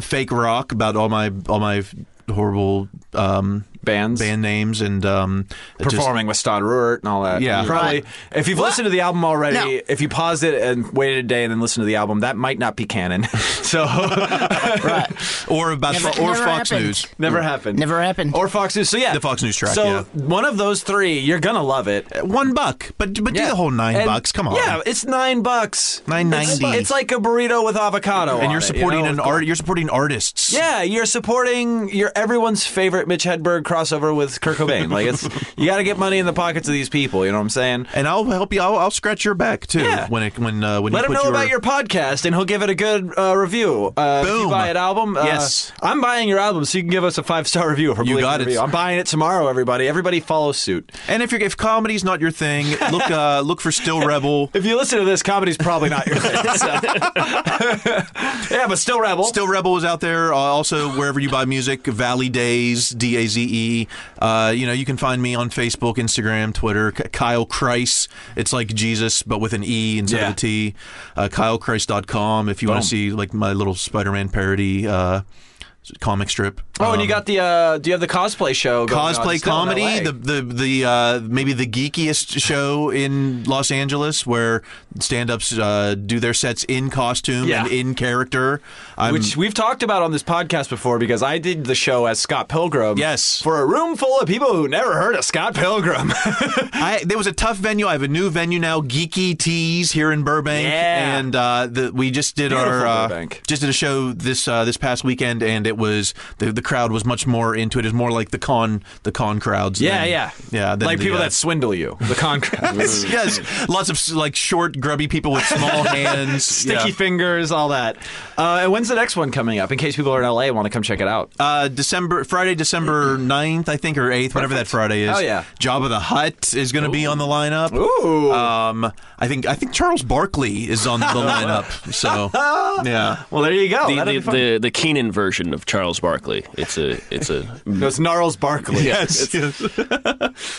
Speaker 4: fake rock about all my all my horrible um,
Speaker 1: Bands,
Speaker 4: band names and um, just-
Speaker 1: performing with Stott Ruert and all that.
Speaker 4: Yeah.
Speaker 1: probably. If you've listened to the album already,
Speaker 6: No.
Speaker 1: if you paused it and waited a day and then listened to the album, that might not be canon. so
Speaker 6: right.
Speaker 4: or about
Speaker 6: Never-
Speaker 4: or
Speaker 6: never
Speaker 4: fox
Speaker 6: happened.
Speaker 4: news
Speaker 1: never happened.
Speaker 6: Never happened.
Speaker 1: Or Fox News. So yeah,
Speaker 4: The Fox News track,
Speaker 1: So
Speaker 4: yeah.
Speaker 1: one of those three, you're gonna love it.
Speaker 4: one buck but but do
Speaker 1: Yeah.
Speaker 4: the whole nine
Speaker 1: And-
Speaker 4: bucks come on
Speaker 1: Yeah, it's nine bucks.
Speaker 4: Nine
Speaker 1: It's-
Speaker 4: ninety.
Speaker 1: It's, like a burrito with avocado. on
Speaker 4: and you're
Speaker 1: it, you
Speaker 4: supporting
Speaker 1: know?
Speaker 4: an art you're supporting artists
Speaker 1: Yeah, you're supporting your everyone's favorite Mitch Hedberg crossover with Kurt Cobain. like it's you got to get money in the pockets of these people. You know what I'm saying?
Speaker 4: and I'll help you. I'll, I'll scratch your back too
Speaker 1: Yeah.
Speaker 4: when it, when uh, when
Speaker 1: Let
Speaker 4: you
Speaker 1: him
Speaker 4: put
Speaker 1: know
Speaker 4: your,
Speaker 1: about your podcast, and he'll give it a good uh, review. Uh, if you
Speaker 4: Boom.
Speaker 1: buy an album. uh,
Speaker 4: Yes.
Speaker 1: I'm buying your album, so you can give us a five star review. For Bleak
Speaker 4: got it.
Speaker 1: Review. I'm buying it tomorrow, everybody. Everybody follow suit.
Speaker 4: And if you're, if comedy's not your thing, look uh, look for Still Rebel.
Speaker 1: If you listen to this, comedy's probably not your thing. so. yeah, but still rebel.
Speaker 4: Still Rebel is out there. Uh, also, wherever you buy music, Valley Days, D A Z E. Uh, you know, you can find me on Facebook, Instagram, Twitter. K- Kyle Christ. It's like Jesus, but with an E instead
Speaker 1: Yeah.
Speaker 4: of a T. Uh, KyleChrist.com if you want to see like my little Spider-Man parody uh, comic strip.
Speaker 1: Oh, and you
Speaker 4: Um,
Speaker 1: got the uh, do you have the cosplay show? Going on
Speaker 4: cosplay
Speaker 1: still in
Speaker 4: comedy,
Speaker 1: LA?
Speaker 4: the the the uh, maybe the geekiest show in Los Angeles, where stand-ups uh, do their sets in costume
Speaker 1: Yeah.
Speaker 4: and in character. I'm,
Speaker 1: which we've talked about on this podcast before because I did the show as Scott Pilgrim.
Speaker 4: Yes.
Speaker 1: For a room full of people who never heard of Scott Pilgrim.
Speaker 4: I, there was a tough venue. I have a new venue now, Geeky Tees here in Burbank,
Speaker 1: Yeah.
Speaker 4: and uh, the, we just did our
Speaker 1: Beautiful
Speaker 4: uh,
Speaker 1: Burbank.
Speaker 4: just did a show this uh, this past weekend, and it was the the crowd was much more into it. It was more like the con the con crowds.
Speaker 1: yeah,
Speaker 4: than-
Speaker 1: yeah.
Speaker 4: yeah. than
Speaker 1: Like
Speaker 4: the,
Speaker 1: people
Speaker 4: uh, Mm.
Speaker 1: that swindle you, the con crowds.
Speaker 4: yes, lots of like short, grubby people with small hands,
Speaker 1: Sticky
Speaker 4: Yeah.
Speaker 1: fingers, all that. Uh, and when's the next one coming up? In case people are in LA and want to come check it out.
Speaker 4: Uh, December Friday, December 9th, I think, or eighth, whatever that Friday is.
Speaker 1: Oh, yeah.
Speaker 4: Job of the Hut is going to be on the lineup.
Speaker 1: Ooh.
Speaker 4: Um, I think I think Charles Barkley is on the lineup. So yeah,
Speaker 1: well, there you go.
Speaker 3: The,
Speaker 1: That'll
Speaker 3: the,
Speaker 1: oh, be fun.
Speaker 3: the, the Keenan version of Charles Barkley. It's a it's a
Speaker 1: No, it's Gnarls Barkley.
Speaker 4: Yes. yes.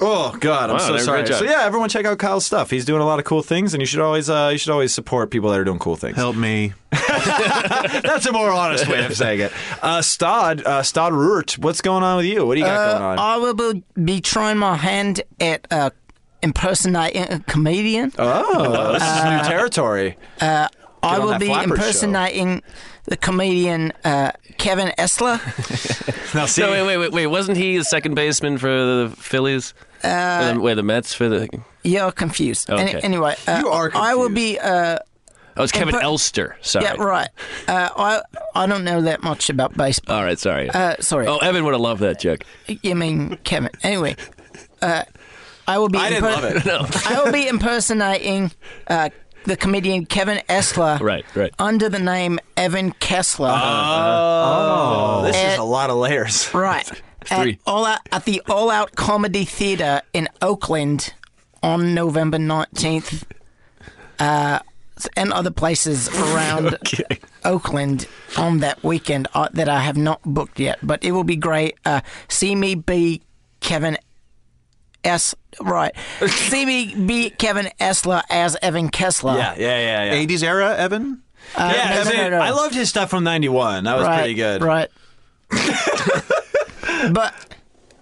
Speaker 1: Oh God, I'm
Speaker 3: Wow,
Speaker 1: so
Speaker 3: they're
Speaker 1: sorry.
Speaker 3: great job.
Speaker 1: So yeah, everyone check out Kyle's stuff. He's doing a lot of cool things, and you should always uh, you should always support people that are doing cool things.
Speaker 4: Help me.
Speaker 1: That's a more honest way of saying it. Uh, Stod uh, Stod Ruert, what's going on with you? What do you got going on?
Speaker 6: Uh, I will be- be trying my hand at uh, impersonating a comedian.
Speaker 1: oh, this is new territory.
Speaker 6: I
Speaker 1: on
Speaker 6: will
Speaker 1: that
Speaker 6: be
Speaker 1: Flappers show.
Speaker 6: impersonating the comedian uh, Kevin Essler.
Speaker 1: Now see,
Speaker 3: No, wait, wait, wait, wait. Wasn't he the second baseman for the Phillies? Uh, wait, the Mets for the.
Speaker 6: You're confused. Any-
Speaker 3: Okay.
Speaker 6: anyway, uh,
Speaker 1: You are
Speaker 6: I will
Speaker 1: confused.
Speaker 6: be. Uh,
Speaker 3: Oh, it's Kevin
Speaker 6: but-
Speaker 3: Elster. Sorry.
Speaker 6: yeah, right. Uh, I I don't know that much about baseball.
Speaker 3: All right, sorry.
Speaker 6: Uh, sorry.
Speaker 3: oh, Evan would have loved that joke.
Speaker 6: You mean Kevin? Anyway, uh, I will be.
Speaker 1: I didn't
Speaker 6: imper-
Speaker 1: love it.
Speaker 3: No.
Speaker 6: I will be impersonating uh, the comedian Kevin Essler.
Speaker 3: Right, right.
Speaker 6: Under the name Evan Kessler.
Speaker 1: Oh, this is
Speaker 6: Uh,
Speaker 1: a lot of layers.
Speaker 6: Right. At,
Speaker 3: Three.
Speaker 6: all out, at the All Out Comedy Theatre in Oakland on November 19th. Uh, and other places around Oakland on that weekend uh, that I have not booked yet, but it will be great. Uh, see me be Kevin S. Right. see me be Kevin Essler as Evan Kessler.
Speaker 1: Yeah, yeah, yeah, yeah.
Speaker 4: 80s era, Evan?
Speaker 1: yeah,
Speaker 6: Uh, no,
Speaker 1: I,
Speaker 6: no,
Speaker 1: mean,
Speaker 6: no, no.
Speaker 1: I loved his stuff from '91. That was
Speaker 6: right,
Speaker 1: pretty good.
Speaker 6: Right. but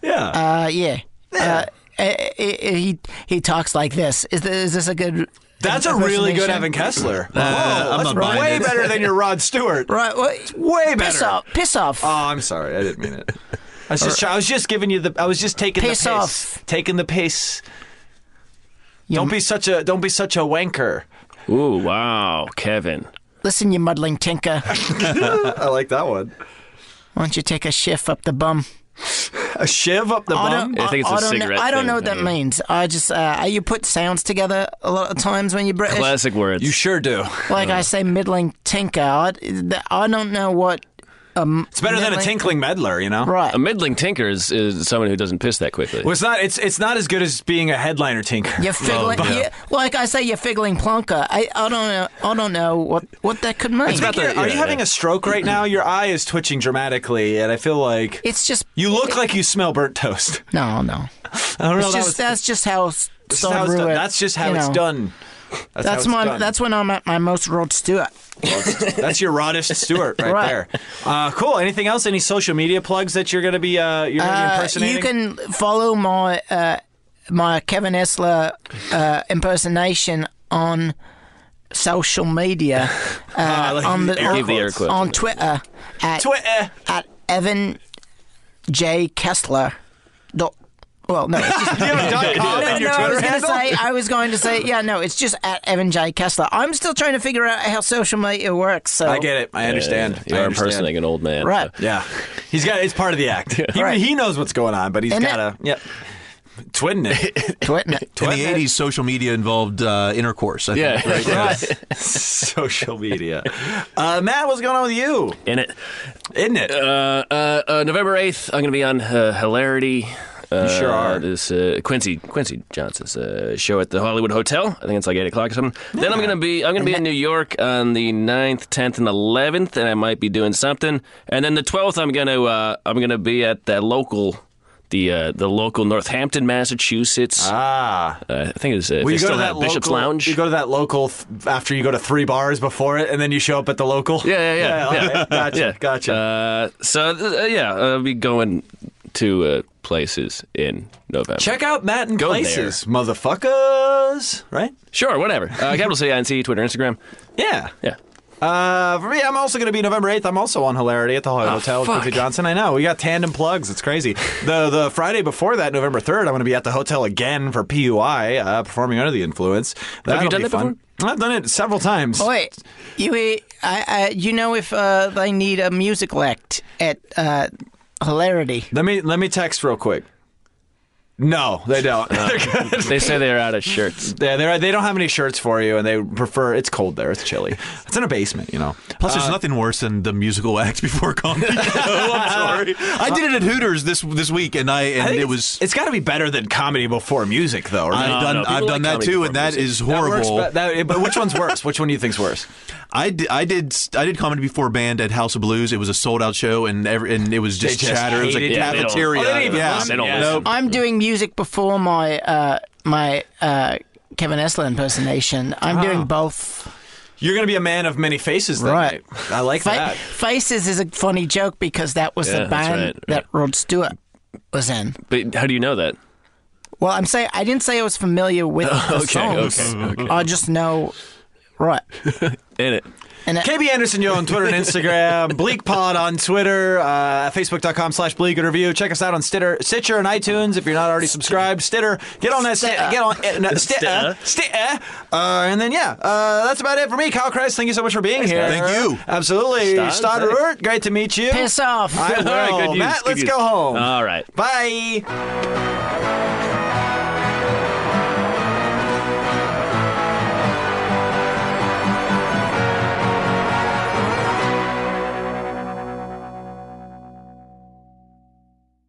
Speaker 1: Yeah.
Speaker 6: Uh, yeah. Uh, eh, eh, eh, he he talks like this. Is this, is this a good?
Speaker 1: that's a really good
Speaker 6: impersonation?
Speaker 1: Evan Kessler. Whoa,
Speaker 4: I'm
Speaker 1: that's
Speaker 4: not buying
Speaker 1: way
Speaker 4: it.
Speaker 1: better than your Rod Stewart.
Speaker 6: Right. Well,
Speaker 1: Way better.
Speaker 6: piss off. Piss off.
Speaker 1: Oh, I'm sorry. I didn't mean it. I was just, try- I was just giving you the. I was just taking
Speaker 6: Piss
Speaker 1: the pace.
Speaker 6: off.
Speaker 1: Taking the pace.
Speaker 6: You
Speaker 1: Don't
Speaker 6: m-
Speaker 1: be such a. Don't be such a wanker.
Speaker 3: Ooh, wow, Kevin.
Speaker 6: Listen, you muddling tinker.
Speaker 1: I like that one.
Speaker 6: Why don't you take a shift up the bum?
Speaker 1: A shiv up the
Speaker 6: I
Speaker 1: bum.
Speaker 6: don't.
Speaker 3: I think it's
Speaker 6: I,
Speaker 3: a
Speaker 6: don't
Speaker 3: cigarette
Speaker 6: know, I don't
Speaker 3: thing.
Speaker 6: know what
Speaker 3: I
Speaker 6: that
Speaker 3: don't know.
Speaker 6: means. I just uh, you put sounds together a lot of times when you're British.
Speaker 3: Classic words.
Speaker 1: You sure do.
Speaker 6: Like I say, middling tinker. I, I don't know what. Um,
Speaker 1: It's better than a tinkling meddler, you know.
Speaker 6: Right.
Speaker 3: a middling tinker is, is someone who doesn't piss that quickly.
Speaker 1: Well, it's not. It's it's not as good as being a headliner tinker.
Speaker 6: You're fiddling,
Speaker 3: yeah.
Speaker 6: you- like I say, you're fiddling plonker. I, I don't know, I don't know what, what that could mean. It's,
Speaker 3: about the-
Speaker 1: Are you
Speaker 3: yeah,
Speaker 1: having
Speaker 3: yeah.
Speaker 1: a stroke right now? Your eye is twitching dramatically, and I feel like
Speaker 6: just
Speaker 1: you look like you smell burnt toast.
Speaker 6: no, no.
Speaker 1: I don't know. that
Speaker 6: It's just
Speaker 1: was-
Speaker 6: that's just how s-
Speaker 1: that's
Speaker 6: Stone
Speaker 1: how it's
Speaker 6: Brewer,
Speaker 1: done. That's just how
Speaker 6: you
Speaker 1: it's
Speaker 6: know.
Speaker 1: done. That's, how
Speaker 6: That's
Speaker 1: it's
Speaker 6: my
Speaker 1: done.
Speaker 6: that's when I'm at my most Rod Stewart.
Speaker 1: That's your Roddest Stewart right,
Speaker 6: Right.
Speaker 1: there. Uh, cool. Anything else? Any social media plugs that you're gonna be uh, you're gonna be
Speaker 6: Uh,
Speaker 1: impersonating?
Speaker 6: you can follow my uh, my Kevin Essler uh, impersonation on social media
Speaker 1: uh, like
Speaker 6: on the,
Speaker 1: air
Speaker 3: Give the air
Speaker 1: quotes. eh,
Speaker 3: quotes.
Speaker 6: on Twitter at
Speaker 1: Twitter.
Speaker 6: at Evan J Kessler. Dot, well, no, it's just,
Speaker 1: Do you have a dot com
Speaker 6: no,
Speaker 1: in your
Speaker 6: no, I
Speaker 1: Twitter
Speaker 6: was going to
Speaker 1: handle?
Speaker 6: say, I was going to say, yeah, no, it's just at Evan J Kessler. I'm still trying to figure out how social media works. So
Speaker 1: I get it. I understand.
Speaker 3: You're
Speaker 1: I understand.
Speaker 3: impersonating an old man.
Speaker 6: Right.
Speaker 1: Yeah, he's got. It's part of the act. He,
Speaker 6: Right.
Speaker 1: he knows what's going on, but he's
Speaker 6: And
Speaker 1: got to. Yep. Twitting it.
Speaker 6: Twitting it.
Speaker 4: In the 80s, social media involved uh, intercourse. I
Speaker 3: Yeah.
Speaker 4: Think, right?
Speaker 1: Social media. Uh, Matt, what's going on with you?
Speaker 3: In it.
Speaker 1: Isn't it?
Speaker 3: Uh, uh, uh, November 8th, I'm going to be on uh, Hilarity. Uh,
Speaker 1: sure are.
Speaker 3: This uh, Quincy Quincy Johnson's uh, show at the Hollywood Hotel. I think it's like eight o'clock or something. Then I'm gonna be I'm gonna be in New York on the 9th, tenth, and eleventh, and I might be doing something. And then the twelfth, I'm gonna uh, I'm gonna be at the local, the uh, the local Northampton, Massachusetts.
Speaker 1: ah.
Speaker 3: uh, I think it's uh,
Speaker 1: Well,
Speaker 3: they
Speaker 1: you go
Speaker 3: still
Speaker 1: to that
Speaker 3: have Bishop's
Speaker 1: local,
Speaker 3: Lounge.
Speaker 1: You go to that local th- after you go to three bars before it, and then you show up at the local.
Speaker 3: Yeah, yeah, yeah,
Speaker 1: all
Speaker 3: yeah.
Speaker 1: right. Gotcha,
Speaker 3: Yeah.
Speaker 1: gotcha.
Speaker 3: Uh, so uh, yeah, I'll be going to uh, places in November.
Speaker 1: Check out Matt in
Speaker 3: Go
Speaker 1: places, motherfuckers. Right?
Speaker 3: Sure, whatever. Uh, capital City INC, Twitter, Instagram.
Speaker 1: Yeah.
Speaker 3: Yeah.
Speaker 1: Uh, for me, I'm also going to be November 8th. I'm also on Hilarity at the Hollywood Hotel with
Speaker 3: Ah, fuck.
Speaker 1: Quincy Johnson. I know. We got tandem plugs. It's crazy. the The Friday before that, November 3rd, I'm going to be at the hotel again for PUI, uh, performing under the influence. That'll
Speaker 3: done
Speaker 1: be
Speaker 3: that
Speaker 1: fun. I've done it several times.
Speaker 6: Oh, wait, you, I, I, you know if uh, they need a musical act at uh, Hilarity.
Speaker 1: Let me let me text real quick. No, they don't. They're
Speaker 3: Ah.
Speaker 1: good.
Speaker 7: They say they're out of shirts.
Speaker 1: Yeah, they're, they don't have any shirts for you, and they prefer it's cold there. It's chilly. It's in a basement, you know.
Speaker 4: Plus, there's nothing worse than the musical act before comedy. oh,
Speaker 1: Uh,
Speaker 4: I'm sorry. I did it at Hooters this this week, and I and it was.
Speaker 1: it's got to be better than comedy before music, though. Right?
Speaker 4: I've done
Speaker 3: no, people
Speaker 4: I've done
Speaker 3: like
Speaker 4: that
Speaker 3: comedy
Speaker 4: too,
Speaker 3: before
Speaker 4: and that
Speaker 3: music.
Speaker 4: is
Speaker 1: That works,
Speaker 4: horrible.
Speaker 1: but, that- but which one's worse? Which one do you think's worse?
Speaker 4: I, di- I did I did comedy before band at House of Blues. It was a sold out show, and every, and it was just,
Speaker 1: They just
Speaker 4: chatter. It was like
Speaker 1: hated
Speaker 3: it. Yeah, they don't-
Speaker 4: cafeteria.
Speaker 1: oh, they didn't even
Speaker 4: yeah,
Speaker 1: listen.
Speaker 3: They don't
Speaker 1: Yeah.
Speaker 3: listen.
Speaker 6: I'm doing music before my uh, my uh, Kevin Esler impersonation. I'm
Speaker 3: Ah.
Speaker 6: doing both.
Speaker 1: You're going to be a man of many faces, that
Speaker 6: Right.
Speaker 1: night. I like
Speaker 6: Fa-
Speaker 1: that.
Speaker 6: Faces is a funny joke because that was
Speaker 3: Yeah,
Speaker 6: the
Speaker 3: that's
Speaker 6: band
Speaker 3: right.
Speaker 6: that Rod Stewart was in.
Speaker 3: But how do you know that?
Speaker 6: Well, I'm saying I didn't say I was familiar with the
Speaker 3: okay,
Speaker 6: songs.
Speaker 3: okay,
Speaker 6: I just know, right?
Speaker 3: In it.
Speaker 6: And it,
Speaker 1: KB Anderson, yo, on Twitter and Instagram. Bleak Pod on Twitter. Uh, Facebook.com slash Bleak Review. Check us out on Stitter, Stitcher and iTunes if you're not already subscribed. Stitter. Get on that. Sti- get on. Uh, no, Stitter. Stitter. Uh, and then, yeah, uh, that's about it for me. Kyle Christ, thank you so much for being here.
Speaker 4: man. Thank you.
Speaker 1: Absolutely.
Speaker 3: Stan,
Speaker 1: Stodderert, great to meet you.
Speaker 6: piss off.
Speaker 1: I will.
Speaker 3: All right, good news,
Speaker 1: Matt,
Speaker 3: good
Speaker 1: let's
Speaker 3: news.
Speaker 1: go home.
Speaker 3: All right.
Speaker 1: Bye.